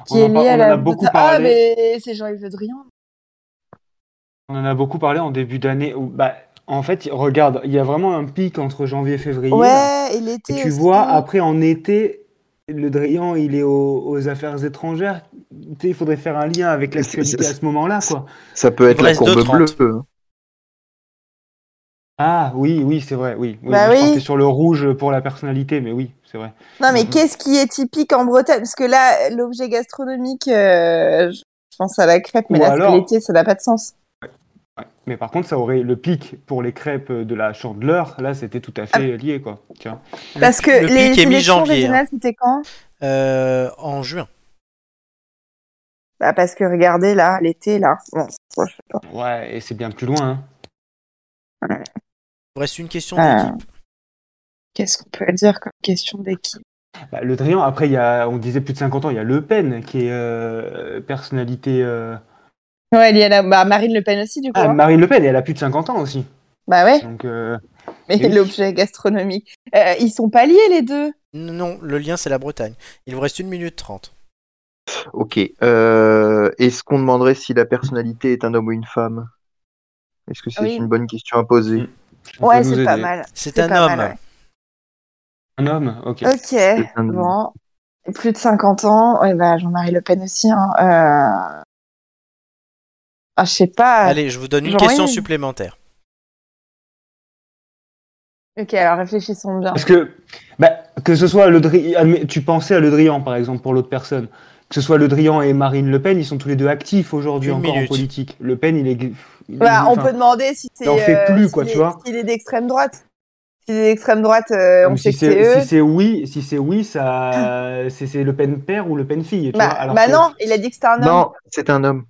Speaker 4: qui
Speaker 2: On
Speaker 4: est
Speaker 2: en par-
Speaker 4: liée à
Speaker 2: on
Speaker 4: la...
Speaker 2: en a beaucoup
Speaker 4: Ah,
Speaker 2: parlé.
Speaker 4: mais c'est Jean-Yves Le Drian.
Speaker 2: On en a beaucoup parlé en début d'année. où- Bah, en fait, regarde, il y a vraiment un pic entre janvier et février.
Speaker 4: Ouais, et l'été
Speaker 2: Et tu
Speaker 4: aussi.
Speaker 2: vois, après, en été, le Drian, il est aux, aux affaires étrangères. Tu sais, il faudrait faire un lien avec
Speaker 3: C'est- c'est-
Speaker 2: l'actualité à ce moment-là, quoi.
Speaker 3: Ça peut
Speaker 1: Il
Speaker 3: être
Speaker 1: vous
Speaker 3: la
Speaker 1: reste deux
Speaker 3: courbe bleue.
Speaker 1: trente.
Speaker 2: Ah oui, oui, c'est vrai, oui. oui,
Speaker 4: Bah
Speaker 2: je
Speaker 4: oui.
Speaker 2: pensais sur le rouge pour la personnalité, mais oui, c'est vrai.
Speaker 4: Non, mais
Speaker 2: Mhm.
Speaker 4: qu'est-ce qui est typique en Bretagne Parce que là, l'objet gastronomique, euh, je je pense à la crêpe, mais
Speaker 2: Ou
Speaker 4: là, c'est
Speaker 2: alors-
Speaker 4: l'été, ça n'a pas de sens.
Speaker 2: Ouais. Mais par contre, ça aurait le pic pour les crêpes de la Chandeleur. Là, c'était tout à
Speaker 4: Ah.
Speaker 2: fait lié, quoi. Tiens.
Speaker 1: Le
Speaker 4: Parce
Speaker 1: pi-
Speaker 4: que
Speaker 1: le
Speaker 4: les
Speaker 1: pic est
Speaker 4: sélections
Speaker 1: mi-janvier, hein.
Speaker 4: régionales, c'était quand
Speaker 1: Euh, en juin.
Speaker 4: bah, Parce que regardez, là, l'été, là. Bon, bon, je sais pas.
Speaker 2: Ouais, et c'est bien plus loin. hein.
Speaker 1: Il vous reste une question
Speaker 4: Ah.
Speaker 1: d'équipe.
Speaker 4: Qu'est-ce qu'on peut dire comme question d'équipe
Speaker 2: Bah, le Drian, après, il y a, on disait plus de 50 ans, il y a Le Pen qui est euh, personnalité. euh,
Speaker 4: Ouais, il y a la... bah, Marine Le Pen aussi, du coup.
Speaker 2: Ah,
Speaker 4: hein.
Speaker 2: Marine Le Pen, elle a plus de 50 ans aussi.
Speaker 4: Bah ouais,
Speaker 2: Donc, euh,
Speaker 4: mais
Speaker 2: oui.
Speaker 4: l'objet gastronomique. Euh, ils sont pas liés, les deux
Speaker 1: Non, le lien c'est la Bretagne. Il vous reste une minute 30.
Speaker 3: Ok. Euh, Est-ce qu'on demanderait si la personnalité est un homme ou une femme Est-ce que c'est
Speaker 4: Oui.
Speaker 3: une bonne question à poser
Speaker 2: Mm. on
Speaker 4: Ouais,
Speaker 2: peut nous
Speaker 4: c'est pas
Speaker 2: aider.
Speaker 4: mal.
Speaker 1: C'est
Speaker 4: C'est
Speaker 1: un
Speaker 4: pas
Speaker 1: homme.
Speaker 4: mal,
Speaker 2: Un homme, ok.
Speaker 4: Ok,
Speaker 3: un-
Speaker 4: bon. Plus de 50 ans, et ben Jean-Marie Le Pen aussi. Hein. euh. Ah, je sais pas. Ah.
Speaker 1: Allez, je vous donne une
Speaker 4: Jean-Yves.
Speaker 1: question supplémentaire.
Speaker 4: Ok, alors réfléchissons bien.
Speaker 2: Parce que, bah, que ce soit Le Dri- admet- tu pensais à Le Drian, par exemple, pour l'autre personne. Que ce soit Le Drian et Marine Le Pen, ils sont tous les deux actifs aujourd'hui
Speaker 1: Une
Speaker 2: encore
Speaker 1: minute.
Speaker 2: en politique. Le Pen, il est. il est-
Speaker 4: Voilà, Bah, on
Speaker 2: enfin,
Speaker 4: peut demander si c'est euh,
Speaker 2: on sait plus, quoi,
Speaker 4: s'il
Speaker 2: tu
Speaker 4: est-
Speaker 2: vois.
Speaker 4: s'il est d'extrême droite. S'il est d'extrême droite, euh, on
Speaker 2: donc
Speaker 4: sait
Speaker 2: Ah, si
Speaker 4: que c'est
Speaker 2: c'est
Speaker 4: eux. Ah.
Speaker 2: si c'est oui, si c'est oui, ça, c'est c'est Le Pen père ou Le Pen fille. tu
Speaker 4: bah
Speaker 2: vois, alors
Speaker 4: bah
Speaker 2: que-
Speaker 4: non, il a dit que c'était un homme.
Speaker 3: Non, c'est un homme.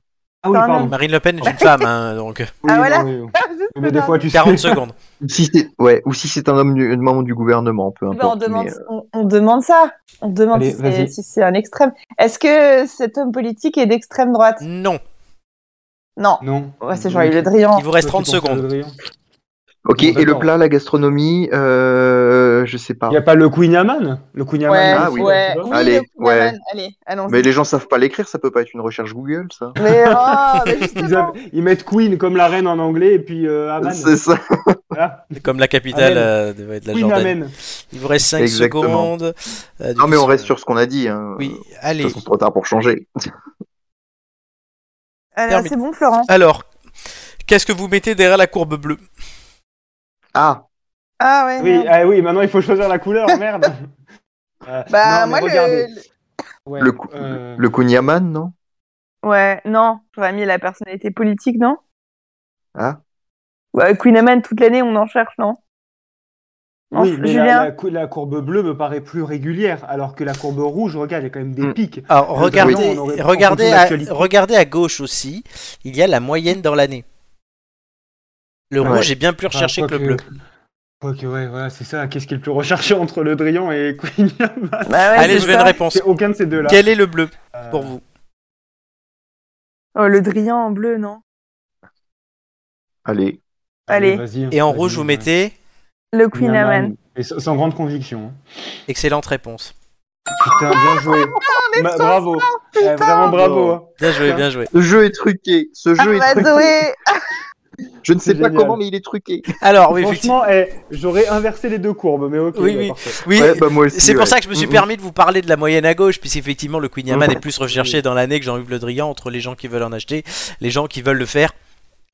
Speaker 2: Ah oui,
Speaker 4: Enfin,
Speaker 2: pardon.
Speaker 4: non.
Speaker 1: Marine Le Pen est une femme, hein, donc
Speaker 2: Oui,
Speaker 4: Ah,
Speaker 2: non,
Speaker 4: voilà.
Speaker 2: oui, oui.
Speaker 4: Juste
Speaker 2: Mais
Speaker 4: que
Speaker 2: des fois, tu sais.
Speaker 1: 40 secondes.
Speaker 3: Si c'est- ouais, ou si c'est un homme du, un membre du gouvernement, peu
Speaker 4: Bah, on,
Speaker 3: importe.
Speaker 4: demande,
Speaker 3: mais, euh,
Speaker 4: on, on demande ça. On demande
Speaker 2: Allez,
Speaker 4: si c'est
Speaker 2: vas-y.
Speaker 4: si c'est un extrême. Est-ce que cet homme politique est d'extrême droite
Speaker 1: Non,
Speaker 4: Non.
Speaker 2: Non.
Speaker 4: Ouais, c'est
Speaker 2: Donc,
Speaker 4: Jean-Yves Le
Speaker 2: toi,
Speaker 4: Drian.
Speaker 1: il vous reste
Speaker 2: tu
Speaker 1: 30
Speaker 2: penses à
Speaker 1: secondes.
Speaker 2: Le Drian.
Speaker 3: euh, ok, et le
Speaker 2: D'accord.
Speaker 3: plat, la gastronomie, euh, je sais pas.
Speaker 2: Il n'y a pas le Queen Yaman Le Queen Yaman
Speaker 4: Ouais,
Speaker 3: Ah
Speaker 2: c'est-
Speaker 3: oui.
Speaker 4: ouais.
Speaker 2: c'est
Speaker 4: Oui,
Speaker 2: bon.
Speaker 3: Allez,
Speaker 4: le coup de la
Speaker 3: ouais.
Speaker 4: vanne. Allez, allons-y.
Speaker 3: Mais les gens savent pas l'écrire, ça peut pas être une recherche Google, ça.
Speaker 4: Mais, oh, mais
Speaker 2: Ils,
Speaker 4: justement,
Speaker 2: app- ils mettent Queen comme la reine en anglais et puis euh, Amman.
Speaker 3: C'est ça.
Speaker 2: Voilà.
Speaker 1: comme la capitale
Speaker 2: Amen.
Speaker 1: euh, de, de la
Speaker 2: Queen
Speaker 1: Jordanie.
Speaker 2: Amman.
Speaker 1: Il vous reste 5
Speaker 3: Exactement.
Speaker 1: secondes. Euh, du
Speaker 3: Non, mais
Speaker 1: coup,
Speaker 3: on reste sur ce qu'on a dit. Hein.
Speaker 1: Oui,
Speaker 3: De
Speaker 1: allez.
Speaker 3: toute façon, c'est trop tard pour changer.
Speaker 4: Alors,
Speaker 1: termine.
Speaker 4: Ah, c'est bon, Florent.
Speaker 1: Alors, qu'est-ce que vous mettez derrière la courbe bleue
Speaker 3: Ah,
Speaker 4: Ah ouais.
Speaker 2: Oui,
Speaker 4: merde.
Speaker 2: ah oui, maintenant il faut choisir la couleur, merde. Euh,
Speaker 4: bah
Speaker 2: non, mais
Speaker 4: moi,
Speaker 2: regardez.
Speaker 4: le...
Speaker 2: Ouais,
Speaker 3: le, cou-
Speaker 2: euh,
Speaker 3: le Kunyaman, non
Speaker 4: ouais, non, j'aurais mis la personnalité politique, non
Speaker 3: Ah.
Speaker 4: bah, Queen Amman, toute l'année, on en cherche, non
Speaker 2: oui, mais
Speaker 4: Enfin,
Speaker 2: la-
Speaker 4: Oh, Julien.
Speaker 2: la, cou- la courbe bleue me paraît plus régulière, alors que la courbe rouge, regarde, il y a quand même des
Speaker 3: Mm.
Speaker 2: pics.
Speaker 1: Alors,
Speaker 2: Le
Speaker 1: regardez,
Speaker 2: Drian, on aurait pas
Speaker 1: Euh, regardez,
Speaker 2: entendu
Speaker 1: à,
Speaker 2: l'actualité.
Speaker 1: regardez à gauche aussi, il y a la moyenne dans l'année. Le
Speaker 3: Ouais.
Speaker 1: rouge est bien plus
Speaker 2: Enfin,
Speaker 1: recherché que le
Speaker 2: quoique-
Speaker 1: bleu.
Speaker 2: Ah, Quoique, ouais, voilà, c'est ça. Qu'est-ce qui est le plus recherché entre le Drian et Queen Yaman
Speaker 4: Bah ouais,
Speaker 1: Allez,
Speaker 4: c'est
Speaker 1: je veux une
Speaker 4: ça.
Speaker 1: réponse.
Speaker 2: C'est aucun de ces deux-là.
Speaker 1: Quel est le bleu
Speaker 2: Euh,
Speaker 1: pour vous
Speaker 4: Oh, le Drian en bleu, non
Speaker 3: Allez.
Speaker 4: Allez,
Speaker 2: vas-y,
Speaker 1: Et en
Speaker 2: vas-y,
Speaker 1: rouge, vous
Speaker 2: ouais.
Speaker 1: mettez
Speaker 4: le Queen Amman.
Speaker 2: Et sans sans grande conviction. hein.
Speaker 1: excellente réponse.
Speaker 2: Putain, bien joué.
Speaker 4: Oh,
Speaker 2: Ma-
Speaker 4: sur
Speaker 2: bravo. Eh, vraiment bravo. hein.
Speaker 1: Bien joué, bien joué.
Speaker 3: Ce jeu est truqué. Ce
Speaker 4: Ah
Speaker 3: jeu
Speaker 4: bah
Speaker 3: est truqué.
Speaker 4: Zoé
Speaker 3: Je ne sais
Speaker 2: C'est
Speaker 3: pas
Speaker 2: génial.
Speaker 3: comment, mais il est truqué.
Speaker 1: Alors, oui, effectivement.
Speaker 2: Franchement, eh, j'aurais inversé les deux courbes, mais ok.
Speaker 1: Oui,
Speaker 2: bah,
Speaker 1: oui.
Speaker 2: parfait.
Speaker 1: Oui,
Speaker 3: Ouais, bah, moi aussi,
Speaker 1: c'est pour
Speaker 3: ouais.
Speaker 1: ça que je me suis
Speaker 3: Mm, mm.
Speaker 1: permis de vous parler de la moyenne à gauche, puisqu'effectivement, le Queen Yaman
Speaker 3: Mm.
Speaker 1: est plus recherché dans l'année que Jean-Yves Le Drian entre les gens qui veulent en acheter, les gens qui veulent le faire.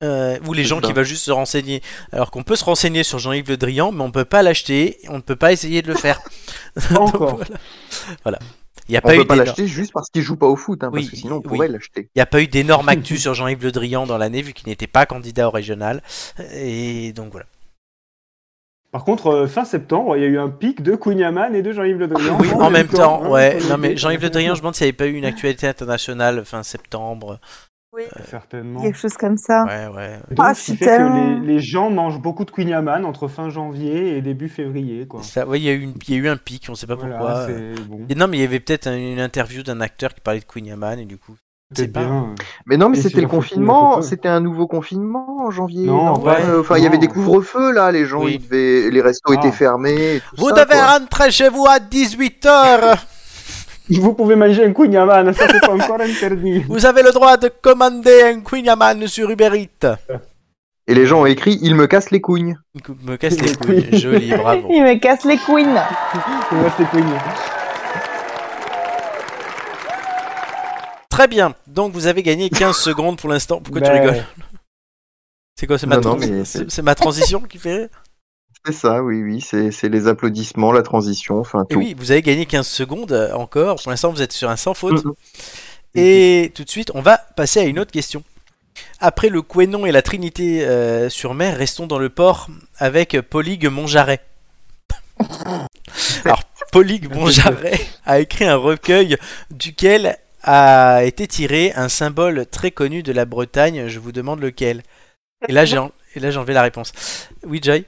Speaker 1: euh, ou les
Speaker 3: C'est
Speaker 1: gens
Speaker 3: ça.
Speaker 1: qui veulent juste se renseigner. Alors qu'on peut se renseigner sur Jean-Yves Le Drian, mais on peut pas l'acheter, on ne peut pas essayer de le faire.
Speaker 2: Pas
Speaker 1: Donc,
Speaker 2: encore.
Speaker 1: voilà. Voilà. Il n'y a,
Speaker 3: On
Speaker 1: pas eu
Speaker 3: peut pas
Speaker 1: d'énorme-
Speaker 3: l'acheter juste parce qu'il joue pas au foot, hein,
Speaker 1: Oui,
Speaker 3: parce que sinon on
Speaker 1: oui.
Speaker 3: pourrait l'acheter.
Speaker 1: il y a pas eu d'énorme actu sur Jean-Yves Le Drian dans l'année, vu qu'il n'était pas candidat au régional. Et donc voilà.
Speaker 2: Par contre, euh, fin septembre, il y a eu un pic de Kunyaman et de Jean-Yves Le Drian.
Speaker 1: Oui, en même temps,
Speaker 2: hein,
Speaker 1: Oh, ouais.
Speaker 2: sur les
Speaker 1: Non, mais
Speaker 2: deux.
Speaker 1: Jean-Yves Le Drian, je me demande s'il n'y avait pas eu une actualité internationale fin septembre.
Speaker 2: Certainement.
Speaker 4: Quelque chose comme ça.
Speaker 1: Ouais, ouais.
Speaker 2: Donc,
Speaker 4: Ah,
Speaker 2: ce
Speaker 4: c'est
Speaker 2: qui fait
Speaker 4: tellement-
Speaker 2: que les, les gens mangent beaucoup de Kunyaman entre fin janvier et début février. Quoi.
Speaker 1: Ça, ouais, il y, a eu une- il y a eu un pic, on ne sait pas
Speaker 2: Voilà,
Speaker 1: pourquoi.
Speaker 2: c'est bon.
Speaker 1: Et non, mais il y avait peut-être un- une interview d'un acteur qui parlait de Queen Yaman, et du coup. c'est
Speaker 2: Peut-être
Speaker 1: pas-
Speaker 2: bien.
Speaker 3: Mais non, mais
Speaker 2: Et
Speaker 3: c'était
Speaker 2: s'il
Speaker 3: le
Speaker 2: en faut plus, il en
Speaker 3: confinement,
Speaker 2: faut peu.
Speaker 3: c'était un nouveau confinement en janvier.
Speaker 2: Non,
Speaker 3: non
Speaker 1: ouais.
Speaker 3: Euh, Enfin, il y avait
Speaker 2: Non.
Speaker 3: des couvre-feux là, les gens,
Speaker 1: Oui.
Speaker 3: ils devaient... les restos
Speaker 2: Ah.
Speaker 3: étaient fermés. et tout
Speaker 1: Vous
Speaker 3: ça,
Speaker 1: devez
Speaker 3: quoi.
Speaker 1: rentrer chez vous à 18h
Speaker 2: Vous pouvez manger un Kunyaman, ça c'est pas encore interdit.
Speaker 1: Vous avez le droit de commander un Queen Yaman sur Uber Eats
Speaker 3: Et les gens ont écrit Il me casse les couilles.
Speaker 1: Me casse les couilles, joli, bravo.
Speaker 4: Il me casse les queens.
Speaker 2: Et moi, c'est Queen.
Speaker 1: Très bien, donc vous avez gagné 15 secondes pour l'instant. Pourquoi tu
Speaker 2: Ben,
Speaker 1: rigoles C'est quoi, c'est ma,
Speaker 3: Non, non,
Speaker 1: transi-
Speaker 3: mais c'est-
Speaker 1: c'est- c'est ma transition qui fait rire
Speaker 3: C'est ça, oui, oui, c'est c'est les applaudissements, la transition, enfin
Speaker 1: Et
Speaker 3: tout.
Speaker 1: oui, vous avez gagné 15 secondes euh, encore. Pour l'instant, vous êtes sur un sans faute.
Speaker 3: Mhm.
Speaker 1: Et tout de suite, on va passer à une autre question. Après le Quénon et la Trinité euh, sur mer, restons dans le port avec Polygue Montjarret. Alors, Polygue Montjarret a écrit un recueil duquel a été tiré un symbole très connu de la Bretagne. Je vous demande lequel. Et là, j'ai en- et là, j'ai enlevé la réponse. Oui, Joy,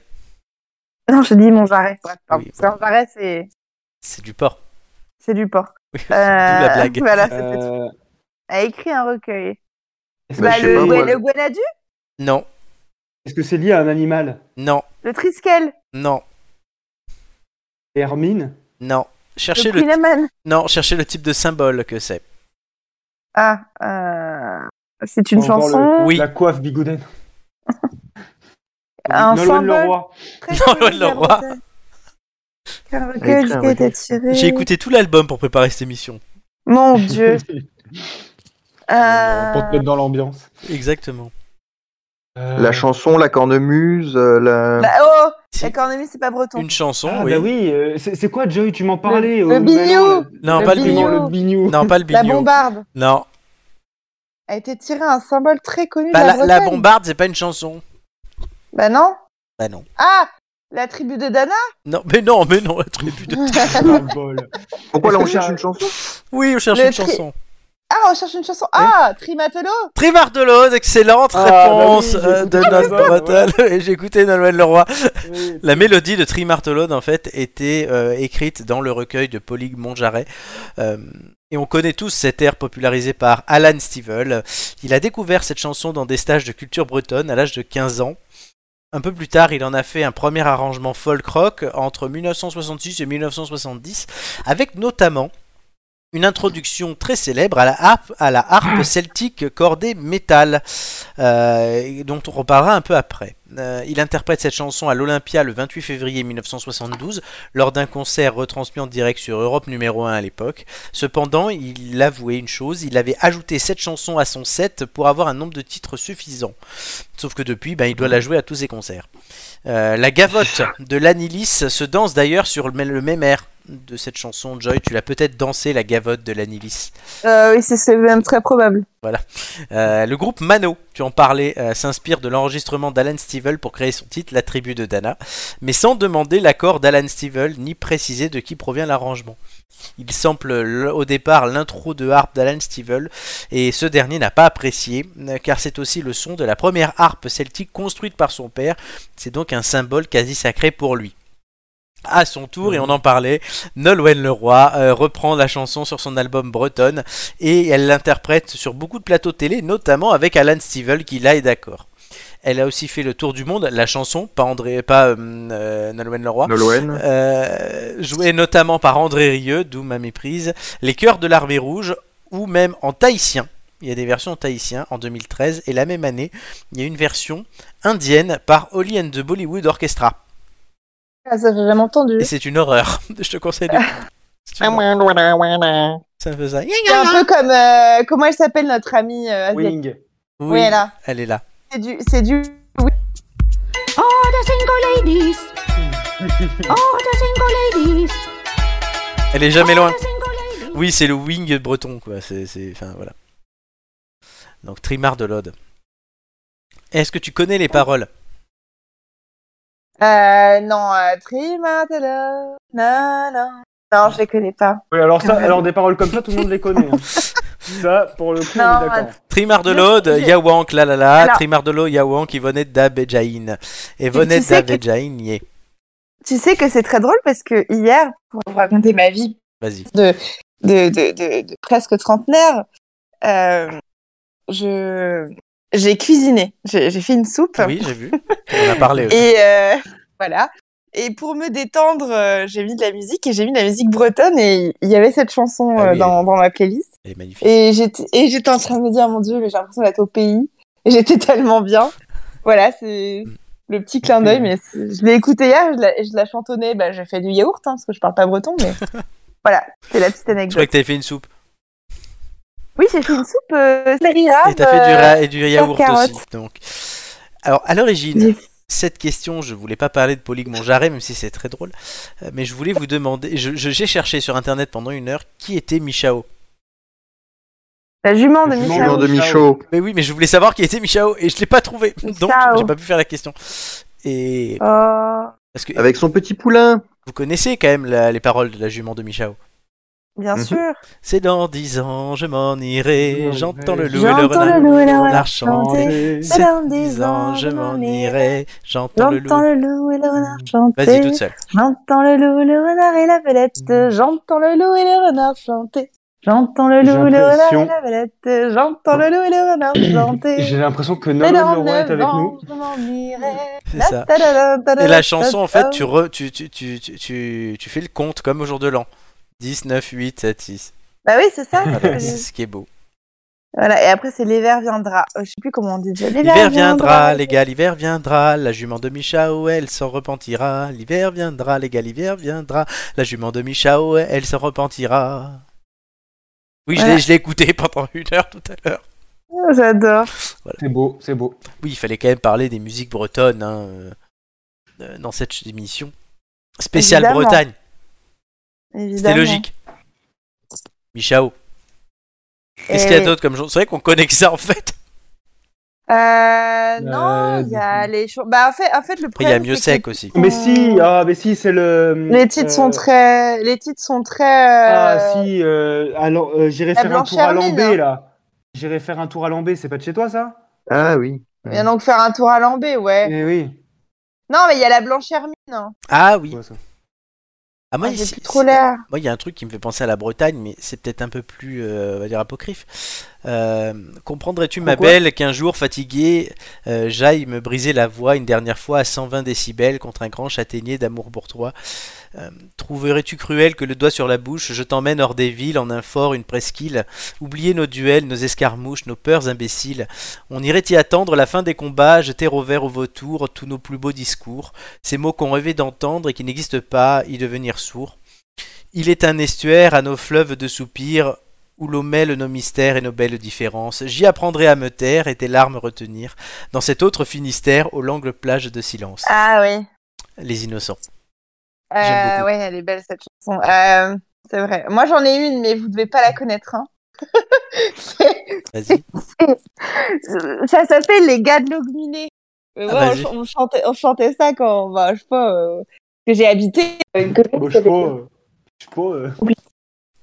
Speaker 4: Non, je dis mon jarret. Ouais, pardon.
Speaker 1: Oui.
Speaker 4: C'est un jarret, c'est
Speaker 1: c'est du port.
Speaker 4: c'est du porc.
Speaker 1: D'où la blague.
Speaker 4: Euh, Voilà, c'était tout.
Speaker 2: euh,
Speaker 4: A écrit un recueil.
Speaker 2: Est-ce
Speaker 3: Bah,
Speaker 4: Bah,
Speaker 2: que-
Speaker 3: je sais
Speaker 4: le,
Speaker 3: pas,
Speaker 4: ouais,
Speaker 3: moi.
Speaker 4: le Guenadu,
Speaker 1: Non,
Speaker 2: est-ce que c'est lié à un animal
Speaker 1: non,
Speaker 4: le Triskel,
Speaker 1: non.
Speaker 2: Hermine
Speaker 1: Non.
Speaker 4: le
Speaker 1: Cherchez le,
Speaker 4: Queen Amman.
Speaker 1: non, cherchez le type de symbole que c'est.
Speaker 4: Ah, euh, c'est une
Speaker 2: Encore le-
Speaker 4: chanson.
Speaker 1: Oui.
Speaker 2: La coiffe bigouden.
Speaker 4: Un
Speaker 2: Nolwenn
Speaker 4: symbole.
Speaker 2: Leroy.
Speaker 4: Très
Speaker 1: Non,
Speaker 4: connue,
Speaker 1: le roi.
Speaker 4: la Bretagne. Un
Speaker 3: Elle a
Speaker 4: recueil
Speaker 3: écrit un
Speaker 4: qui a été
Speaker 3: recueil.
Speaker 4: tiré.
Speaker 1: J'ai écouté tout l'album pour préparer cette émission.
Speaker 4: Mon Dieu. Euh,
Speaker 2: Pour te mettre dans l'ambiance.
Speaker 1: Exactement.
Speaker 2: Euh,
Speaker 3: La chanson, la cornemuse, euh, la...
Speaker 4: bah, oh,
Speaker 1: Si.
Speaker 4: La cornemuse, c'est pas breton.
Speaker 1: Une chanson,
Speaker 2: Ah,
Speaker 1: oui.
Speaker 2: bah oui, euh, c'est c'est quoi, Joy Tu m'en parlais
Speaker 10: le
Speaker 2: au Nouvel
Speaker 10: bignou.
Speaker 2: An, là.
Speaker 1: Non,
Speaker 10: Le
Speaker 1: pas le
Speaker 10: bignou.
Speaker 1: bignou.
Speaker 2: Le bignou.
Speaker 1: Non, pas le
Speaker 4: La
Speaker 1: bignou.
Speaker 4: bombarde
Speaker 1: Non.
Speaker 4: a été tirée à un symbole très connu
Speaker 1: Bah,
Speaker 4: de la,
Speaker 1: la, la
Speaker 4: Bretagne.
Speaker 1: bombarde, c'est pas une chanson.
Speaker 4: Bah non.
Speaker 1: Bah non.
Speaker 4: Ah La tribu de Dana
Speaker 1: Non, mais non, mais non, la tribu de-
Speaker 2: Ah, le bol.
Speaker 3: Pourquoi là on
Speaker 2: Est-ce que
Speaker 3: cherche
Speaker 2: ça-
Speaker 3: une chanson
Speaker 1: Oui, on cherche
Speaker 4: Le
Speaker 1: une
Speaker 4: tri-
Speaker 1: chanson.
Speaker 4: Ah, on cherche une chanson. Ah Trimatolo
Speaker 1: Trimar de l'Aude, excellente
Speaker 2: Ah, bah oui,
Speaker 1: réponse
Speaker 2: j'ai
Speaker 1: euh,
Speaker 2: écouté
Speaker 1: de notre
Speaker 2: Noël Leroy,
Speaker 1: battle. Et j'ai écouté Noël Leroy.
Speaker 2: Oui.
Speaker 1: La mélodie de Trimartolone, en fait, était euh, écrite dans le recueil de Polygue Montjarret. Euh, et on connaît tous cet air popularisé par Alan Stivell. Il a découvert cette chanson dans des stages de culture bretonne à l'âge de 15 ans. Un peu plus tard, il en a fait un premier arrangement folk rock entre 1966 et 1970, avec notamment une introduction très célèbre à la harpe, à la harpe celtique cordée métal euh, dont on reparlera un peu après. Euh, il interprète cette chanson à l'Olympia le 28 février 1972 lors d'un concert retransmis en direct sur Europe numéro 1 à l'époque. Cependant, il avouait une chose, il avait ajouté cette chanson à son set pour avoir un nombre de titres suffisant. Sauf que depuis, ben, il doit la jouer à tous ses concerts. Euh, la gavotte de l'Anilis se danse d'ailleurs sur le le même air de cette chanson. Joy, tu l'as peut-être dansé, la gavotte de l'Anilis.
Speaker 4: euh, Oui, c'est- c'est même très probable.
Speaker 1: Euh, le groupe Mano, tu en parlais, euh, s'inspire de l'enregistrement d'Alan Stivell pour créer son titre La tribu de Dana, mais sans demander l'accord d'Alan Stivell ni préciser de qui provient l'arrangement. Il sample l- au départ l'intro de harpe d'Alan Stivell et ce dernier n'a pas apprécié euh, car c'est aussi le son de la première harpe celtique construite par son père, c'est donc un symbole quasi sacré pour lui. À son tour, et on en parlait, Nolwenn Leroy euh, reprend la chanson sur son album Bretonne et elle l'interprète sur beaucoup de plateaux télé, notamment avec Alan Stivell qui là est d'accord. Elle a aussi fait le tour du monde, la chanson, pas André, pas euh, euh, Nolwenn Leroy,
Speaker 3: Nolwenn.
Speaker 1: euh, jouée notamment par André Rieu, d'où ma méprise, Les Cœurs de l'Armée Rouge, ou même en tahitien. Il y a des versions en tahitien en 2013, et la même année, il y a une version indienne par Holly and the Bollywood Orchestra.
Speaker 10: Ah, ça, j'ai jamais entendu.
Speaker 1: Et c'est une horreur, je te conseille de... C'est une horreur. Ça fait ça.
Speaker 4: C'est un peu comme. euh, comment elle s'appelle notre amie euh, asiatique
Speaker 2: Wing.
Speaker 1: Oui,
Speaker 4: Oui, elle a.
Speaker 1: elle est là.
Speaker 4: C'est du. C'est du.
Speaker 11: Oh, the single ladies. Oh, the single ladies.
Speaker 1: Elle est jamais loin.
Speaker 11: The single ladies.
Speaker 1: Oui, c'est le wing breton, quoi. C'est, c'est, enfin, voilà. Donc, Trimard de l'Aude. Est-ce que tu connais les paroles
Speaker 4: Euh, non, euh, Trimatolo. Non, non. Non, je les connais pas.
Speaker 2: Oui, alors, ça, alors des paroles comme ça, tout le monde les connaît. hein. ça, pour le coup,
Speaker 4: Non,
Speaker 2: on est d'accord.
Speaker 1: Trimard de
Speaker 4: Mais
Speaker 1: l'Aude,
Speaker 4: je-
Speaker 1: Yawank, la la la,
Speaker 4: Alors-
Speaker 1: Trimard de l'Aude, Yawank, Yvonette d'Abejaïn. Et
Speaker 4: tu sais que-
Speaker 1: d'Abejaïn, y est.
Speaker 4: Tu sais que c'est très drôle parce que hier, pour vous raconter ma vie
Speaker 1: Vas-y.
Speaker 4: de, de, de, de presque trentenaire, euh, je j'ai cuisiné, j'ai j'ai fait une soupe
Speaker 1: Oui, j'ai vu. On en a parlé aussi.
Speaker 4: et euh, voilà. Et pour me détendre, euh, j'ai mis de la musique et j'ai mis de la musique bretonne et il y avait cette chanson
Speaker 1: Ah
Speaker 4: euh,
Speaker 1: oui.
Speaker 4: dans, dans ma playlist.
Speaker 1: Elle est magnifique.
Speaker 4: Et j'étais et j'étais en train de me dire mon Dieu, mais j'ai l'impression d'être au pays. Et j'étais tellement bien. Voilà, c'est le petit clin d'œil, mais c'est- je l'ai écoutée hier, je la, je la chantonnais, bah, j'ai fait du yaourt hein, parce que je parle pas breton, mais voilà, c'est la petite
Speaker 1: Je
Speaker 4: anecdote.
Speaker 1: crois que t'avais fait une soupe.
Speaker 4: Oui, j'ai fait une soupe euh, céleri rave,
Speaker 1: Et t'as fait du,
Speaker 4: euh,
Speaker 1: ra- et du yaourt
Speaker 4: carotte.
Speaker 1: aussi. Donc. Alors, à l'origine,
Speaker 4: J'ai-
Speaker 1: cette question, je voulais pas parler de Polygue Montjarret, même si c'est très drôle, euh, mais je voulais vous demander, je- je- j'ai cherché sur internet pendant une heure qui était Michao.
Speaker 4: La jument de
Speaker 2: La jument
Speaker 3: Million
Speaker 4: Michel.
Speaker 3: de Michaud.
Speaker 1: Mais oui, mais je voulais savoir qui était Michao et je l'ai pas trouvé, donc
Speaker 4: Michao.
Speaker 1: j'ai pas pu faire la question. Et
Speaker 4: Oh,
Speaker 1: parce que
Speaker 3: Avec son petit poulain.
Speaker 1: vous connaissez quand même la- les paroles de la jument de Michao.
Speaker 4: bien
Speaker 3: Mhm.
Speaker 4: sûr.
Speaker 1: C'est dans dix ans, je m'en irai,
Speaker 2: Je m'en
Speaker 1: j'entends
Speaker 2: irai.
Speaker 1: le loup et le
Speaker 4: J'entends
Speaker 1: renard,
Speaker 4: le loup et le
Speaker 1: renard
Speaker 4: renard
Speaker 1: chanter.
Speaker 4: chanter.
Speaker 1: C'est
Speaker 4: dans
Speaker 1: dix ans, je m'en irai, j'entends le
Speaker 4: J'entends
Speaker 1: loup.
Speaker 4: le loup et le renard
Speaker 1: Vas-y
Speaker 4: chanter.
Speaker 1: toute seule. Mhm.
Speaker 4: J'entends le loup, le renard et la belette. J'entends le loup et le renard chanter. J'entends le loup,
Speaker 2: J'ai
Speaker 4: le renard
Speaker 2: l'impression-
Speaker 4: et la belette. J'entends le loup et le renard chanter.
Speaker 2: J'ai l'impression que
Speaker 4: Mais
Speaker 2: Nolan
Speaker 4: dans
Speaker 2: Leroy est
Speaker 4: le
Speaker 2: avec
Speaker 4: vent,
Speaker 2: nous.
Speaker 4: je m'en irai.
Speaker 1: C'est ça. Et la chanson, en fait, tu, re- tu, tu, tu, tu, tu- tu fais le compte comme au jour de l'an. 10, 9, 8, 7, 6.
Speaker 4: Bah oui, c'est ça.
Speaker 1: Voilà, c'est ce qui est beau.
Speaker 4: Voilà, et après c'est l'hiver viendra. Euh, je sais plus comment on dit déjà.
Speaker 1: L'hiver viendra, les gars, l'hiver viendra. La jument de Michao, elle s'en repentira. L'hiver viendra, les gars, l'hiver viendra. La jument de Michao, elle s'en repentira. Oui, je l'ai-
Speaker 4: Voilà.
Speaker 1: je l'ai écouté pendant une heure tout à l'heure.
Speaker 4: Oh, J'adore.
Speaker 2: C'est beau, c'est beau.
Speaker 1: Oui, il fallait quand même parler des musiques bretonnes. hein. euh, dans cette émission spéciale
Speaker 4: Évidemment.
Speaker 1: Bretagne.
Speaker 4: évidemment.
Speaker 1: C'était logique. Michao. Qu'est-ce
Speaker 4: Eh
Speaker 1: qu'il y a
Speaker 4: oui.
Speaker 1: d'autre comme gens C'est vrai qu'on connaît que ça en fait.
Speaker 4: Euh, non, il y a les choses. Bah, en fait, en fait, le
Speaker 1: Après, il y a
Speaker 4: problème,
Speaker 1: mieux
Speaker 4: c'est
Speaker 1: sec
Speaker 4: que
Speaker 1: aussi.
Speaker 2: Mais si, ah, mais si, c'est le.
Speaker 4: Oh. Les titres sont
Speaker 2: euh,
Speaker 4: très, les titres sont très.
Speaker 2: Ah
Speaker 4: euh,
Speaker 2: si, euh, alors, euh, j'irai
Speaker 4: la
Speaker 2: faire un
Speaker 4: Blanche
Speaker 2: tour à
Speaker 4: Hermine,
Speaker 2: Lambé
Speaker 4: hein.
Speaker 2: là. J'irai faire un tour à Lambé, c'est pas de chez toi ça
Speaker 3: Ah oui.
Speaker 4: Il y en a donc faire un tour à l'ambé, ouais.
Speaker 2: Eh oui.
Speaker 4: Non, mais il y a la blanche hermine. hein.
Speaker 1: Ah oui.
Speaker 2: Ouais, ça.
Speaker 1: Ah, moi,
Speaker 4: Ah, J'ai
Speaker 1: c'est-
Speaker 4: plus trop l'air.
Speaker 1: Moi, il y a un truc qui me fait penser à la Bretagne, mais c'est peut-être un peu plus, euh, on va dire, apocryphe. Euh, Comprendrais-tu, ma
Speaker 2: Pourquoi
Speaker 1: belle, qu'un jour fatigué, euh, j'aille me briser la voix une dernière fois à 120 décibels contre un grand châtaignier d'amour pour toi Euh, Trouverais-tu cruel que le doigt sur la bouche, je t'emmène hors des villes, en un fort, une presqu'île Oublier nos duels, nos escarmouches, nos peurs imbéciles. On irait y attendre la fin des combats, jeter au vert au vautour tous nos plus beaux discours, ces mots qu'on rêvait d'entendre et qui n'existent pas, y devenir sourd. Il est un estuaire à nos fleuves de soupirs, où l'eau mêle nos mystères et nos belles différences. J'y apprendrai à me taire et tes larmes retenir, dans cet autre Finistère, aux langues plages de silence.
Speaker 4: Ah oui.
Speaker 1: Les innocents. J'aime
Speaker 4: Euh,
Speaker 1: beaucoup.
Speaker 4: ouais, elle est belle cette chanson. Euh, c'est vrai. Moi, j'en ai une, mais vous devez pas la connaître. Hein. C'est-
Speaker 1: Vas-y.
Speaker 4: ça s'appelle les gars de l'Augminé. Euh,
Speaker 1: Ah,
Speaker 4: ouais, on
Speaker 1: vas-y.
Speaker 4: ch- on, chantait, on chantait ça quand, bah, je sais pas, euh, que j'ai habité. euh, une copine
Speaker 2: Bon, je
Speaker 4: qui
Speaker 2: sais
Speaker 4: avait-
Speaker 2: pas, euh, je sais pas, euh,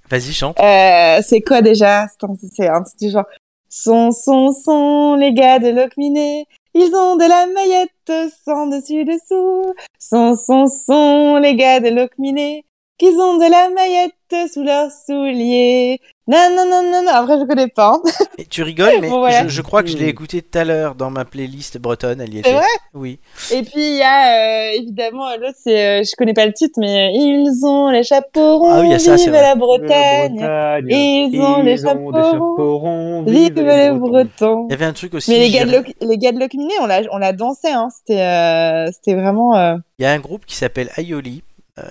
Speaker 1: Vas-y, chante.
Speaker 4: Euh, c'est quoi déjà Attends, c'est- C'est un petit genre. Son, son, son, les gars de l'Ocminé, ils ont de la maillette sans dessus dessous. Son, son, son, les gars de l'Ocminé, qu'ils ont de la maillette sous leurs souliers. Non, non, non, non, non. Après, je connais pas. hein.
Speaker 1: Mais tu rigoles, mais
Speaker 4: Bon, voilà.
Speaker 1: je, je crois que je l'ai
Speaker 2: Hmm.
Speaker 1: écouté tout à l'heure dans ma playlist bretonne. Elle y
Speaker 4: C'est
Speaker 1: était.
Speaker 4: vrai
Speaker 1: Oui.
Speaker 4: Et puis, il y a euh, évidemment, euh, l'autre, c'est, euh, je connais pas le titre, mais euh, ils ont les chapeaux ronds,
Speaker 1: Ah oui, il y a ça, c'est
Speaker 4: vive
Speaker 1: vrai.
Speaker 4: la
Speaker 2: la
Speaker 4: Bretagne.
Speaker 2: Bretagne.
Speaker 4: Ils ont les chapeaux ronds,
Speaker 2: ronds,
Speaker 4: vive les Bretons.
Speaker 1: Il y avait un truc aussi. euh,
Speaker 4: Mais les gars, de
Speaker 1: j'irais-
Speaker 4: Loc- les gars de Locminé, on l'a, on l'a dansé, hein. C'était, euh, c'était vraiment. euh,
Speaker 1: Il y a un groupe qui s'appelle Aioli euh,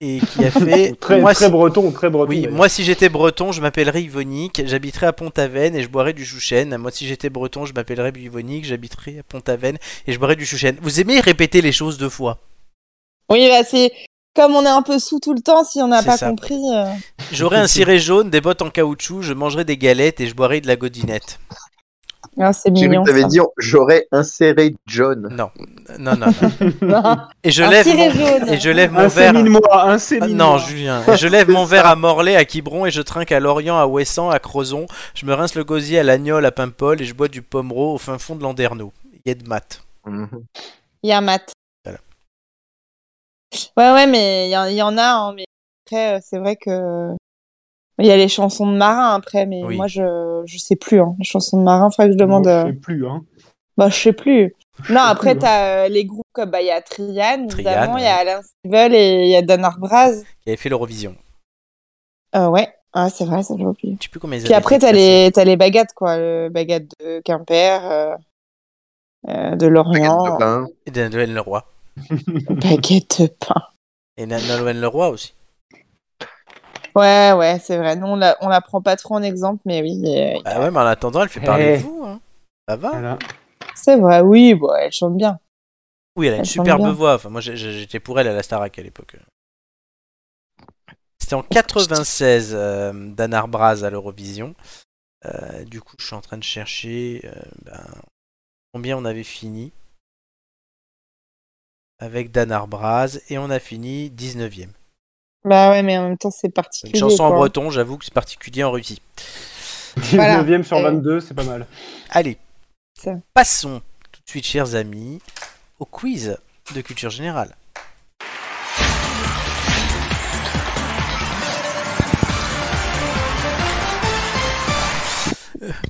Speaker 1: et qui a fait.
Speaker 2: Très,
Speaker 1: moi,
Speaker 2: très
Speaker 1: si-
Speaker 2: breton, très breton.
Speaker 1: Oui,
Speaker 2: d'ailleurs.
Speaker 1: moi si j'étais breton, je m'appellerais Yvonique, j'habiterais à Pont-Aven et je boirais du chouchen. Moi si j'étais breton, je m'appellerais Yvonique, j'habiterais à Pont-Aven et je boirais du chouchen. Vous aimez répéter les choses deux fois.
Speaker 4: Oui, bah, c'est comme on est un peu sous tout le temps, si on n'a
Speaker 1: C'est
Speaker 4: pas
Speaker 1: ça.
Speaker 4: compris. euh,
Speaker 1: J'aurais un ciré jaune, des bottes en caoutchouc, je mangerais des galettes et je boirais de la godinette.
Speaker 4: ah, c'est
Speaker 3: J'ai
Speaker 4: mignon.
Speaker 3: vu que t'avais
Speaker 4: ça.
Speaker 3: dit oh, j'aurais inséré John.
Speaker 1: Non, non, non. Et je
Speaker 4: Un
Speaker 1: lève
Speaker 4: ciré
Speaker 1: mon,
Speaker 4: jaune.
Speaker 1: et je lève mon
Speaker 2: Un
Speaker 1: verre.
Speaker 2: sémine-moi, un
Speaker 1: Ah,
Speaker 2: sémine
Speaker 1: non, Julien. Et Je lève mon verre à Morlaix, à Quiberon et je trinque à Lorient, à Ouessant, à Crozon. Je me rince le gosier à Lagnol, à Paimpol et je bois du pomereau au fin fond de Landerneau. Yed mat.
Speaker 3: Mhm.
Speaker 4: Il y a un mat.
Speaker 1: Voilà.
Speaker 4: Ouais, ouais, mais il y, en- il y en a, hein, mais après, euh, c'est vrai que. Il y a les chansons de marin après, mais
Speaker 1: Oui.
Speaker 4: moi, je, je sais plus, hein. Les chansons de marin, faudrait que je demande.
Speaker 2: Moi,
Speaker 4: euh,
Speaker 2: Je sais plus, hein.
Speaker 4: Bah, je sais plus. Non,
Speaker 2: sais
Speaker 1: hein.
Speaker 4: après,
Speaker 2: plus,
Speaker 4: t'as euh, les groupes comme bah, il y a Trian,
Speaker 1: Trian,
Speaker 4: évidemment, il y a Alain Stivell et il y a Dan Arbraz.
Speaker 1: Qui avait fait l'Eurovision.
Speaker 4: Euh, ouais, ah, c'est vrai, ça j'ai oublié.
Speaker 1: Je sais plus combien ils
Speaker 4: Puis
Speaker 1: avaient
Speaker 4: après,
Speaker 1: été
Speaker 4: t'as
Speaker 1: classés.
Speaker 4: les, t'as les baguettes, quoi. Le baguette de Quimper, euh, euh, de Lorient,
Speaker 3: Hein.
Speaker 1: Et de Noël Leroy.
Speaker 4: baguette de pain.
Speaker 1: Et Na- Nolwenn Leroy aussi.
Speaker 4: Ouais, ouais, c'est vrai. Nous, on la, on la prend pas trop en exemple, mais oui, euh,
Speaker 1: Ah ouais, mais en attendant, elle fait parler
Speaker 2: Eh.
Speaker 1: de vous. Hein. Ça va
Speaker 2: Voilà.
Speaker 4: c'est vrai. Oui, bon, elle chante bien.
Speaker 1: Oui, elle a une
Speaker 4: Elle chante
Speaker 1: superbe
Speaker 4: bien.
Speaker 1: voix. Enfin, moi, j'ai- j'ai- j'étais pour elle à la Starac à l'époque. C'était en 96, euh, Dan Arbraz à l'Eurovision. Euh, du coup, je suis en train de chercher euh, ben, combien on avait fini avec Dan Arbraz et on a fini 19ème.
Speaker 4: Bah ouais, mais en même temps, c'est
Speaker 1: Une
Speaker 4: particulier.
Speaker 1: chanson en
Speaker 4: quoi.
Speaker 1: breton, j'avoue que c'est particulier en Russie.
Speaker 2: 19 e sur
Speaker 4: Et-
Speaker 2: 22, c'est pas mal.
Speaker 1: Allez,
Speaker 4: Ça.
Speaker 1: passons tout de suite, chers amis, au quiz de culture générale.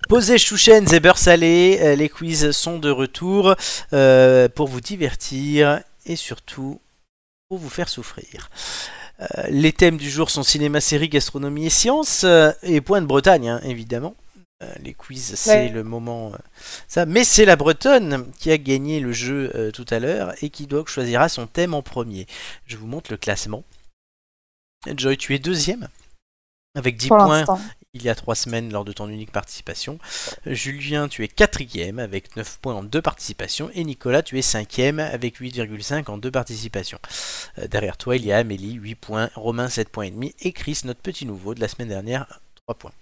Speaker 1: Posez chouchens et beurre salé, euh, les quiz sont de retour euh, pour vous divertir et surtout pour vous faire souffrir. Euh, les thèmes du jour sont cinéma, série, gastronomie et sciences, euh, et point de Bretagne, hein, évidemment. Euh, les quiz, c'est
Speaker 4: Ouais.
Speaker 1: le moment. euh, ça. Mais c'est la Bretonne qui a gagné le jeu euh, tout à l'heure et qui donc choisira son thème en premier. Je vous montre le classement. Joy, tu es deuxième avec 10
Speaker 4: Pour
Speaker 1: points.
Speaker 4: l'instant.
Speaker 1: il y a trois semaines lors de ton unique participation. Julien, tu es quatrième avec 9 points en deux participations. Et Nicolas, tu es cinquième avec 8,5 en deux participations. Euh, derrière toi, il y a Amélie, 8 points, Romain, 7 points et demi, et Chris, notre petit nouveau de la semaine dernière, 3 points.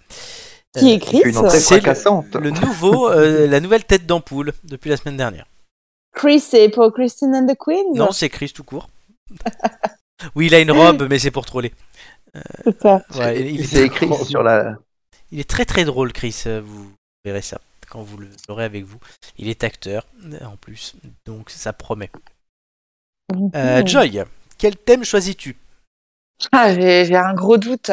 Speaker 4: Qui
Speaker 1: Euh,
Speaker 4: est Chris
Speaker 3: Une entrée
Speaker 1: C'est le-
Speaker 3: fracassante.
Speaker 1: Le nouveau, euh, la nouvelle tête d'ampoule depuis la semaine dernière.
Speaker 4: Chris, c'est pour Christine and the Queen
Speaker 1: Non, c'est Chris tout court. Oui, il a une robe, mais c'est pour troller.
Speaker 4: C'est ça.
Speaker 1: Ouais, il, il est
Speaker 3: C'est écrit
Speaker 2: trop-
Speaker 3: sur la.
Speaker 1: Il est très très drôle, Chris. euh, Vous verrez ça quand vous le- l'aurez avec vous. Il est acteur euh, en plus, donc ça promet.
Speaker 4: Mhm.
Speaker 1: Euh, Joy, quel thème choisis-tu
Speaker 4: Ah, j'ai j'ai un gros doute.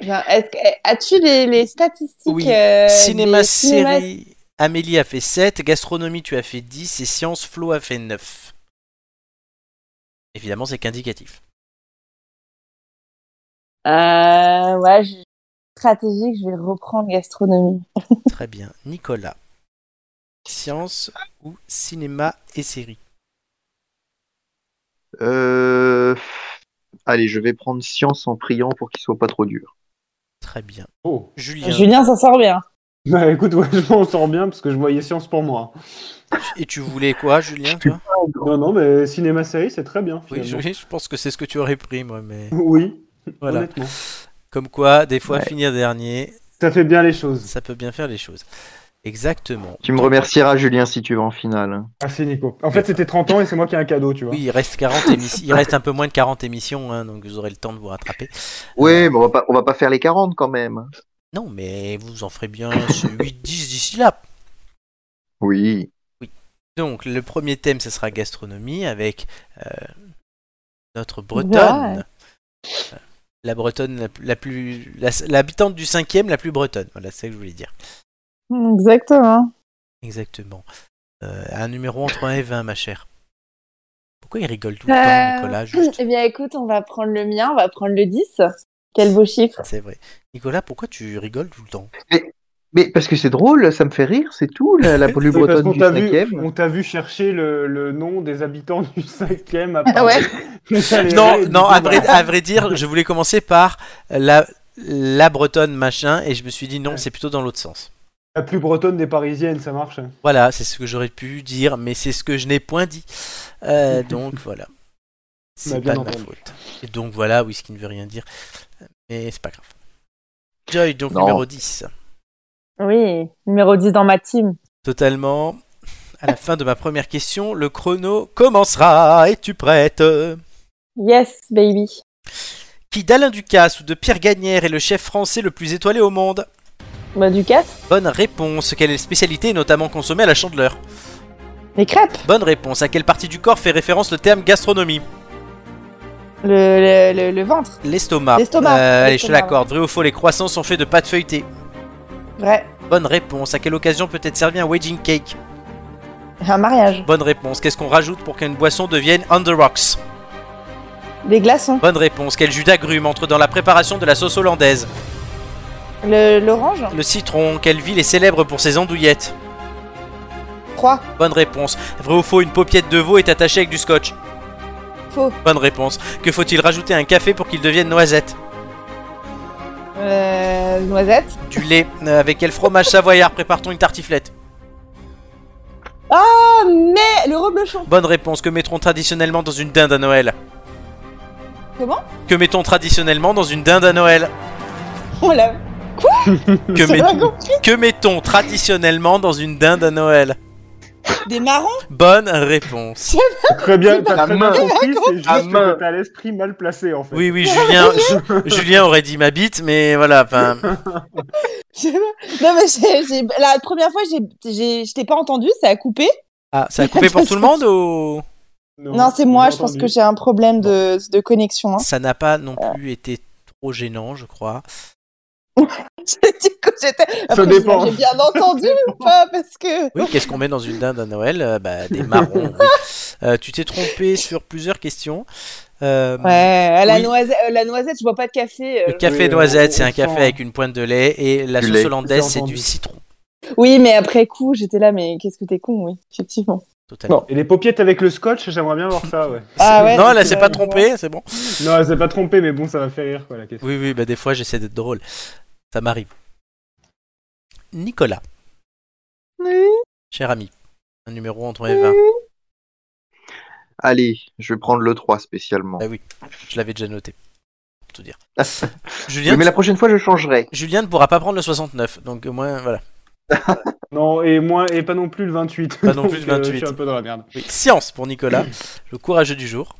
Speaker 4: J'ai un- est-ce que- eh, As-tu les, les statistiques
Speaker 1: Oui.
Speaker 4: euh,
Speaker 1: Cinéma,
Speaker 4: des cinémas-
Speaker 1: série. Amélie a fait 7, gastronomie tu as fait 10 et science Flo a fait 9. Évidemment, c'est qu'indicatif.
Speaker 4: Euh, ouais, je- stratégique, je vais reprendre gastronomie.
Speaker 1: Très bien. Nicolas, science ou cinéma et série
Speaker 3: Euh, Allez, je vais prendre science en priant pour qu'il soit pas trop dur.
Speaker 1: Très bien.
Speaker 2: Oh.
Speaker 1: Julien,
Speaker 4: Julien s'en sort bien.
Speaker 2: Bah écoute, ouais, je m'en sors bien parce que je voyais science pour moi.
Speaker 1: et tu voulais quoi, Julien toi
Speaker 2: Non, non, mais cinéma-série, c'est très bien.
Speaker 1: Oui,
Speaker 2: finalement.
Speaker 1: je, je pense que c'est ce que tu aurais pris, moi, mais
Speaker 2: Oui,
Speaker 1: voilà.
Speaker 2: honnêtement.
Speaker 1: Comme quoi, des fois,
Speaker 3: Ouais.
Speaker 1: finir dernier,
Speaker 2: Ça fait bien les choses.
Speaker 1: ça peut bien faire les choses. Exactement.
Speaker 3: Tu me remercieras, Julien, si tu vas en finale.
Speaker 2: Merci Ah, Nico. En fait, c'était 30 ans et c'est moi qui ai un cadeau, tu vois.
Speaker 1: Oui, il reste, 40 émissions. il reste un peu moins de 40 émissions, hein, donc vous aurez le temps de vous rattraper.
Speaker 3: Ouais, mais on va pas, on va pas faire les 40 quand même.
Speaker 1: Non, mais vous en ferez bien 8-10 d'ici là.
Speaker 3: Oui.
Speaker 1: Donc, le premier thème, ce sera gastronomie avec euh, notre Bretonne. Euh, La Bretonne la, la plus. la- L'habitante du cinquième, la plus bretonne. Voilà, c'est ça que je voulais dire.
Speaker 4: Exactement.
Speaker 1: Exactement. Euh, un numéro entre 1 et 20, ma chère. Pourquoi il rigole tout le temps,
Speaker 4: Euh,
Speaker 1: Nicolas juste
Speaker 4: Eh bien, écoute, on va prendre le mien, on va prendre le 10. Quel beau chiffre.
Speaker 1: C'est vrai. Nicolas, pourquoi tu rigoles tout le temps
Speaker 3: Mais parce que c'est drôle, ça me fait rire, c'est tout, la, la le
Speaker 2: Oui, parce
Speaker 3: bretonne
Speaker 2: qu'on
Speaker 3: du
Speaker 2: t'a vu,
Speaker 3: 5
Speaker 2: on t'a vu chercher le, le nom des habitants du 5e à Paris.
Speaker 4: ouais.
Speaker 2: Mais ça les
Speaker 1: Non,
Speaker 2: règles,
Speaker 1: non,
Speaker 2: du
Speaker 1: à
Speaker 2: coup,
Speaker 1: vrai,
Speaker 2: voilà.
Speaker 1: à vrai dire, je voulais commencer par la, la bretonne machin et je me suis dit non, c'est plutôt dans l'autre sens.
Speaker 2: La plus bretonne des parisiennes, ça marche. hein.
Speaker 1: Voilà, c'est ce que j'aurais pu dire, mais c'est ce que je n'ai point dit. Euh, donc voilà.
Speaker 2: On a
Speaker 1: C'est
Speaker 2: bien
Speaker 1: pas de ma
Speaker 2: entendu.
Speaker 1: faute. Et donc voilà, oui, ce qui ne veut rien dire. Mais c'est pas grave. Joy, donc
Speaker 3: Non.
Speaker 1: numéro 10.
Speaker 4: Oui, numéro 10 dans ma team.
Speaker 1: Totalement. À la fin de ma première question, le chrono commencera. Es-tu prête
Speaker 4: Yes, baby.
Speaker 1: Qui d'Alain Ducasse ou de Pierre Gagnère est le chef français le plus étoilé au monde
Speaker 4: Bah, du casse.
Speaker 1: Bonne réponse. Quelle est la spécialité notamment consommée à la chandeleur
Speaker 4: Les crêpes.
Speaker 1: Bonne réponse. À quelle partie du corps fait référence le terme gastronomie
Speaker 4: Le, le, le, le ventre.
Speaker 1: L'estomac.
Speaker 4: L'estomac.
Speaker 1: Euh, allez, je te
Speaker 4: L'estomac.
Speaker 1: l'accorde. Vrai ou faux, les croissants sont faits de pâte feuilletée
Speaker 4: Vrai.
Speaker 1: Bonne réponse. À quelle occasion peut être servi un wedding cake
Speaker 4: Un mariage.
Speaker 1: Bonne réponse. Qu'est-ce qu'on rajoute pour qu'une boisson devienne on the rocks
Speaker 4: Des glaçons.
Speaker 1: Bonne réponse. Quel jus d'agrumes entre dans la préparation de la sauce hollandaise
Speaker 4: Le- L'orange.
Speaker 1: Le citron, quelle ville est célèbre pour ses andouillettes
Speaker 4: 3.
Speaker 1: Bonne réponse. Vrai ou faux, une paupiette de veau est attachée avec du scotch
Speaker 4: Faux.
Speaker 1: Bonne réponse. Que faut-il rajouter à un café pour qu'il devienne noisette
Speaker 4: Euh, noisette.
Speaker 1: Du lait. Euh, Avec quel fromage savoyard prépare-t-on une tartiflette
Speaker 4: Oh, mais le reblochon.
Speaker 1: Bonne réponse. Que mettons traditionnellement dans une dinde à Noël
Speaker 4: Comment
Speaker 1: Que mettons traditionnellement dans une dinde à Noël
Speaker 4: Oh là.
Speaker 1: que,
Speaker 4: ça
Speaker 1: met-
Speaker 4: va, gros.
Speaker 1: que mettons traditionnellement dans une dinde à Noël
Speaker 6: Des marrons
Speaker 1: Bonne réponse.
Speaker 2: T'as Très bien, t'as
Speaker 3: La
Speaker 2: très
Speaker 3: main.
Speaker 2: bien compris, c'est juste
Speaker 3: La main.
Speaker 2: que t'as l'esprit mal placé en fait.
Speaker 1: Oui, oui, Julien, Ju- Julien aurait dit ma bite, mais voilà, enfin,
Speaker 4: Je- Non, mais j'ai- j'ai- la première fois, j'ai- j'ai- je t'ai pas entendu, ça a coupé.
Speaker 1: Ah, ça a coupé pour tout le monde ou
Speaker 4: Non, c'est moi,
Speaker 2: j'ai
Speaker 4: je pense
Speaker 2: entendu.
Speaker 4: que j'ai un problème de, de connexion. hein.
Speaker 1: Ça n'a pas non plus été trop gênant, je crois.
Speaker 4: du coup, j'étais. Après,
Speaker 2: dépend.
Speaker 4: J'ai bien entendu ou pas Parce que.
Speaker 1: Oui, qu'est-ce qu'on met dans une dinde à Noël Euh, Bah, des marrons. oui. Euh, tu t'es trompé sur plusieurs questions. Euh,
Speaker 4: Ouais, à la,
Speaker 1: Oui.
Speaker 4: noisette, euh, la noisette, je bois pas de café. euh,
Speaker 1: Le café
Speaker 2: Oui,
Speaker 1: noisette,
Speaker 2: on-
Speaker 1: c'est
Speaker 2: on
Speaker 1: un café
Speaker 2: sent.
Speaker 1: avec une pointe de lait et la
Speaker 3: Du
Speaker 1: sauce
Speaker 3: lait.
Speaker 1: hollandaise, c'est
Speaker 2: entendu.
Speaker 1: du citron.
Speaker 4: Oui, mais après coup, j'étais là, mais qu'est-ce que t'es con, oui, effectivement.
Speaker 1: Totalement.
Speaker 2: Et les paupiètes avec le scotch, j'aimerais bien voir ça, ouais.
Speaker 4: Ah ouais,
Speaker 1: non,
Speaker 4: c'est
Speaker 1: elle s'est
Speaker 4: vrai,
Speaker 1: pas
Speaker 4: je
Speaker 1: trompée, c'est bon.
Speaker 2: Non, elle s'est pas trompée, mais bon, ça va faire rire quoi la question.
Speaker 1: Oui, oui, bah des fois j'essaie d'être drôle. Ça m'arrive. Nicolas,
Speaker 6: Oui.
Speaker 1: cher ami, un numéro entre les 20.
Speaker 3: Allez, je vais prendre le 3 spécialement.
Speaker 1: Ah oui, je l'avais déjà noté. Pour tout dire.
Speaker 3: Ah,
Speaker 1: Julien,
Speaker 3: mais la prochaine fois, je changerai.
Speaker 1: Julien ne pourra pas prendre le 69, donc au moins, voilà.
Speaker 2: Non, et moins, et pas non plus le 28.
Speaker 1: Pas non plus le
Speaker 2: Donc, euh,
Speaker 1: 28.
Speaker 2: je suis un peu dans la merde.
Speaker 1: Oui, Science pour Nicolas, le courageux du jour.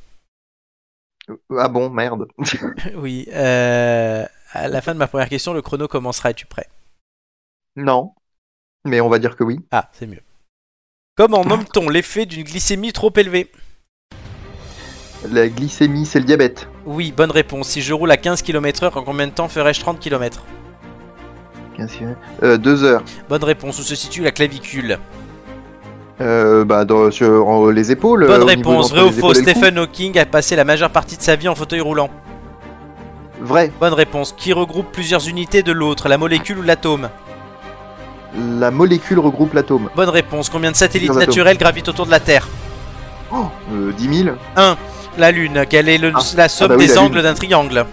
Speaker 3: Ah bon, merde.
Speaker 1: Oui, euh, à la fin de ma première question, le chrono commencera. Es-tu prêt
Speaker 3: non. Mais on va dire que oui.
Speaker 1: Ah, c'est mieux. Comment nomme-t-on l'effet d'une glycémie trop élevée
Speaker 3: La glycémie, c'est le diabète.
Speaker 1: Oui, bonne réponse. Si je roule à 15 km/h, en combien de temps ferais-je 30 km
Speaker 3: Qu'est-ce que- Euh, deux heures.
Speaker 1: Bonne réponse. Où se situe la clavicule
Speaker 3: Euh, bah, dans, sur en- les épaules.
Speaker 1: Bonne
Speaker 3: euh, au niveau
Speaker 1: réponse.
Speaker 3: entre
Speaker 1: Vrai ou
Speaker 3: les
Speaker 1: faux
Speaker 3: épaules et le cou.
Speaker 1: Stephen Hawking a passé la majeure partie de sa vie en fauteuil roulant.
Speaker 3: Vrai.
Speaker 1: Bonne réponse. Qui regroupe plusieurs unités de l'autre La molécule ou l'atome
Speaker 3: La molécule regroupe l'atome.
Speaker 1: Bonne réponse. Combien de satellites
Speaker 3: Plusieurs atomes.
Speaker 1: naturels gravitent autour de la Terre
Speaker 3: Oh, euh, 10 000.
Speaker 1: La Lune. Quelle est le-
Speaker 3: Ah.
Speaker 1: la somme
Speaker 3: bah oui,
Speaker 1: des
Speaker 3: la
Speaker 1: angles
Speaker 3: Lune.
Speaker 1: d'un triangle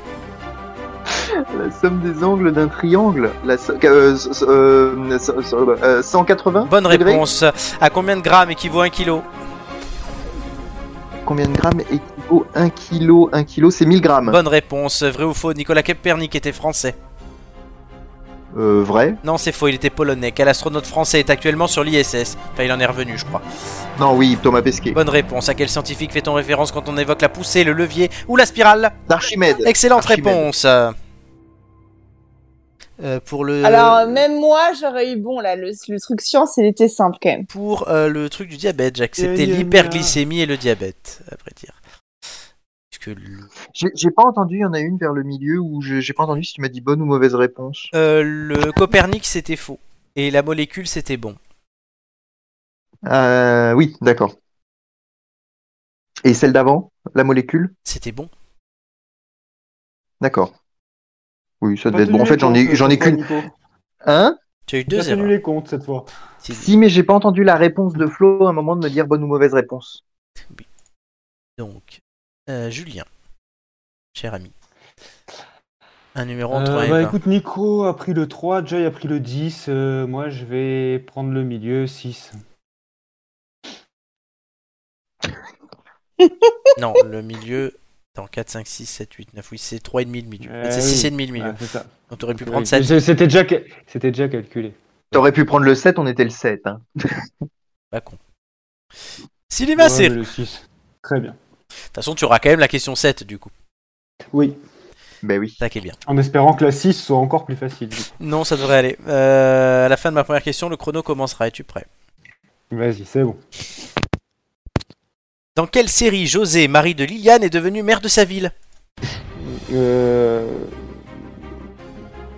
Speaker 3: La somme des angles d'un triangle. La so- euh, so- so- euh, so- so- euh, 180
Speaker 1: Bonne
Speaker 3: degrés.
Speaker 1: réponse. À combien de grammes équivaut un kilo
Speaker 3: Combien de grammes équivaut 1 kg 1 kg, c'est 1000 grammes.
Speaker 1: Bonne réponse. Vrai ou faux Nicolas Copernic était français.
Speaker 3: Euh, vrai
Speaker 1: Non, c'est faux, il était polonais. Quel astronaute français est actuellement sur l'ISS Enfin, il en est revenu, je crois.
Speaker 3: Non, oui, Thomas Pesquet.
Speaker 1: Bonne réponse. À quel scientifique fait-on référence quand on évoque la poussée, le levier ou la spirale
Speaker 3: D'Archimède.
Speaker 1: Excellente
Speaker 3: Euh, Archimède.
Speaker 1: réponse. Euh, euh, pour le
Speaker 6: Alors, même moi, j'aurais eu bon, là, le, le truc science, il était simple quand même.
Speaker 1: pour euh, le truc du diabète, j'acceptais
Speaker 2: Yeah, yeah,
Speaker 1: l'hyperglycémie et le diabète, après dire. Parce que le,
Speaker 3: J'ai j'ai pas entendu, il y en a une vers le milieu où je- j'ai pas entendu si tu m'as dit bonne ou mauvaise réponse.
Speaker 1: euh, le Copernic c'était faux et la molécule c'était bon.
Speaker 3: Euh, oui, d'accord. Et celle d'avant, la molécule
Speaker 1: C'était bon.
Speaker 3: D'accord. Oui, ça
Speaker 2: Pas
Speaker 3: devait être bon. En
Speaker 2: tenu
Speaker 3: fait,
Speaker 2: les
Speaker 3: j'en ai,
Speaker 2: comptes,
Speaker 3: j'en ai
Speaker 2: cette fois,
Speaker 3: qu'une.
Speaker 2: Nico.
Speaker 3: Hein
Speaker 1: Tu as eu
Speaker 2: Pas
Speaker 1: deux
Speaker 2: tenu
Speaker 1: erreurs.
Speaker 2: les comptes cette fois.
Speaker 1: Si,
Speaker 3: Si, mais j'ai pas entendu la réponse de Flo à un moment de me dire bonne ou mauvaise réponse.
Speaker 1: Donc euh, Julien, cher ami, un numéro entre
Speaker 2: Euh,
Speaker 1: un et
Speaker 2: bah
Speaker 1: vingt.
Speaker 2: écoute, Nico a pris le 3, Joy a pris le 10, euh, moi je vais prendre le milieu 6.
Speaker 1: Non, le milieu. Attends, 4, 5, 6, 7, 8, 9. Oui, c'est 3,5 le milieu.
Speaker 2: Euh,
Speaker 1: c'est
Speaker 2: oui.
Speaker 1: 6,5 le milieu.
Speaker 2: Ah, c'est ça.
Speaker 1: Donc t'aurais pu
Speaker 2: Oui.
Speaker 1: prendre 7.
Speaker 2: Je- C'était déjà, ca- c'était déjà calculé.
Speaker 3: T'aurais pu prendre le 7, on était le 7. Hein.
Speaker 1: Pas con. Sylvain,
Speaker 2: Ouais,
Speaker 1: c'est.
Speaker 2: mais
Speaker 1: De
Speaker 2: le 6. Très bien.
Speaker 1: toute façon, tu auras quand même la question 7 du coup.
Speaker 2: Oui,
Speaker 3: Ben oui.
Speaker 1: Ça qui est bien.
Speaker 2: en espérant que la 6 soit encore plus facile.
Speaker 1: Non, ça devrait aller. Euh, à la fin de ma première question, le chrono commencera. Es-tu prêt
Speaker 2: Vas-y, c'est bon.
Speaker 1: Dans quelle série José, Marie de Liliane, est devenue maire de sa ville
Speaker 2: Euh...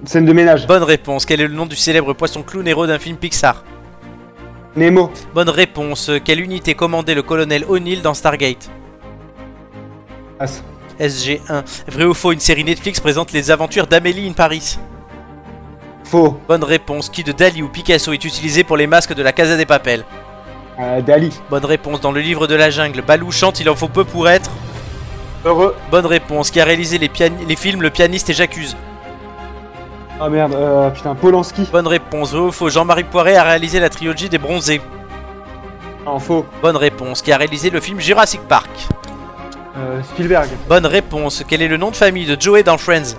Speaker 2: Scène de ménage.
Speaker 1: Bonne réponse. Quel est le nom du célèbre poisson clown héros d'un film Pixar
Speaker 2: Nemo.
Speaker 1: Bonne réponse. Quelle unité commandait le colonel O'Neill dans Stargate
Speaker 2: Passe.
Speaker 1: SG1. Vrai ou faux, une série Netflix présente les aventures d'Amélie in Paris
Speaker 2: Faux.
Speaker 1: Bonne réponse. Qui de Dali ou Picasso est utilisé pour les masques de la Casa des Papel
Speaker 2: Euh, Dali.
Speaker 1: Bonne réponse. Dans le livre de la jungle, Balou chante Il en faut peu pour être.
Speaker 2: Heureux.
Speaker 1: Bonne réponse. Qui a réalisé les, piani- les films Le pianiste et J'accuse
Speaker 2: Oh merde, euh, putain, Polanski.
Speaker 1: Bonne réponse. Vrai ou faux, Jean-Marie Poiret a réalisé la trilogie des bronzés.
Speaker 2: Non, faux.
Speaker 1: Bonne réponse. Qui a réalisé le film Jurassic Park
Speaker 2: Euh, Spielberg.
Speaker 1: Bonne réponse. Quel est le nom de famille de Joey dans Friends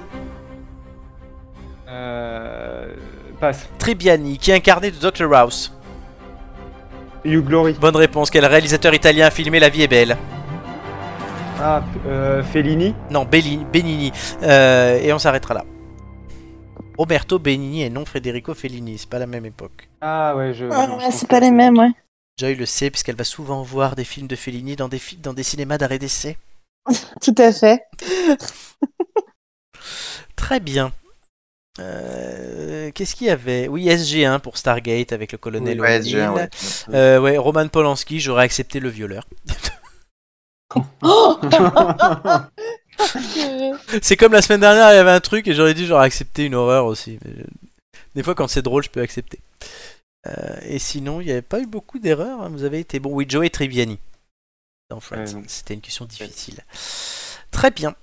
Speaker 2: Euh... Passe.
Speaker 1: Tribbiani. Qui incarnait de Dr. House
Speaker 2: You Glory.
Speaker 1: Bonne réponse. Quel réalisateur italien a filmé La vie est belle
Speaker 2: Ah, p- euh, Fellini.
Speaker 1: Non, Belli- Benigni. Euh, et on s'arrêtera là. Roberto Benigni et non Federico Fellini, c'est pas la même époque.
Speaker 2: Ah ouais, je.
Speaker 6: Ah,
Speaker 2: non, je
Speaker 6: ouais,
Speaker 2: pense
Speaker 6: c'est
Speaker 2: que
Speaker 6: pas les mêmes, ouais.
Speaker 1: Joy le sait puisqu'elle va souvent voir des films de Fellini dans des, fi- dans des cinémas d'arrêt d'essai.
Speaker 6: Tout à fait.
Speaker 1: Très bien. Euh, Qu'est-ce qu'il y avait Oui, SG1 pour Stargate avec le colonel
Speaker 3: Ouais,
Speaker 1: O'Neill.
Speaker 3: j'ai un, ouais.
Speaker 1: Euh, ouais, Roman Polanski, j'aurais accepté le violeur.
Speaker 6: Oh
Speaker 1: C'est comme la semaine dernière, il y avait un truc et j'aurais dit j'aurais accepté une horreur aussi. Mais je- Des fois, quand c'est drôle, je peux accepter. Euh, et sinon, il n'y avait pas eu beaucoup d'erreurs. hein, Vous avez été bon. Oui, Joey Triviani. Dans Friends.
Speaker 2: Ouais, non.
Speaker 1: C'était une question difficile. Très bien.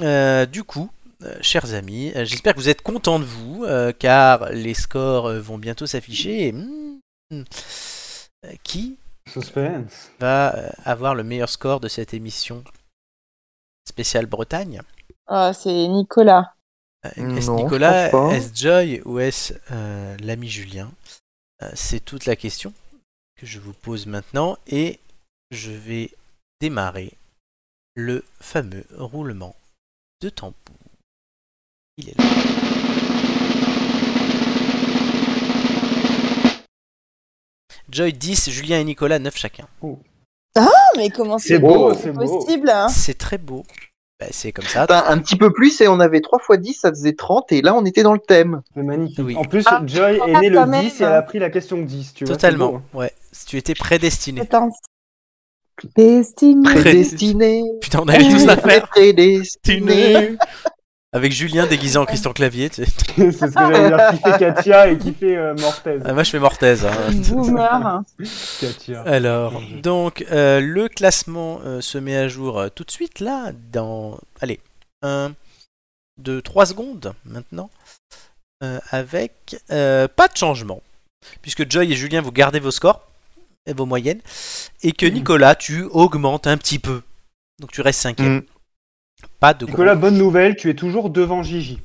Speaker 1: Euh, du coup, euh, chers amis. Euh, J'espère que vous êtes contents de vous, euh, car les scores euh, vont bientôt s'afficher. et, hmm, hmm, euh, qui
Speaker 2: Suspense.
Speaker 1: va euh, avoir le meilleur score de cette émission spéciale Bretagne
Speaker 4: Ah, c'est Nicolas.
Speaker 1: Euh, Est-ce
Speaker 3: Non, je
Speaker 1: Nicolas,
Speaker 3: pense pas.
Speaker 1: est-ce Joy ou est-ce euh, l'ami Julien Euh, C'est toute la question que je vous pose maintenant et je vais démarrer le fameux roulement de tambour. Il est là. Joy 10, Julien et Nicolas 9 chacun.
Speaker 4: Ah, mais comment
Speaker 2: C'est
Speaker 4: c'est
Speaker 2: beau,
Speaker 4: beau,
Speaker 2: Oh, c'est
Speaker 4: c'est
Speaker 2: beau.
Speaker 4: possible hein
Speaker 1: C'est très beau. Bah, c'est comme ça.
Speaker 3: Ben, un petit peu plus et on avait 3 x 10, ça faisait 30 et là on était dans le thème.
Speaker 2: C'est magnifique.
Speaker 1: Oui.
Speaker 2: En plus,
Speaker 4: Ah,
Speaker 2: Joy est
Speaker 4: ah,
Speaker 2: née
Speaker 4: quand
Speaker 2: le
Speaker 4: même.
Speaker 2: 10 et elle a pris la question 10. Tu vois, c'est beau,
Speaker 1: Totalement.
Speaker 2: hein.
Speaker 1: Ouais. Tu étais prédestiné.
Speaker 4: Attends. Destiny.
Speaker 3: Prédestiné.
Speaker 1: Putain, on allait tous la faire.
Speaker 3: Prédestiné.
Speaker 1: Avec Julien déguisé en Christian Clavier. tu sais.
Speaker 2: c'est ce que j'allais dire. Qui fait Katia et qui fait euh, Mortez.
Speaker 1: Ah, moi, je fais Mortaise. hein.
Speaker 4: Boomer.
Speaker 2: Katia.
Speaker 1: Alors,
Speaker 2: Mhm.
Speaker 1: donc, euh, le classement euh, se met à jour euh, tout de suite, là, dans... Allez, 1, 2, 3 secondes, maintenant, euh, avec euh, pas de changement, puisque Joy et Julien, vous gardez vos scores, et vos moyennes, et que Nicolas, tu augmentes un petit peu. Donc, tu restes cinquième. Pas de gros-
Speaker 2: Nicolas, bonne nouvelle, tu es toujours devant Gigi.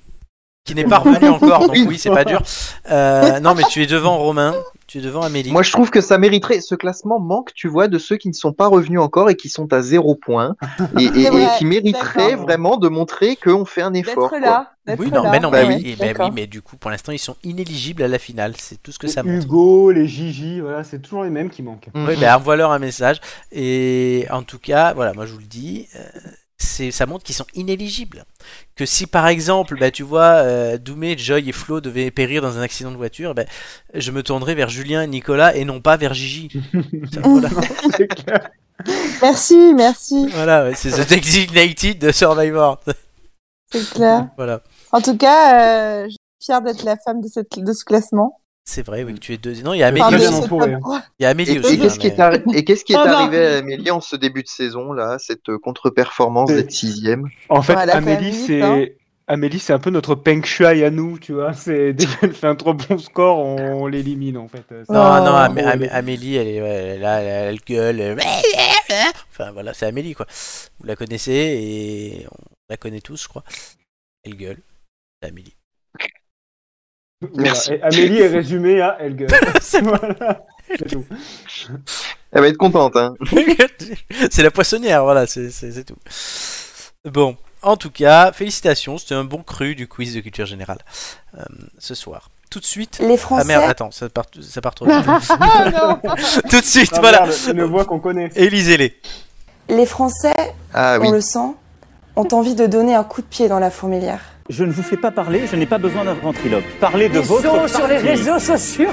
Speaker 1: qui n'est pas revenu encore, donc oui, c'est pas dur. Euh, non, mais tu es devant Romain, tu es devant Amélie.
Speaker 3: Moi je trouve que ça mériterait. Ce classement manque, tu vois, de ceux qui ne sont pas revenus encore et qui sont à 0 points et, et-
Speaker 4: C'est vrai,
Speaker 3: et qui mériteraient
Speaker 4: d'accord.
Speaker 3: vraiment de montrer qu'on fait un effort. quoi.
Speaker 4: D'être là. d'être
Speaker 1: Oui, non,
Speaker 4: là.
Speaker 1: mais non,
Speaker 3: Bah
Speaker 1: mais,
Speaker 4: Ouais,
Speaker 1: oui, mais, oui,
Speaker 4: d'accord.
Speaker 1: mais du coup, pour l'instant, ils sont inéligibles à la finale. C'est tout ce que ça montre.
Speaker 2: Hugo, les Gigi, voilà, c'est toujours les mêmes qui manquent.
Speaker 3: Mhm.
Speaker 1: Oui, ben, envoie-leur un message. Et en tout cas, voilà, moi je vous le dis, euh, c'est, ça montre qu'ils sont inéligibles. Que si par exemple, bah, tu vois, euh, Doumé, Joy et Flo devaient périr dans un accident de voiture, ben, je me tournerais vers Julien et Nicolas et non pas vers Gigi. Ça, voilà,
Speaker 2: C'est clair.
Speaker 4: Merci, merci,
Speaker 1: Voilà, ouais, c'est The Designated de Survivor.
Speaker 4: c'est clair.
Speaker 1: voilà,
Speaker 4: En tout cas, euh, je suis fière d'être la femme de, cette, de ce classement.
Speaker 1: c'est vrai, oui, que tu es deux. Non, il y a
Speaker 2: Mais
Speaker 1: Amélie aussi.
Speaker 2: Pardon. Julien
Speaker 4: Enfin, de ce
Speaker 2: Entouré, hein.
Speaker 4: top-
Speaker 1: Il y a Amélie
Speaker 3: Et,
Speaker 1: aussi.
Speaker 3: et qu'est-ce
Speaker 1: hein,
Speaker 3: qui
Speaker 1: mais-
Speaker 3: est, arri- et qu'est-ce qui est
Speaker 4: Oh non.
Speaker 3: arrivé à Amélie en ce début de saison, là, cette euh, contre-performance
Speaker 2: C'est-
Speaker 3: d'être sixième
Speaker 2: En fait,
Speaker 4: Voilà, quand même,
Speaker 2: Amélie,
Speaker 4: limite,
Speaker 2: c'est.
Speaker 4: hein.
Speaker 2: Amélie, c'est un peu notre Peng Shuai à nous, tu vois. C'est dès qu'elle fait un trop bon score, on, l'élimine en fait. Ça-
Speaker 1: Non, non,
Speaker 3: Ah,
Speaker 4: Oh.
Speaker 1: Amé- Amé- Amélie, elle est, ouais, elle, a- elle a le gueule. elle- Enfin, voilà, c'est Amélie, quoi. Vous la connaissez et on la connaît tous, je crois. Elle gueule. C'est Amélie.
Speaker 2: Voilà.
Speaker 3: Merci.
Speaker 2: Et Amélie est résumée à elle gueule.
Speaker 1: C'est bon.
Speaker 2: voilà. C'est tout.
Speaker 3: Elle va être contente, hein.
Speaker 1: C'est la poissonnière, voilà, c'est c'est- c'est tout. Bon, en tout cas, félicitations, c'était un bon cru du quiz de culture générale euh, ce soir. Tout de suite.
Speaker 6: Les
Speaker 1: Ah
Speaker 6: Français.
Speaker 1: merde, attends, ça part, ça part trop vite.
Speaker 4: Ah non
Speaker 1: tout de suite,
Speaker 2: Ah,
Speaker 1: voilà.
Speaker 2: merde, Une voix qu'on connaît.
Speaker 1: Élisez-les.
Speaker 6: Les Français,
Speaker 3: Ah oui.
Speaker 6: on le sent, ont envie de donner un coup de pied dans la fourmilière.
Speaker 12: Je ne vous fais pas parler, je n'ai pas besoin d'un ventriloque. Parlez de votre parti.
Speaker 6: sociaux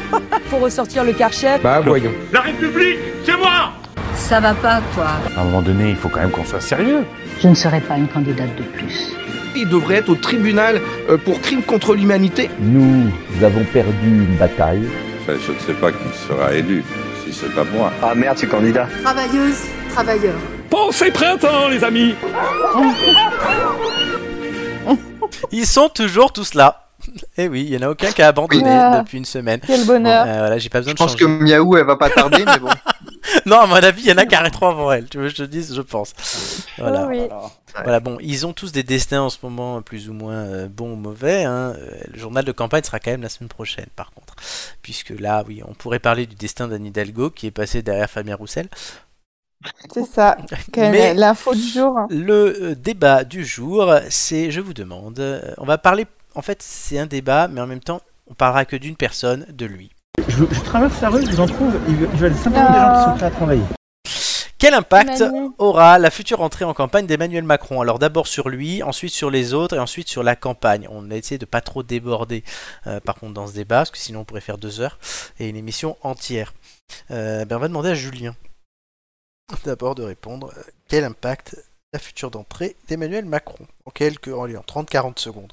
Speaker 6: pour ressortir le karcher.
Speaker 13: Bah voyons.
Speaker 9: Ça va pas, quoi.
Speaker 8: À un moment donné, il faut quand même qu'on soit sérieux.
Speaker 9: Je ne serai pas une candidate de plus.
Speaker 13: Il devrait être au tribunal euh, pour crime contre l'humanité.
Speaker 12: Nous avons perdu une bataille.
Speaker 1: Bah,
Speaker 7: je ne sais pas qui sera élu, si c'est pas moi.
Speaker 13: Ah merde, tu candidat.
Speaker 9: Travailleuse, travailleur.
Speaker 8: Pensez printemps, les amis
Speaker 1: Ils sont toujours tous là. Eh oui, il n'y en a aucun qui a abandonné
Speaker 4: Ouais.
Speaker 1: depuis une semaine.
Speaker 4: Quel
Speaker 1: Bon,
Speaker 4: bonheur.
Speaker 1: euh, voilà, j'ai pas besoin
Speaker 3: Je
Speaker 1: de
Speaker 3: pense
Speaker 1: changer.
Speaker 3: que Miaou, elle va pas tarder, mais bon.
Speaker 1: Non, à mon avis, il y en a carré trois avant elle. Tu veux que je te dise, je pense. Voilà.
Speaker 4: Oh oui.
Speaker 1: Voilà, bon, ils ont tous des destins en ce moment, plus ou moins euh, bons ou mauvais. hein. Euh, Le journal de campagne sera quand même la semaine prochaine, par contre. Puisque là, oui, on pourrait parler du destin d'Anne Hidalgo, qui est passé derrière Fabien Roussel.
Speaker 4: C'est ça, quand même,
Speaker 1: Mais-
Speaker 4: l'info du jour. hein.
Speaker 1: Le euh, débat du jour, c'est, je vous demande, euh, on va parler, en fait, c'est un débat, mais en même temps, on parlera que d'une personne, de lui.
Speaker 12: Je, traverse la rue, je vous en trouve, je vais
Speaker 4: simplement des gens qui sont
Speaker 12: prêts à travailler.
Speaker 1: Quel impact
Speaker 4: Manu.
Speaker 1: aura la future entrée en campagne d'Emmanuel Macron. Alors d'abord sur lui, ensuite sur les autres et ensuite sur la campagne. On a essayé de pas trop déborder euh, par contre dans ce débat, parce que sinon on pourrait faire deux heures et une émission entière. Euh, ben, on va demander à Julien d'abord de répondre euh, quel impact la future d'entrée d'Emmanuel Macron en quelques en, allez, en 30-40 secondes.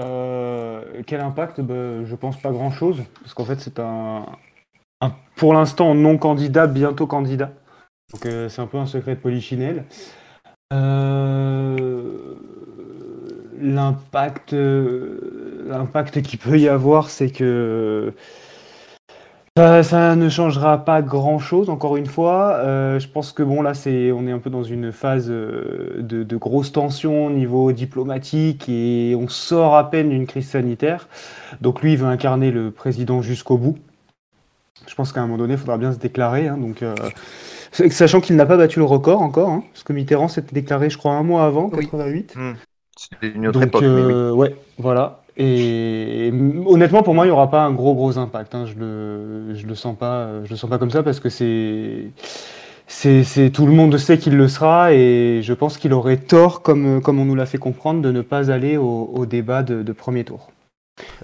Speaker 2: Euh, quel impact Bah, Je pense pas grand chose, parce qu'en fait, c'est un, un- pour l'instant non candidat, bientôt candidat. Donc, euh, c'est un peu un secret de polichinelle. Euh, l'impact, euh, l'impact qu'il peut y avoir, c'est que ça, ça ne changera pas grand-chose. Encore une fois, Euh, je pense que bon là, c'est, on est un peu dans une phase euh, de, de grosse tension au niveau diplomatique et on sort à peine d'une crise sanitaire. Donc lui, il veut incarner le président jusqu'au bout. Je pense qu'à un moment donné, il faudra bien se déclarer. hein, donc, euh, sachant qu'il n'a pas battu le record encore, hein, parce que Mitterrand s'était déclaré, je crois, un mois avant, 88.
Speaker 3: C'était une autre
Speaker 2: Donc,
Speaker 3: époque, mais oui.
Speaker 2: euh, ouais, voilà. Et, et honnêtement, pour moi, il n'y aura pas un gros gros impact. hein. Je le, je le sens pas, euh, je le sens pas comme ça parce que c'est, c'est, c'est- tout le monde sait qu'il le sera et je pense qu'il aurait tort, comme comme on nous l'a fait comprendre, de ne pas aller au, au débat de, de premier tour.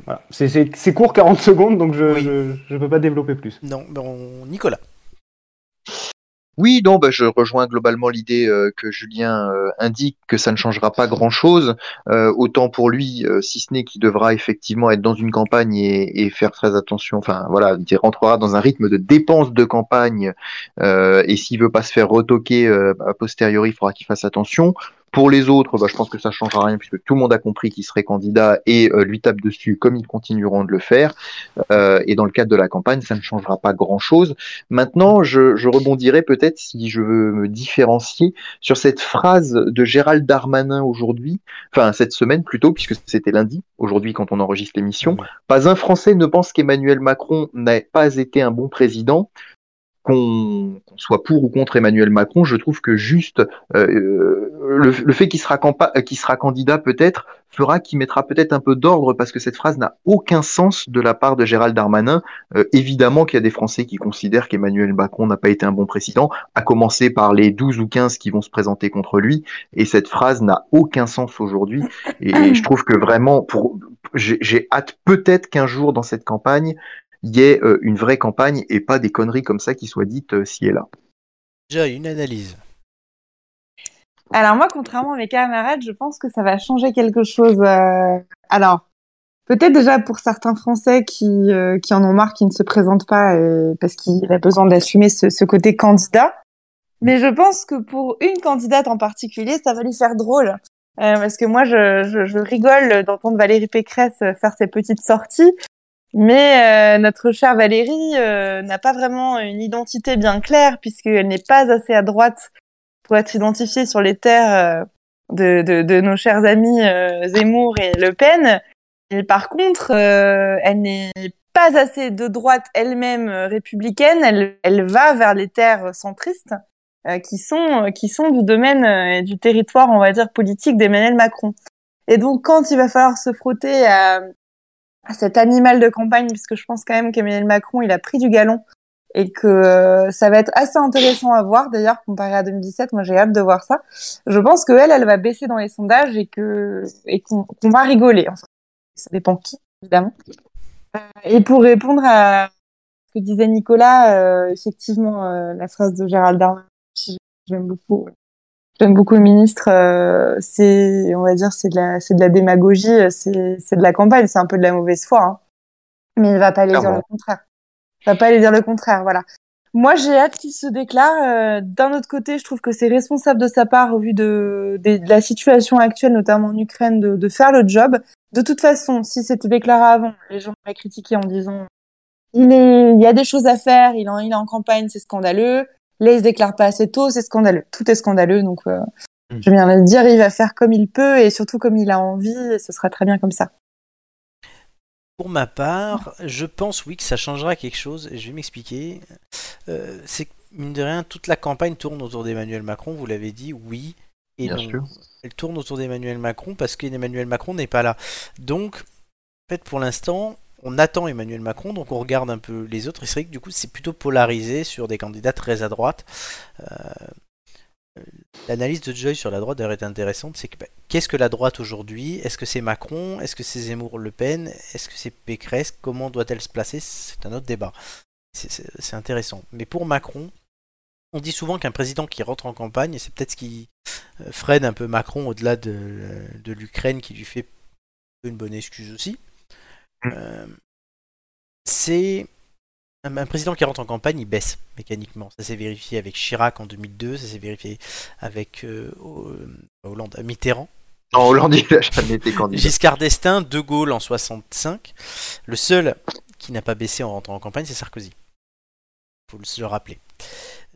Speaker 2: Voilà. C'est, c'est, c'est court, 40 secondes, donc je, je, je peux pas développer plus.
Speaker 1: Non, bon, Nicolas.
Speaker 3: Oui, non, bah, je rejoins globalement l'idée euh, que Julien euh, indique que ça ne changera pas grand-chose, euh, autant pour lui, euh, si ce n'est qu'il devra effectivement être dans une campagne et, et faire très attention. Enfin, voilà, il rentrera dans un rythme de dépenses de campagne, euh, et s'il veut pas se faire retoquer euh, a posteriori, il faudra qu'il fasse attention. Pour les autres, bah, je pense que ça changera rien puisque tout le monde a compris qu'il serait candidat et euh, lui tape dessus comme ils continueront de le faire. Euh, et dans le cadre de la campagne, ça ne changera pas grand-chose. Maintenant, je, je rebondirai peut-être si je veux me différencier sur cette phrase de Gérald Darmanin aujourd'hui, enfin cette semaine plutôt, puisque c'était lundi, aujourd'hui quand on enregistre l'émission. Pas un Français ne pense qu'Emmanuel Macron n'a pas été un bon président. Qu'on qu'on soit pour ou contre Emmanuel Macron, je trouve que juste euh, le, le fait qu'il sera, campa- euh, qu'il sera candidat peut-être fera qu'il mettra peut-être un peu d'ordre parce que cette phrase n'a aucun sens de la part de Gérald Darmanin. Euh, évidemment qu'il y a des Français qui considèrent qu'Emmanuel Macron n'a pas été un bon président, à commencer par les 12 ou 15 qui vont se présenter contre lui. Et cette phrase n'a aucun sens aujourd'hui. Et, et je trouve que vraiment, pour, j'ai j'ai hâte peut-être qu'un jour dans cette campagne, il y ait euh, une vraie campagne et pas des conneries comme ça qui soient dites euh, ci et là.
Speaker 1: Déjà, une analyse.
Speaker 4: Alors moi, contrairement à mes camarades, je pense que ça va changer quelque chose. euh, Alors, peut-être déjà pour certains Français qui, euh, qui en ont marre, qui ne se présentent pas euh, parce qu'il a besoin d'assumer ce, ce côté candidat. Mais je pense que pour une candidate en particulier, ça va lui faire drôle. Euh, parce que moi, je, je, je rigole d'entendre Valérie Pécresse faire ses petites sorties. Mais euh, notre chère Valérie euh, n'a pas vraiment une identité bien claire puisqu'elle n'est pas assez à droite pour être identifiée sur les terres euh, de, de, de nos chers amis euh, Zemmour et Le Pen. Et par contre, euh, elle n'est pas assez de droite elle-même euh, républicaine. Elle, elle va vers les terres centristes euh, qui sont euh, qui sont du domaine euh, et du territoire, on va dire, politique d'Emmanuel Macron. Et donc, quand il va falloir se frotter à, à cet animal de campagne, puisque je pense quand même qu'Emmanuel Macron, il a pris du galon et que euh, ça va être assez intéressant à voir. D'ailleurs, comparé à 2017, moi j'ai hâte de voir ça. Je pense que elle, elle va baisser dans les sondages et que et qu'on qu'on va rigoler. Enfin, ça dépend qui, évidemment. Euh, Et pour répondre à ce que disait Nicolas, euh, effectivement, euh, la phrase de Gérald Darmanin, qui j'aime beaucoup, j'aime beaucoup le ministre. euh, c'est, on va dire, c'est de la, c'est de la démagogie, euh, c'est, c'est de la campagne, c'est un peu de la mauvaise foi. hein. Mais il va pas aller dire
Speaker 6: Clairement.
Speaker 4: le contraire. Il va pas aller dire le contraire, voilà. Moi, j'ai hâte qu'il se déclare. euh, D'un autre côté, je trouve que c'est responsable de sa part, au vu de, des- de la situation actuelle, notamment en Ukraine, de, de faire le job. De toute façon, si c'était déclaré avant, les gens l'auraient critiqué en disant il, est, il y a des choses à faire, il, en, il est en campagne, c'est scandaleux. Là, il se déclare pas assez tôt, c'est scandaleux. Tout est scandaleux, donc euh,
Speaker 1: Mm.
Speaker 4: je viens de le dire, il va faire comme il peut et surtout comme il a envie, et ce sera très bien comme ça.
Speaker 1: Pour ma part, je pense oui que ça changera quelque chose, et je vais m'expliquer. Euh, c'est que, mine de rien, toute la campagne tourne autour d'Emmanuel Macron, vous l'avez dit, oui. Et
Speaker 3: Bien
Speaker 1: non.
Speaker 3: sûr.
Speaker 1: Elle tourne autour d'Emmanuel Macron parce qu'Emmanuel Macron n'est pas là. Donc, en fait, pour l'instant, on attend Emmanuel Macron, donc on regarde un peu les autres. Et c'est vrai que du coup, c'est plutôt polarisé sur des candidats très à droite. Euh, L'analyse de Joy sur la droite d'ailleurs est intéressante, c'est que bah, qu'est-ce que la droite aujourd'hui Est-ce que c'est Macron Est-ce que c'est Zemmour Le Pen Est-ce que c'est Pécresse Comment doit-elle se placer C'est un autre débat. C'est- C'est c'est intéressant. Mais pour Macron, on dit souvent qu'un président qui rentre en campagne, et c'est peut-être ce qui euh, freine un peu Macron au-delà de, de l'Ukraine, qui lui fait une bonne excuse aussi, euh, c'est un, un président qui rentre en campagne, il baisse mécaniquement. Ça s'est vérifié avec Chirac en 2002, ça s'est vérifié avec euh, Ho- euh, Hollande, Mitterrand
Speaker 3: Non, Hollande, il a jamais été candidat.
Speaker 1: Giscard d'Estaing, De Gaulle en 65. Le seul qui n'a pas baissé en rentrant en campagne, c'est Sarkozy. Faut le- se le rappeler.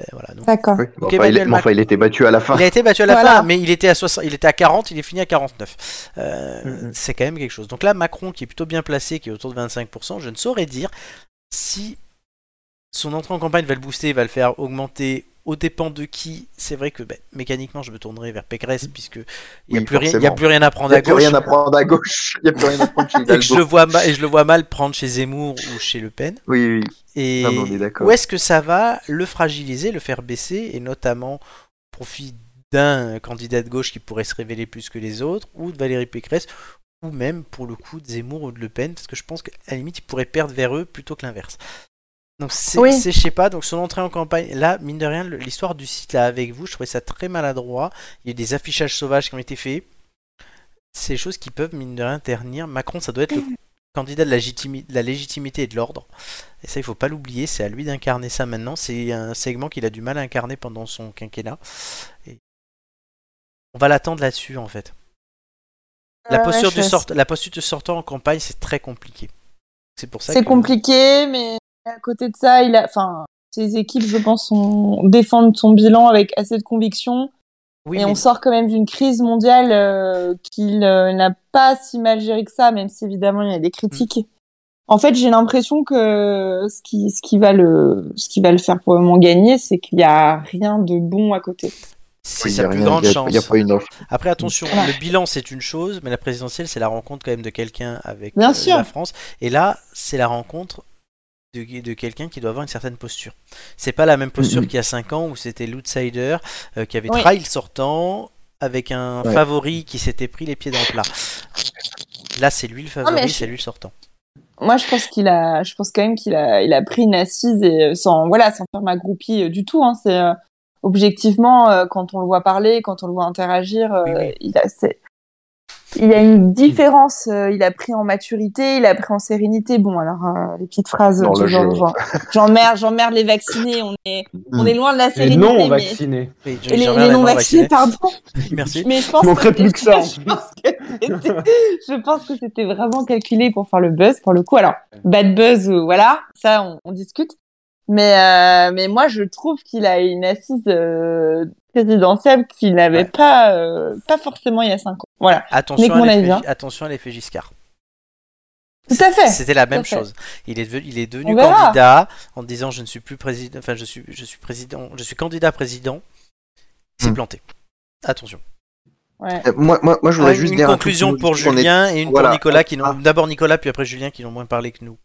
Speaker 1: Euh, voilà, donc-
Speaker 4: D'accord.
Speaker 3: Oui, bon,
Speaker 1: Ok,
Speaker 3: enfin, il,
Speaker 1: Emmanuel
Speaker 3: mais enfin, il était battu à la fin.
Speaker 1: Il a été battu à la
Speaker 4: Voilà.
Speaker 1: fin, mais il était à 60, il était à 40, il est fini à 49.
Speaker 3: Mm,
Speaker 1: Euh, C'est quand même quelque chose. Donc là, Macron, qui est plutôt bien placé, qui est autour de 25%, je ne saurais dire si son entrée en campagne va le booster, va le faire augmenter. Au dépend de qui C'est vrai que ben, mécaniquement, je me tournerai vers Pécresse, puisque il n'y a,
Speaker 3: Oui,
Speaker 1: plus rien- il y a
Speaker 3: forcément.
Speaker 1: plus rien à
Speaker 3: Il
Speaker 1: prendre
Speaker 3: n'y a
Speaker 1: à
Speaker 3: plus
Speaker 1: gauche.
Speaker 3: rien à prendre à gauche. Il n'y a plus rien à prendre chez
Speaker 1: Et, que je
Speaker 3: Hidalgo.
Speaker 1: le vois ma- et je le vois mal prendre chez Zemmour ou chez Le Pen.
Speaker 3: Oui, oui.
Speaker 1: Et
Speaker 3: Non, mais on est d'accord.
Speaker 1: où est-ce que ça va le fragiliser, le faire baisser, et notamment au profit d'un candidat de gauche qui pourrait se révéler plus que les autres, ou de Valérie Pécresse, ou même pour le coup de Zemmour ou de Le Pen, parce que je pense qu'à la limite ils pourraient perdre vers eux plutôt que l'inverse. Donc c'est,
Speaker 4: Oui.
Speaker 1: c'est- je sais pas, donc son entrée en campagne, là, mine de rien, le- l'histoire du site là avec vous, je trouvais ça très maladroit, il y a eu des affichages sauvages qui ont été faits, ces choses qui peuvent, mine de rien, ternir. Macron, ça doit être le candidat de la, légitimi- de la légitimité et de l'ordre. Et ça, il faut pas l'oublier, c'est à lui d'incarner ça maintenant. C'est un segment qu'il a du mal à incarner pendant son quinquennat. Et on va l'attendre là-dessus, en fait. La,
Speaker 4: Ah Ouais,
Speaker 1: posture
Speaker 4: ouais,
Speaker 1: du
Speaker 4: je-
Speaker 1: sort... la posture du sortant en campagne, c'est très compliqué. C'est pour ça
Speaker 4: C'est
Speaker 1: que-
Speaker 4: compliqué, mais à côté de ça, il a, enfin, ses équipes, je pense, sont- défendent son bilan avec assez de conviction.
Speaker 1: Oui,
Speaker 4: et
Speaker 1: mais-
Speaker 4: on sort quand même d'une crise mondiale euh, qu'il euh, n'a pas si mal gérée que ça, même si évidemment il y a des critiques. En fait, j'ai l'impression que ce qui, ce qui va le, ce qui va le faire probablement gagner, c'est qu'il n'y a rien de bon à côté.
Speaker 1: c'est
Speaker 3: Oui, il y
Speaker 1: sa
Speaker 3: a
Speaker 1: plus
Speaker 3: rien,
Speaker 1: grande
Speaker 3: il y a-
Speaker 1: chance.
Speaker 3: Il n'y a pas une offre.
Speaker 1: Après, attention,
Speaker 4: Voilà.
Speaker 1: le bilan c'est une chose, mais la présidentielle c'est la rencontre quand même de quelqu'un avec
Speaker 4: Bien
Speaker 1: euh,
Speaker 4: sûr.
Speaker 1: la France. Et là, c'est la rencontre de, de quelqu'un qui doit avoir une certaine posture. C'est pas la même posture
Speaker 3: Mhm.
Speaker 1: qu'il y a 5 ans où c'était l'outsider euh, qui avait
Speaker 4: Oui.
Speaker 1: trahi le sortant avec un
Speaker 3: Ouais.
Speaker 1: favori qui s'était pris les pieds dans le plat. Là, c'est lui le favori,
Speaker 4: mais je-
Speaker 1: c'est lui le sortant.
Speaker 4: Moi, je pense qu'il a, je pense quand même qu'il a, il a pris une assise et euh, sans, voilà, sans faire ma groupie euh, du tout. Hein, c'est euh, objectivement euh, quand on le voit parler, quand on le voit interagir, euh,
Speaker 1: Oui, oui.
Speaker 4: il a, c'est, il y a une différence. euh, il a pris en maturité, il a pris en sérénité. Bon, alors euh, les petites phrases
Speaker 3: Dans
Speaker 4: euh,
Speaker 3: le
Speaker 4: du genre,
Speaker 3: jeu.
Speaker 4: genre, j'emmerde, j'emmerde les vaccinés. On est, on est loin de
Speaker 2: Hmm.
Speaker 4: la
Speaker 2: Les
Speaker 4: sérénité.
Speaker 2: non
Speaker 4: mais-
Speaker 2: vaccinés.
Speaker 1: Oui, je-
Speaker 4: et
Speaker 1: je
Speaker 4: les, les
Speaker 1: reviens à la
Speaker 4: non vaccinés,
Speaker 1: non-vaccinée.
Speaker 4: pardon.
Speaker 1: Merci.
Speaker 4: Mais je pense
Speaker 2: manquerait plus que ça.
Speaker 4: Je pense que c'était- je pense que c'était vraiment calculé pour faire le buzz, pour le coup. Alors, bad buzz, ou voilà, ça, on, on discute. Mais, euh, mais moi, je trouve qu'il a une assise euh, présidentielle qu'il n'avait
Speaker 1: Ouais.
Speaker 4: pas, euh, pas forcément il y a cinq ans. Voilà,
Speaker 1: Attention
Speaker 4: Nick, mon
Speaker 1: à,
Speaker 4: avis,
Speaker 1: l'effet,
Speaker 4: hein.
Speaker 1: attention à l'effet Giscard.
Speaker 4: tout à fait.
Speaker 1: C'était la même
Speaker 4: fait.
Speaker 1: chose. Il est devenu, il est devenu
Speaker 4: On verra.
Speaker 1: candidat en disant je ne suis plus président, enfin je suis, je suis président, je suis candidat président. Il s'est
Speaker 3: Hmm.
Speaker 1: planté. Attention.
Speaker 4: Ouais.
Speaker 3: Euh, Moi, moi, moi, je voudrais
Speaker 1: Ah,
Speaker 3: juste
Speaker 1: une
Speaker 3: dire un
Speaker 1: conclusion
Speaker 3: truc qui-
Speaker 1: pour
Speaker 3: qu'on est-
Speaker 1: Julien et une
Speaker 3: voilà.
Speaker 1: pour Nicolas qui n'ont
Speaker 3: Ah.
Speaker 1: d'abord Nicolas puis après Julien qui n'ont moins parlé que nous.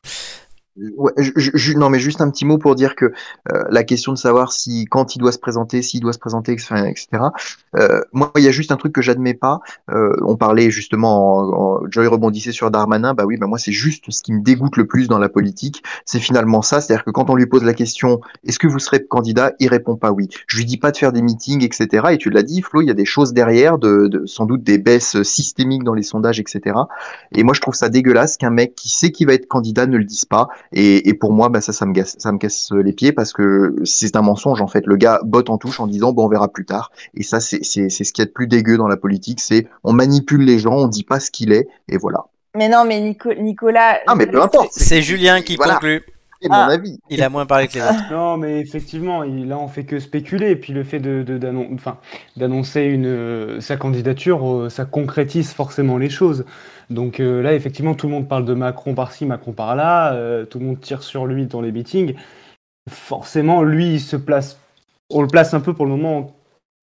Speaker 3: Ouais, ju- ju- ju- non, mais juste un petit mot pour dire que euh, la question de savoir si quand il doit se présenter, s'il doit se présenter, enfin, etc. euh, moi, il y a juste un truc que j'admets pas. Euh, on parlait justement, en, en- Joy rebondissait sur Darmanin. Bah oui, bah moi, c'est juste ce qui me dégoûte le plus dans la politique. C'est finalement ça, c'est-à-dire que quand on lui pose la question, est-ce que vous serez candidat, il répond pas oui. Je lui dis pas de faire des meetings, etc. Et tu l'as dit, Flo, il y a des choses derrière, de, de- sans doute des baisses systémiques dans les sondages, etc. Et moi, je trouve ça dégueulasse qu'un mec qui sait qu'il va être candidat ne le dise pas. Et, et pour moi, bah, ça, ça me, gasse- ça me casse les pieds parce que c'est un mensonge en fait. Le gars botte en touche en disant bon, on verra plus tard. Et ça, c'est c'est- c'est ce qu'il y a de plus dégueu dans la politique, c'est on manipule les gens, on dit pas ce qu'il est, et voilà.
Speaker 4: Mais non, mais Nico- Nicolas.
Speaker 3: Ah, mais peu importe.
Speaker 1: C'est Julien qui
Speaker 3: Voilà.
Speaker 1: conclut.
Speaker 3: C'est
Speaker 4: Ah.
Speaker 3: mon avis.
Speaker 1: Il a moins parlé que les autres.
Speaker 2: Non, mais effectivement, il, là, on fait que spéculer. Et puis le fait de, de- d'annon- enfin, d'annoncer une, euh, sa candidature, euh, ça concrétise forcément les choses. Donc euh, là, effectivement, tout le monde parle de Macron par-ci, Macron par-là. euh, tout le monde tire sur lui dans les meetings. Forcément, lui, il se place. On le place un peu pour le moment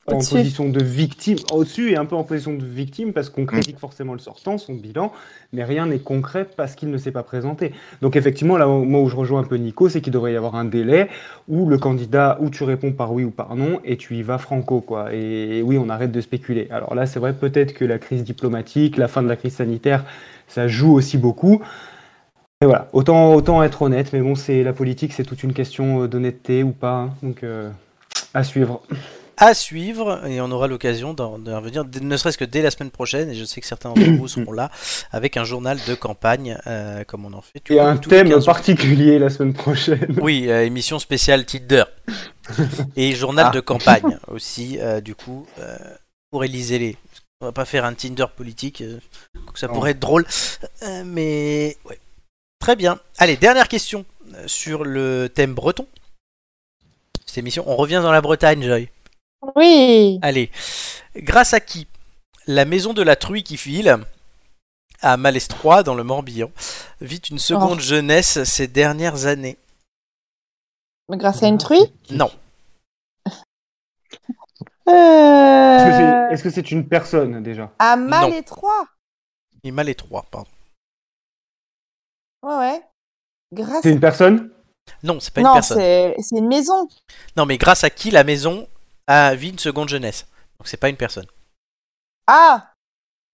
Speaker 2: en, en
Speaker 4: Au-dessus.
Speaker 2: position de victime, au-dessus et un peu en position de victime parce qu'on critique forcément le sortant, son bilan, mais rien n'est concret parce qu'il ne s'est pas présenté. Donc effectivement, là, moi où je rejoins un peu Nico, c'est qu'il devrait y avoir un délai où le candidat, où tu réponds par oui ou par non, et tu y vas franco, quoi. Et, oui, on arrête de spéculer. Alors là, c'est vrai, peut-être que la crise diplomatique, la fin de la crise sanitaire, ça joue aussi beaucoup. Et voilà, autant, autant être honnête, mais bon, c'est la politique, c'est toute une question euh, d'honnêteté ou pas, hein. donc euh, à suivre.
Speaker 1: À suivre et on aura l'occasion d'en d'en revenir, d- ne serait-ce que dès la semaine prochaine. Et je sais que certains d'entre vous seront là avec un journal de campagne euh, comme on en fait.
Speaker 2: Il y a un
Speaker 1: tous les
Speaker 2: thème
Speaker 1: 15 jours.
Speaker 2: particulier la semaine prochaine.
Speaker 1: Oui, euh, émission spéciale titre d'heure. Et journal
Speaker 3: Ah.
Speaker 1: de campagne aussi, euh, du coup, euh, pour Élysée les. On va pas faire un Tinder politique. euh, quoique ça
Speaker 2: Non.
Speaker 1: pourrait être drôle. Euh, mais ouais. Très bien. Allez, dernière question euh, sur le thème breton. Cette émission, on revient dans la Bretagne, Joy.
Speaker 4: Oui.
Speaker 1: Allez. Grâce à qui la maison de la truie qui file à Malestroit, dans le Morbihan, vit une seconde jeunesse ces dernières années.
Speaker 4: Mais Grâce à une truie
Speaker 1: Non.
Speaker 2: Est-ce que
Speaker 4: euh...
Speaker 2: c'est- est-ce que c'est une personne déjà
Speaker 4: À mal
Speaker 1: Non.
Speaker 4: et trois.
Speaker 1: Et Malestroit, pardon.
Speaker 4: Ouais, ouais. Grâce
Speaker 2: C'est une personne
Speaker 1: Non, c'est pas une
Speaker 4: Non,
Speaker 1: personne.
Speaker 4: c'est c'est une maison.
Speaker 1: Non, mais grâce à qui la maison a vit une seconde jeunesse. Donc c'est pas une personne.
Speaker 4: Ah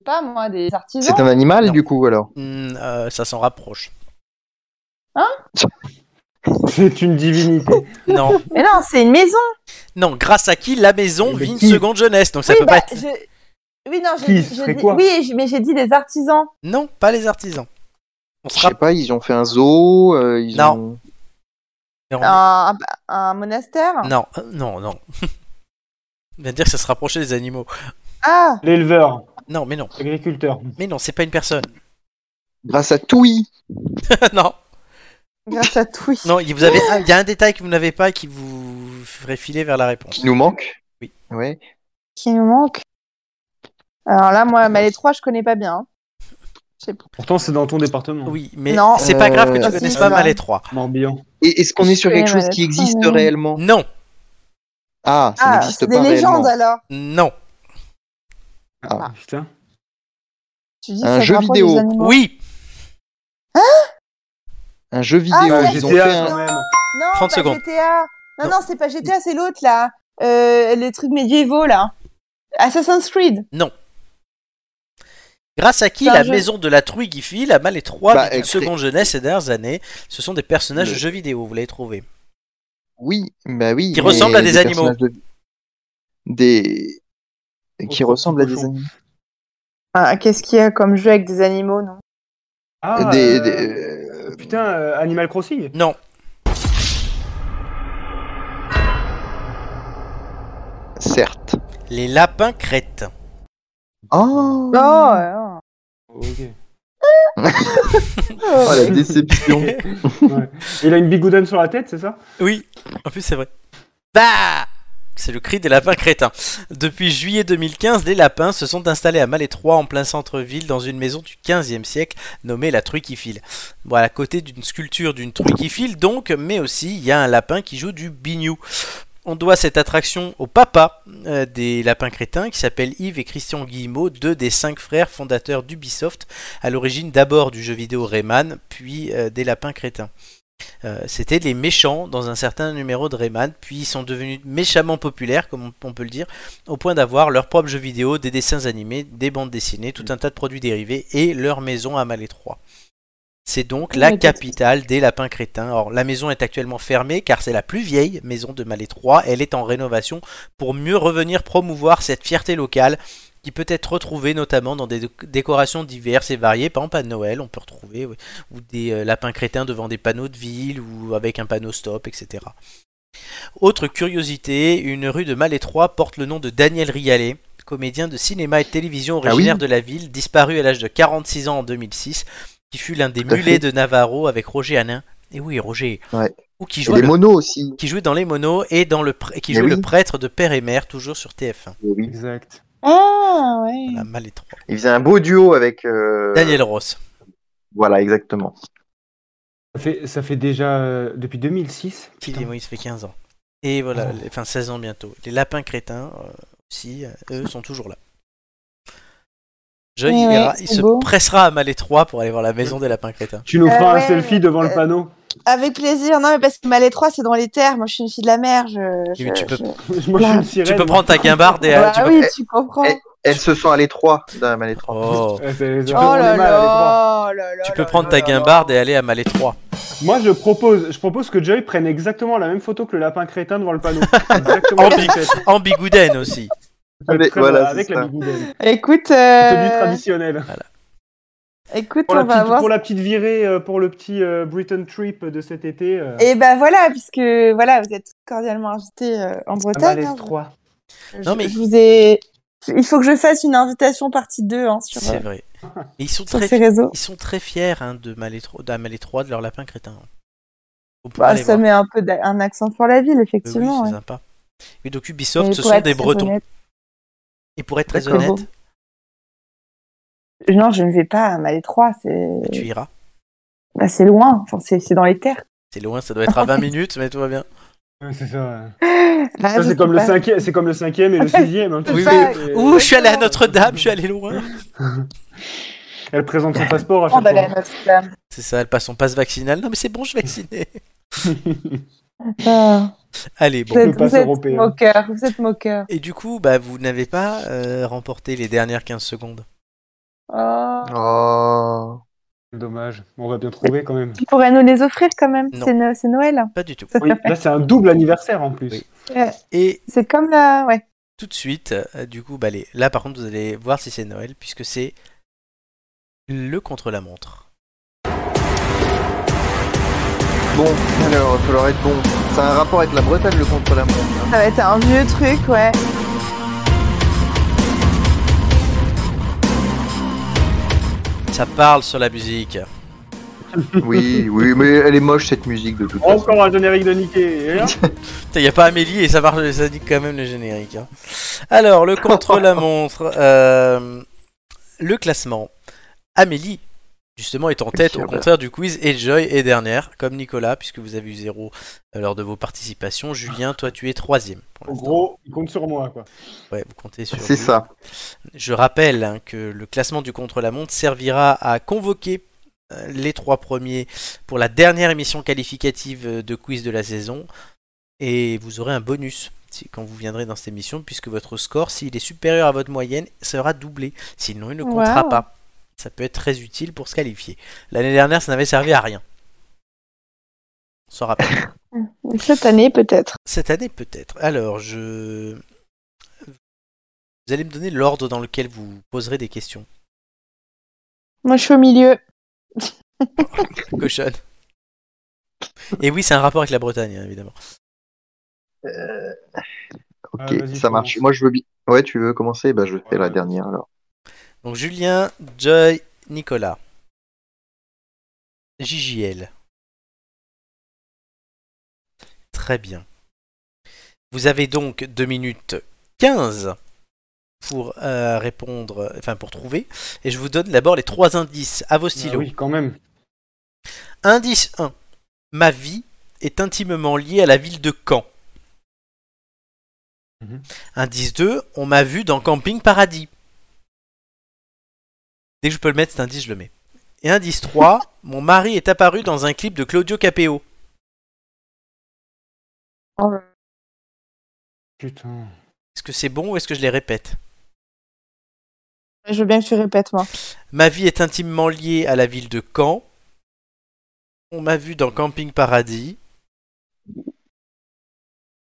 Speaker 4: Je sais Pas moi, des artisans.
Speaker 3: C'est un animal,
Speaker 1: Non.
Speaker 3: du coup, alors
Speaker 1: Hmm, euh, ça s'en rapproche.
Speaker 2: C'est une divinité.
Speaker 1: Non,
Speaker 4: Mais non, c'est une maison.
Speaker 1: non. Grâce à qui la maison
Speaker 2: Mais
Speaker 1: vit une
Speaker 2: qui
Speaker 1: seconde jeunesse. Donc ça
Speaker 4: oui,
Speaker 1: peut
Speaker 4: bah,
Speaker 1: pas être.
Speaker 4: je... Oui, non,
Speaker 2: Qui
Speaker 4: j'ai
Speaker 2: ce
Speaker 4: j'ai
Speaker 2: serait
Speaker 4: dit...
Speaker 2: quoi
Speaker 4: Oui, j- mais j'ai dit des artisans.
Speaker 1: Non, pas les artisans. On se
Speaker 3: Je sais
Speaker 1: rapp-
Speaker 3: pas, ils ont fait un zoo, euh, ils
Speaker 1: Non.
Speaker 3: ont...
Speaker 1: Non,
Speaker 4: Un, un monastère
Speaker 1: non, euh, non, non. On vient de dire que ça se rapprochait des animaux.
Speaker 4: Ah
Speaker 2: L'éleveur,
Speaker 1: Non, mais non,
Speaker 2: l'agriculteur.
Speaker 1: mais non, c'est pas une personne.
Speaker 3: Grâce à Toui,
Speaker 1: non,
Speaker 4: Grâce à tout.
Speaker 1: non. il- Vous avez, un- il y a un détail que vous n'avez pas et qui vous ferait filer vers la réponse.
Speaker 3: qui nous manque.
Speaker 1: Oui.
Speaker 3: Ouais.
Speaker 4: Qui nous manque Alors là, moi, mal et trois, je connais pas bien.
Speaker 2: Pourtant, c'est dans ton département.
Speaker 1: Oui, mais
Speaker 4: Non.
Speaker 1: c'est pas grave que tu
Speaker 4: Euh,
Speaker 1: connaisses
Speaker 4: si,
Speaker 1: pas
Speaker 4: ça.
Speaker 1: mal les trois.
Speaker 2: Morbihan.
Speaker 3: Et est-ce qu'on est sur
Speaker 4: Ouais,
Speaker 3: quelque chose
Speaker 4: ouais,
Speaker 3: qui
Speaker 4: ouais.
Speaker 3: existe
Speaker 4: Ouais.
Speaker 3: réellement
Speaker 1: Non,
Speaker 3: Ah, ça
Speaker 4: Ah,
Speaker 3: n'existe
Speaker 4: c'est
Speaker 3: pas
Speaker 4: des légendes
Speaker 3: réellement.
Speaker 4: alors.
Speaker 1: non.
Speaker 3: Ah.
Speaker 2: Putain.
Speaker 4: Tu dis
Speaker 3: Un
Speaker 4: ça se
Speaker 3: jeu
Speaker 4: rapproche
Speaker 3: vidéo.
Speaker 4: des animaux.
Speaker 1: Oui,
Speaker 3: Un jeu vidéo,
Speaker 4: Ah, ouais.
Speaker 3: ils ont
Speaker 2: GTA,
Speaker 3: fait un...
Speaker 2: quand même.
Speaker 4: Non,
Speaker 1: 30
Speaker 4: pas
Speaker 1: secondes.
Speaker 4: GTA. Non,
Speaker 1: Non.
Speaker 4: non, c'est pas GTA, c'est l'autre là. Euh, le truc médiévaux là. Assassin's Creed.
Speaker 1: Grâce à qui
Speaker 4: C'est un
Speaker 1: la
Speaker 4: jeu.
Speaker 1: maison de la truie qui file, à mal et trois,
Speaker 3: Bah,
Speaker 1: vit une
Speaker 3: euh,
Speaker 1: seconde jeunesse ces dernières années, ce sont des personnages
Speaker 3: Le-
Speaker 1: de jeux vidéo, vous l'avez trouvé.
Speaker 3: Oui, bah oui.
Speaker 1: Qui
Speaker 3: mais
Speaker 1: ressemblent à des animaux.
Speaker 3: personnages de- Des... Qui
Speaker 2: Autre
Speaker 3: ressemblent à des
Speaker 2: cochon.
Speaker 3: animaux.
Speaker 4: Ah, Qu'est-ce qu'il y a comme jeu avec des animaux non
Speaker 2: Ah,
Speaker 3: Des-
Speaker 2: euh,
Speaker 3: des-
Speaker 2: Putain, euh, Animal Crossing
Speaker 1: Non,
Speaker 3: Certes.
Speaker 1: les lapins crêtes.
Speaker 3: Oh,
Speaker 4: Non. euh,
Speaker 2: Ok.
Speaker 4: non.
Speaker 3: Oh, la déception.
Speaker 2: Il a une bigoudonne sur la tête, c'est ça
Speaker 1: Oui, en plus c'est vrai. Bah C'est le cri des lapins crétins. Depuis juillet 2015, les lapins se sont installés à Malétroit en plein centre-ville dans une maison du 15e siècle nommée la truie qui file. Bon, à côté d'une sculpture d'une truie qui file donc, mais aussi il y a un lapin qui joue du biniou. On doit cette attraction au papa euh, des lapins crétins qui s'appelle Yves et Christian Guillemot, deux des cinq frères fondateurs d'Ubisoft, à l'origine d'abord du jeu vidéo Rayman, puis euh, des lapins crétins. Euh, c'était les méchants dans un certain numéro de Rayman, puis ils sont devenus méchamment populaires, comme on, on peut le dire, au point d'avoir leur propre jeu vidéo, des dessins animés, des bandes dessinées, tout un tas de produits dérivés et leur maison à Malétroit. C'est donc la
Speaker 4: Mais qu'est-ce-
Speaker 1: capitale des lapins crétins. Or, la maison est actuellement fermée car c'est la plus vieille maison de Malétroit. Elle est en rénovation pour mieux revenir promouvoir cette fierté locale qui peut être retrouvée notamment dans des déc- décorations diverses et variées. Par exemple, à Noël, on peut retrouver oui, ou des euh, lapins crétins devant des panneaux de ville ou avec un panneau stop, etc. Autre curiosité, une rue de Malétroit porte le nom de Daniel Rialet, comédien de cinéma et de télévision
Speaker 3: Ah oui.
Speaker 1: originaire de la ville, disparu à l'âge de 46 ans en 2006, qui fut l'un des
Speaker 3: Tout à
Speaker 1: mulets
Speaker 3: fait.
Speaker 1: de Navarro avec Roger Hanin. Et oui, Roger.
Speaker 3: Ouais.
Speaker 1: Ou qui
Speaker 3: Et
Speaker 1: jouait
Speaker 3: les
Speaker 1: le-
Speaker 3: monos aussi.
Speaker 1: qui jouait dans les monos et dans le pr- qui
Speaker 3: Mais
Speaker 1: jouait
Speaker 3: oui.
Speaker 1: le prêtre de père et mère toujours sur TF1.
Speaker 3: Eh Oui.
Speaker 2: Exact.
Speaker 4: Ah ouais.
Speaker 1: Voilà, Malétroit.
Speaker 3: Il faisait un beau duo avec... euh,
Speaker 1: Daniel Ross.
Speaker 3: Voilà, exactement.
Speaker 2: Ça fait, ça fait déjà euh, depuis 2006.
Speaker 1: Qui
Speaker 2: Putain.
Speaker 1: dit- oui, il se fait 15 ans. Et voilà,
Speaker 2: Oh.
Speaker 1: les- enfin 16 ans bientôt. Les lapins crétins euh, aussi, euh, eux, sont toujours là. Joy,
Speaker 4: Oui,
Speaker 1: il,
Speaker 4: oui,
Speaker 1: ira- il
Speaker 4: c'est
Speaker 1: se
Speaker 4: beau.
Speaker 1: pressera à Malétroit pour aller voir la maison des lapins crétins.
Speaker 2: Tu nous
Speaker 4: Euh,
Speaker 2: feras un
Speaker 4: ouais,
Speaker 2: selfie
Speaker 4: mais-
Speaker 2: devant le
Speaker 4: euh,
Speaker 2: panneau.
Speaker 4: Avec plaisir. Non, mais parce que mal et trois, c'est dans les terres. Moi, je suis une fille de la mer. Je,
Speaker 1: Oui, mais
Speaker 4: je-
Speaker 1: tu peux-
Speaker 4: je-
Speaker 2: Moi, je suis une sirène.
Speaker 1: Tu peux prendre ta guimbarde et... euh,
Speaker 4: Bah
Speaker 1: tu peux-
Speaker 4: oui, tu comprends.
Speaker 3: eh, Elles se sont allées trois d'un mal étrange.
Speaker 1: Oh.
Speaker 2: Ouais, c'est- c'est-
Speaker 4: Oh
Speaker 2: on est
Speaker 4: là
Speaker 2: mal, les trois.
Speaker 4: là, oh là là
Speaker 1: Tu
Speaker 4: là
Speaker 1: peux prendre
Speaker 4: là
Speaker 1: ta
Speaker 4: là là.
Speaker 1: guimbarde et aller à Malétroit.
Speaker 2: Moi, je propose, je propose que Joy prenne exactement la même photo que le lapin crétin devant le panneau. exactement.
Speaker 1: En
Speaker 2: la même tête. Ça
Speaker 1: En Bigouden aussi.
Speaker 2: peut
Speaker 3: Ah, Mais
Speaker 2: être très
Speaker 3: voilà,
Speaker 2: drôle,
Speaker 3: c'est
Speaker 2: avec la
Speaker 3: ça.
Speaker 2: bigouden.
Speaker 4: Écoute,
Speaker 2: Tenue
Speaker 4: euh...
Speaker 2: traditionnelle.
Speaker 4: écoute,
Speaker 2: Pour la,
Speaker 4: on va
Speaker 2: petite,
Speaker 4: voir.
Speaker 2: pour la petite virée, euh, pour le petit euh, Britain trip de cet été. euh,
Speaker 4: Et ben voilà, puisque voilà, vous êtes cordialement invités euh, en
Speaker 2: à Mal
Speaker 4: Bretagne. hein,
Speaker 2: Estroit.
Speaker 4: Je,
Speaker 1: Ah, Non, mais-
Speaker 4: je vous ai Il faut que je fasse une invitation partie 2 hein, sur,
Speaker 1: C'est
Speaker 4: euh,
Speaker 1: vrai. Et ils sont
Speaker 4: sur
Speaker 1: très,
Speaker 4: ces réseaux.
Speaker 1: ils sont très fiers hein, de Malétro, de de leur lapin crétin. hein. Faut pouvoir
Speaker 4: Bah,
Speaker 1: les
Speaker 4: ça
Speaker 1: voir.
Speaker 4: met un peu d'a- un accent pour la ville,
Speaker 1: Euh, oui,
Speaker 4: effectivement.
Speaker 1: c'est
Speaker 4: ouais.
Speaker 1: sympa. Et donc Ubisoft,
Speaker 4: Mais
Speaker 1: ce
Speaker 4: pour
Speaker 1: sont
Speaker 4: être
Speaker 1: des
Speaker 4: très
Speaker 1: Bretons.
Speaker 4: honnête-
Speaker 1: Et pour être très
Speaker 4: D'accord.
Speaker 1: honnête,
Speaker 4: Non, je ne vais pas à Malais 3, c'est
Speaker 1: tu iras.
Speaker 4: bah, c'est loin, enfin, c'est c'est dans les terres.
Speaker 1: C'est loin, ça doit être à 20 minutes, mais tout va bien.
Speaker 2: Ouais, C'est ça. ouais.
Speaker 4: Ah,
Speaker 2: Ça,
Speaker 4: je sais
Speaker 2: c'est comme, le
Speaker 4: pas.
Speaker 2: cinquième- c'est comme le cinquième et le sixième. hein, tu
Speaker 1: Oui,
Speaker 2: sais,
Speaker 4: oui.
Speaker 2: c'est-
Speaker 1: Ouh, je suis allé à Notre-Dame, je suis allé loin.
Speaker 2: Elle présente son passeport à
Speaker 4: Oh, bah, la
Speaker 2: chaque
Speaker 4: Notre-Dame.
Speaker 1: C'est ça, elle passe son passe vaccinal. Non, mais c'est bon, je suis vacciné.
Speaker 2: fois.
Speaker 4: Ah,
Speaker 1: Allez, bon.
Speaker 4: vous êtes,
Speaker 2: le pass
Speaker 4: vous êtes
Speaker 2: européen.
Speaker 4: moqueur, vous êtes moqueur.
Speaker 1: Et du coup, bah, vous n'avez pas euh, remporté les dernières 15 secondes.
Speaker 4: Oh.
Speaker 3: Oh.
Speaker 2: Dommage. On va bien trouver quand même.
Speaker 4: Tu pourrais nous les offrir quand même,
Speaker 1: Non.
Speaker 4: c'est no- c'est Noël.
Speaker 1: Pas du tout.
Speaker 4: Ça
Speaker 2: Oui,
Speaker 4: serait-
Speaker 2: là, c'est un double anniversaire en plus.
Speaker 1: Oui.
Speaker 4: Ouais,
Speaker 1: Et
Speaker 4: C'est comme la. Ouais.
Speaker 1: tout de suite, euh, du coup, bah, les- là par contre, vous allez voir si c'est Noël, puisque c'est le contre-la-montre.
Speaker 3: Bon, alors, il va falloir être bon. Ça a un rapport avec la Bretagne, le contre-la-montre.
Speaker 4: Ça va être un vieux truc, ouais.
Speaker 1: Ça parle sur la musique.
Speaker 3: Oui, oui, mais elle est moche cette musique de toute façon.
Speaker 2: Encore un générique de Nikkei. et là,
Speaker 1: Il n'y a pas Amélie et ça, marche, ça dit quand même le générique. hein. Alors, le contre-la-montre. euh, le classement. Amélie, justement, est en tête, au contraire du quiz, et Joy est dernière, comme Nicolas, puisque vous avez eu zéro euh, lors de vos participations. Julien, toi, tu es troisième. pour
Speaker 2: En
Speaker 1: l'instant.
Speaker 2: gros, il compte sur moi. Quoi.
Speaker 1: Ouais, vous comptez sur
Speaker 3: C'est
Speaker 1: lui.
Speaker 3: ça.
Speaker 1: Je rappelle hein, que le classement du contre-la-montre servira à convoquer euh, les trois premiers pour la dernière émission qualificative euh, de quiz de la saison. Et vous aurez un bonus si- quand vous viendrez dans cette émission, puisque votre score, s'il est supérieur à votre moyenne, sera doublé. Sinon, il ne comptera
Speaker 4: Wow.
Speaker 1: pas. Ça peut être très utile pour se qualifier. L'année dernière, ça n'avait servi à rien. On s'en rappelle.
Speaker 4: Cette année, peut-être.
Speaker 1: Cette année peut-être. Alors, je... Vous allez me donner l'ordre dans lequel vous poserez des questions.
Speaker 4: Moi, je suis au milieu.
Speaker 1: Cochonne. Et oui, c'est un rapport avec la Bretagne, hein, évidemment.
Speaker 3: Euh, Ok,
Speaker 2: Ah, vas-y,
Speaker 3: ça marche.
Speaker 2: commence.
Speaker 3: Moi, je veux bien. Ouais, tu veux commencer Bah, je fais la
Speaker 2: Ouais.
Speaker 3: dernière alors.
Speaker 1: Donc Julien, Joy, Nicolas. JJL. Très bien. Vous avez donc 2 minutes 15 pour euh, répondre, enfin pour trouver. Et je vous donne d'abord les trois indices à vos
Speaker 2: Ah
Speaker 1: stylos.
Speaker 2: oui, quand même.
Speaker 1: Indice 1. Ma vie est intimement liée à la ville de Caen.
Speaker 2: Mhm.
Speaker 1: Indice 2. On m'a vu dans Camping Paradis. Dès que je peux le mettre, cet indice, je le mets. Et indice 3. mon mari est apparu dans un clip de Claudio Capéo.
Speaker 4: Oh là.
Speaker 2: Putain.
Speaker 1: Est-ce que c'est bon ou est-ce que je les répète
Speaker 4: Je veux bien que tu répètes, moi.
Speaker 1: Ma vie est intimement liée à la ville de Caen. On m'a vu dans Camping Paradis.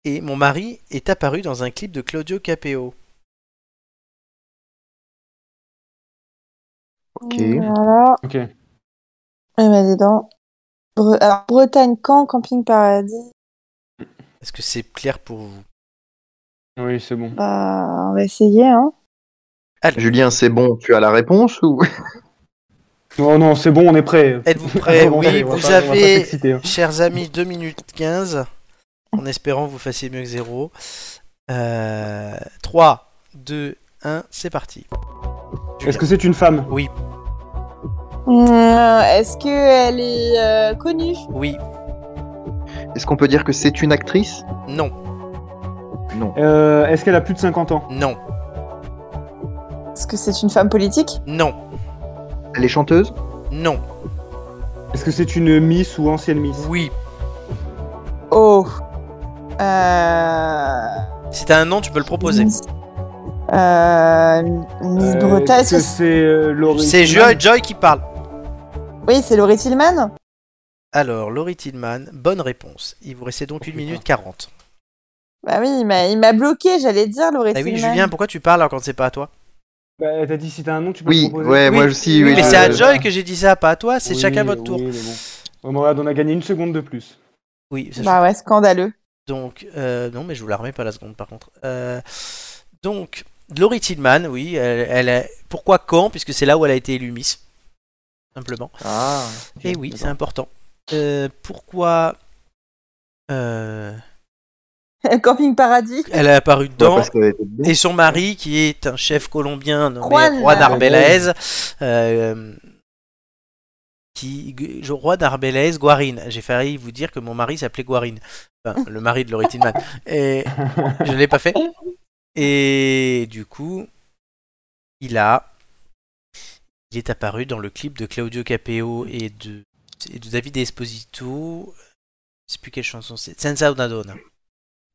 Speaker 1: Et mon mari est apparu dans un clip de Claudio Capéo.
Speaker 3: Ok.
Speaker 4: Voilà.
Speaker 2: Ok.
Speaker 4: Eh ben, dis donc. Bre- Alors, Bretagne, Caen, Camping Paradis.
Speaker 1: Est-ce que c'est clair pour vous
Speaker 2: Oui, c'est bon.
Speaker 4: Bah, on va essayer, hein.
Speaker 1: Alors,
Speaker 3: Julien, c'est bon. Tu as la réponse ou
Speaker 2: Non, Oh, non, c'est bon, on est prêt.
Speaker 1: Êtes-vous prêts
Speaker 2: On va
Speaker 1: Oui,
Speaker 2: aller, on va
Speaker 1: vous
Speaker 2: pas- on va pas
Speaker 1: avez-
Speaker 2: s'exciter, hein.
Speaker 1: chers amis, 2 minutes 15, en espérant que vous fassiez mieux que Euh, 0. 3, 2, 1, c'est parti. Julien.
Speaker 2: Est-ce que c'est une femme
Speaker 1: Oui,
Speaker 4: Hum, Est-ce qu'elle est euh, connue
Speaker 1: oui,
Speaker 3: Est-ce qu'on peut dire que c'est une actrice
Speaker 1: non,
Speaker 3: Non.
Speaker 2: Euh, Est-ce qu'elle a plus de 50 ans
Speaker 1: non,
Speaker 4: Est-ce que c'est une femme politique
Speaker 1: non,
Speaker 3: Elle est chanteuse
Speaker 1: non,
Speaker 2: Est-ce que c'est une Miss ou ancienne Miss
Speaker 1: oui.
Speaker 4: Oh. Euh...
Speaker 1: Si t'as un nom, tu peux le proposer.
Speaker 4: Miss- Euh... Miss
Speaker 2: Euh,
Speaker 4: Bretagne.
Speaker 2: Est-ce que c'est euh, Laurie
Speaker 1: C'est
Speaker 2: Tillman
Speaker 1: Joy, Joy qui parle.
Speaker 4: Oui, c'est Laurie Tillman.
Speaker 1: Alors, Laurie Tillman, bonne réponse. Il vous restait donc 1 minute 40.
Speaker 4: Bah oui, il m'a- il m'a bloqué, j'allais dire Laurie
Speaker 1: Ah oui,
Speaker 4: Tillman.
Speaker 1: Julien, pourquoi tu parles alors quand c'est pas à toi
Speaker 2: Bah, T'as dit si t'as un nom, tu peux
Speaker 3: Oui,
Speaker 2: le proposer.
Speaker 3: ouais,
Speaker 1: Oui.
Speaker 3: Eh, moi aussi. Oui,
Speaker 1: Mais
Speaker 2: Ah,
Speaker 1: c'est à
Speaker 2: euh,
Speaker 1: Joy que j'ai dit ça, pas à toi, c'est
Speaker 2: Oui,
Speaker 1: chacun votre tour.
Speaker 2: oui, mais bon. Ouais, mais regarde, on a gagné une seconde de plus.
Speaker 1: Oui, ça
Speaker 4: Bah ouais, scandaleux.
Speaker 1: Donc, euh, non, mais je vous la remets pas la seconde par contre. Euh, donc, Laurie Tillman, oui. Elle, elle a- Pourquoi Caen Puisque c'est là où elle a été élue Miss. Simplement.
Speaker 3: Ah.
Speaker 1: Et oui, c'est important. Euh, pourquoi euh,
Speaker 4: Camping Paradis.
Speaker 1: elle a apparu
Speaker 3: Ouais,
Speaker 1: dedans
Speaker 3: parce qu'elle était dedans.
Speaker 1: et son mari, qui est un chef colombien nommé
Speaker 4: Juan.
Speaker 1: Juan Arbelez, euh, qui, Gu- Juan Arbelez Guarine. J'ai failli vous dire que mon mari s'appelait Guarine. Enfin, le mari de Laurie Tillman. Et je ne l'ai pas fait. Et du coup, il a. Il est apparu dans le clip de Claudio Capeo et de, et de David Esposito. Je sais plus quelle chanson c'est. Senza una donna.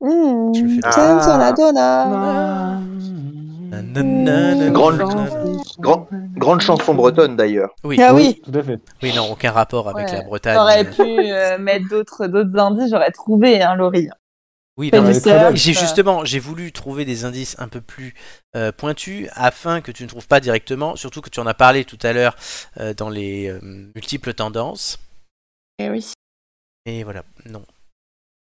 Speaker 1: Je le fais
Speaker 4: Mmh,
Speaker 1: là.
Speaker 4: ça me sonne à Donna.
Speaker 2: Ah.
Speaker 1: Nanana-
Speaker 3: Grande-
Speaker 1: nanana-
Speaker 3: Grand- Grande chanson bretonne d'ailleurs.
Speaker 1: Oui,
Speaker 4: Ah oui,
Speaker 2: Tout à fait.
Speaker 1: oui, non, aucun rapport avec
Speaker 4: Ouais,
Speaker 1: la Bretagne.
Speaker 4: j'aurais pu euh, mettre d'autres d'autres indices, j'aurais trouvé, hein, Laurie.
Speaker 1: Oui,
Speaker 4: Fais
Speaker 1: non,
Speaker 4: du
Speaker 1: mais-
Speaker 2: mais
Speaker 4: surf,
Speaker 1: Ah, j'ai
Speaker 4: euh,
Speaker 1: justement, j'ai voulu trouver des indices un peu plus euh, pointus afin que tu ne trouves pas directement, surtout que tu en as parlé tout à l'heure euh, dans les euh, multiples tendances.
Speaker 4: eh oui.
Speaker 1: Et voilà, non,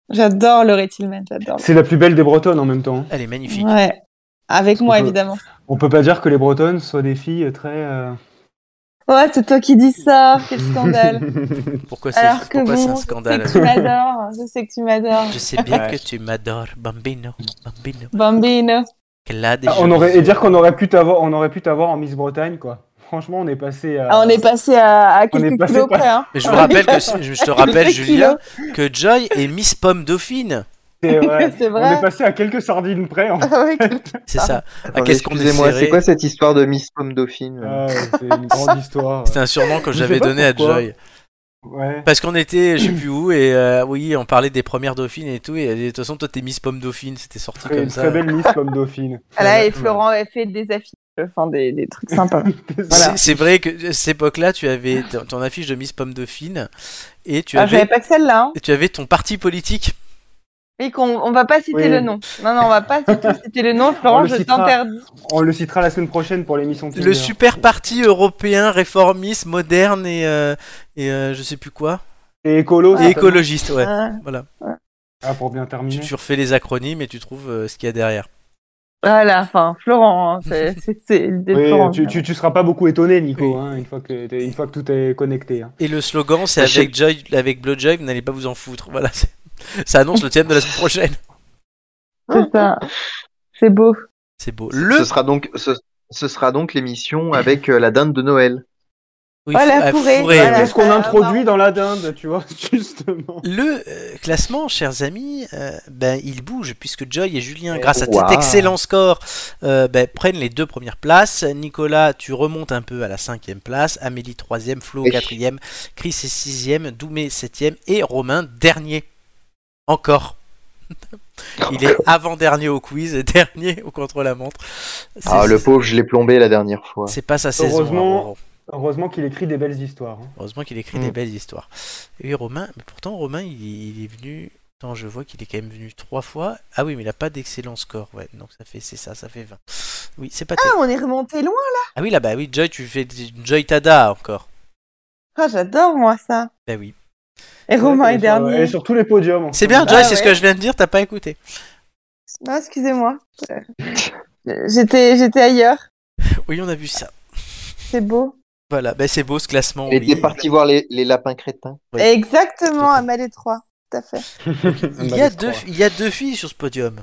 Speaker 4: J'adore Laurie Tillman, j'adore.
Speaker 2: C'est la plus belle des Bretonnes en même temps.
Speaker 1: elle est magnifique.
Speaker 4: Ouais. Avec moi, évidemment.
Speaker 2: On peut pas dire que les Bretonnes soient des filles très. euh,
Speaker 4: Ouais, c'est toi qui dis ça, quel scandale.
Speaker 1: Pourquoi c'est
Speaker 4: Alors que
Speaker 1: pourquoi c'est
Speaker 4: bon,
Speaker 1: un
Speaker 4: je sais
Speaker 1: scandale
Speaker 4: que tu m'adores, je sais que tu m'adores.
Speaker 1: Je sais bien
Speaker 2: Ouais.
Speaker 1: que tu m'adores, bambino, bambino.
Speaker 4: Bambino.
Speaker 1: Qu'elle a des
Speaker 2: Ah, on
Speaker 1: jolis
Speaker 2: aurait et
Speaker 1: yeux.
Speaker 2: dire qu'on aurait pu t'avoir, on aurait pu t'avoir en Miss Bretagne quoi. Franchement, on est passé. À...
Speaker 4: Ah, on est passé à, à
Speaker 2: Euh, est
Speaker 4: quelques
Speaker 2: passé
Speaker 4: kilos
Speaker 2: par-
Speaker 4: près, hein.
Speaker 1: Mais je vous rappelle que je te rappelle
Speaker 4: Quelques
Speaker 1: Julien que Joy est Miss Pomme Dauphine.
Speaker 2: c'est vrai.
Speaker 4: C'est
Speaker 2: On
Speaker 4: vrai.
Speaker 2: est passé à quelques sardines près. en fait.
Speaker 4: Ah oui, quelques-
Speaker 1: C'est ça. Ah,
Speaker 3: Attendez,
Speaker 1: qu'est-ce qu'on est
Speaker 3: Excusez-moi,
Speaker 1: serré.
Speaker 3: c'est quoi cette histoire de Miss Pomme Dauphine
Speaker 2: Ah,
Speaker 3: euh
Speaker 2: c'est une grande histoire.
Speaker 1: C'était un surnom que
Speaker 2: Je
Speaker 1: j'avais
Speaker 2: sais pas
Speaker 1: donné à
Speaker 2: pourquoi.
Speaker 1: Joy.
Speaker 2: Ouais.
Speaker 1: Parce qu'on était, je sais plus où, et euh, oui, on parlait des premières dauphines et tout, et elle dit, de toute façon, toi t'es Miss Pomme Dauphine, c'était sorti
Speaker 2: Très,
Speaker 1: comme ça.
Speaker 2: très belle Miss comme Dauphine.
Speaker 4: Ah là, et Florent a fait des affiches, enfin des, des trucs sympas.
Speaker 1: C'est- C'est vrai que à cette époque-là, tu avais ton ton affiche de Miss Pomme Dauphine, et tu
Speaker 4: Ah, j'avais
Speaker 1: avais,
Speaker 4: pas que celle-là. Hein.
Speaker 1: et tu avais ton parti politique.
Speaker 4: Et qu'on on va pas citer
Speaker 2: Oui.
Speaker 4: le nom. Non, non, on va pas du tout citer le nom,
Speaker 2: On
Speaker 4: Florent,
Speaker 2: le
Speaker 4: je
Speaker 2: citera.
Speaker 4: t'interdis.
Speaker 2: On le citera la semaine prochaine pour l'émission. hein. de
Speaker 1: Le
Speaker 2: Tinder.
Speaker 1: super parti européen, réformiste, moderne et, euh, et euh, je sais plus quoi.
Speaker 2: Et écolo.
Speaker 1: Et
Speaker 2: certainement.
Speaker 1: écologiste, ouais.
Speaker 4: Ah.
Speaker 1: Voilà.
Speaker 2: Ah, pour bien terminer.
Speaker 1: Tu, tu refais les acronymes et tu trouves euh, ce qu'il y a derrière.
Speaker 4: Voilà, enfin, Florent, hein, c'est c'est- c'est l'idée de
Speaker 2: Oui,
Speaker 4: Florent.
Speaker 2: tu, tu, tu seras pas beaucoup étonné, Nico,
Speaker 1: Oui.
Speaker 2: hein, une, fois que t'es- une fois que tout est connecté. hein.
Speaker 1: Et le slogan, c'est
Speaker 3: Ah, je-
Speaker 1: avec Joy, avec Blowjoy, vous n'allez pas vous en foutre. Voilà. c'est- Ça annonce le thème de la semaine prochaine.
Speaker 4: C'est ça. C'est beau.
Speaker 1: C'est beau. Le
Speaker 3: Ce sera donc ce, ce sera donc l'émission avec euh, la dinde de Noël.
Speaker 1: Oui,
Speaker 4: Voilà,
Speaker 1: fou- ah,
Speaker 4: fourré,
Speaker 1: fourré,
Speaker 4: voilà.
Speaker 1: ouais.
Speaker 2: Qu'est-ce qu'on
Speaker 4: bah,
Speaker 2: introduit dans la dinde, tu vois, justement
Speaker 1: Le euh, classement, chers amis, euh, ben, il bouge puisque Joy et Julien,
Speaker 3: Ouais.
Speaker 1: grâce à
Speaker 3: Waouh.
Speaker 1: cet excellent score, euh, ben, prennent les deux premières places. Nicolas, tu remontes un peu à la cinquième place. Amélie troisième, Flo
Speaker 3: Oui.
Speaker 1: quatrième, Chris est sixième, Doumé septième et Romain dernier. Encore. Il est avant-dernier au quiz et dernier au contre-la-montre. C'est-
Speaker 3: Ah le
Speaker 1: c'est-
Speaker 3: pauvre, je l'ai plombé la dernière fois.
Speaker 1: C'est pas sa saison.
Speaker 2: Heureusement-
Speaker 1: hein, Roro.
Speaker 2: Heureusement qu'il écrit des belles histoires. hein.
Speaker 1: Heureusement qu'il écrit
Speaker 3: Mm.
Speaker 1: des belles histoires. Et Romain, mais pourtant Romain, il, il est venu. Attends, je vois qu'il est quand même venu trois fois. Ah oui, mais il a pas d'excellent score. Ouais, donc ça fait, c'est ça, ça fait 20. Oui, c'est pas.
Speaker 4: Ah,
Speaker 1: terrible.
Speaker 4: on est remonté loin.
Speaker 1: Ah oui, là, bah oui, Joy, tu fais du- Joy Tada encore.
Speaker 4: Ah, j'adore, moi, ça.
Speaker 1: Bah oui.
Speaker 4: Et Romain
Speaker 2: Et
Speaker 4: est
Speaker 2: sur-
Speaker 4: dernier.
Speaker 2: Et sur tous les podiums. en
Speaker 1: C'est
Speaker 2: fait.
Speaker 1: bien, Joy,
Speaker 4: Ah
Speaker 1: c'est ce
Speaker 4: ouais.
Speaker 1: que je viens de dire, t'as pas écouté.
Speaker 4: Non, Ah, excusez-moi. Euh, J'étais, j'étais ailleurs.
Speaker 1: Oui, on a vu ça.
Speaker 4: C'est beau.
Speaker 1: Voilà, bah c'est beau ce classement.
Speaker 3: Il
Speaker 1: oui.
Speaker 3: était parti voir les, les lapins crétins.
Speaker 1: Oui.
Speaker 4: Exactement, à Mal et 3. Tout à fait.
Speaker 2: Ah,
Speaker 1: Il y, a deux, il y a deux filles sur ce podium.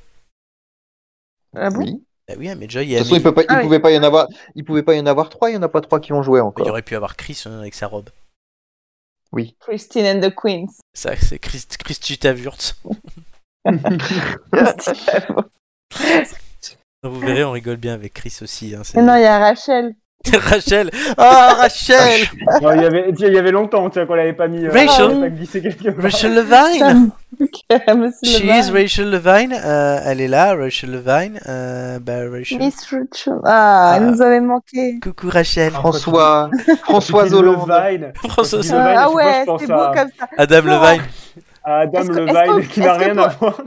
Speaker 4: Ah bon
Speaker 3: Oui.
Speaker 1: Bah oui, mais Joy
Speaker 3: De
Speaker 1: et
Speaker 3: toute façon, il,
Speaker 1: Amélie.
Speaker 3: peut pas, il
Speaker 4: Ah oui.
Speaker 3: pouvait pas y en avoir. Il pouvait pas y en avoir trois. Il y en a pas trois qui ont joué
Speaker 1: Il
Speaker 3: encore.
Speaker 1: aurait pu avoir Chris hein, avec sa robe.
Speaker 4: Christine and the Queens.
Speaker 1: Ça, c'est Chris, Christy Tavurt. Vous verrez, on rigole bien avec Chris aussi. hein, c'est-
Speaker 4: Et non, il y a Rachel.
Speaker 1: Rachel Ah, Rachel
Speaker 2: Non, bah, il, y avait, tiens, il y avait longtemps tiens, qu'on l'avait pas mis. euh,
Speaker 1: Rachel.
Speaker 2: on l'avait pas glissé quelque part.
Speaker 1: Rachel
Speaker 4: Ça
Speaker 1: Levine
Speaker 4: me manque, monsieur
Speaker 1: She
Speaker 4: Lebrun.
Speaker 1: is Rachel Levine. euh, elle est là, Rachel Levine. euh, bah, Rachel.
Speaker 4: Miss Rachel. Ah, elle
Speaker 1: Ah.
Speaker 4: nous avait manqué.
Speaker 1: Coucou Rachel.
Speaker 2: Ah.
Speaker 3: François
Speaker 2: François
Speaker 3: François Hollande.
Speaker 2: Levine.
Speaker 1: François
Speaker 2: Levine, je sais
Speaker 4: ah
Speaker 2: pas, je
Speaker 4: ouais,
Speaker 2: pense
Speaker 4: c'est
Speaker 2: à-
Speaker 4: beau comme ça.
Speaker 1: Adam
Speaker 4: Florent.
Speaker 1: Levine.
Speaker 2: à Adam
Speaker 4: Est-ce que-
Speaker 2: Levine
Speaker 4: est-ce que-
Speaker 2: qui n'a
Speaker 4: est-ce que
Speaker 2: rien
Speaker 4: pour-
Speaker 2: à voir.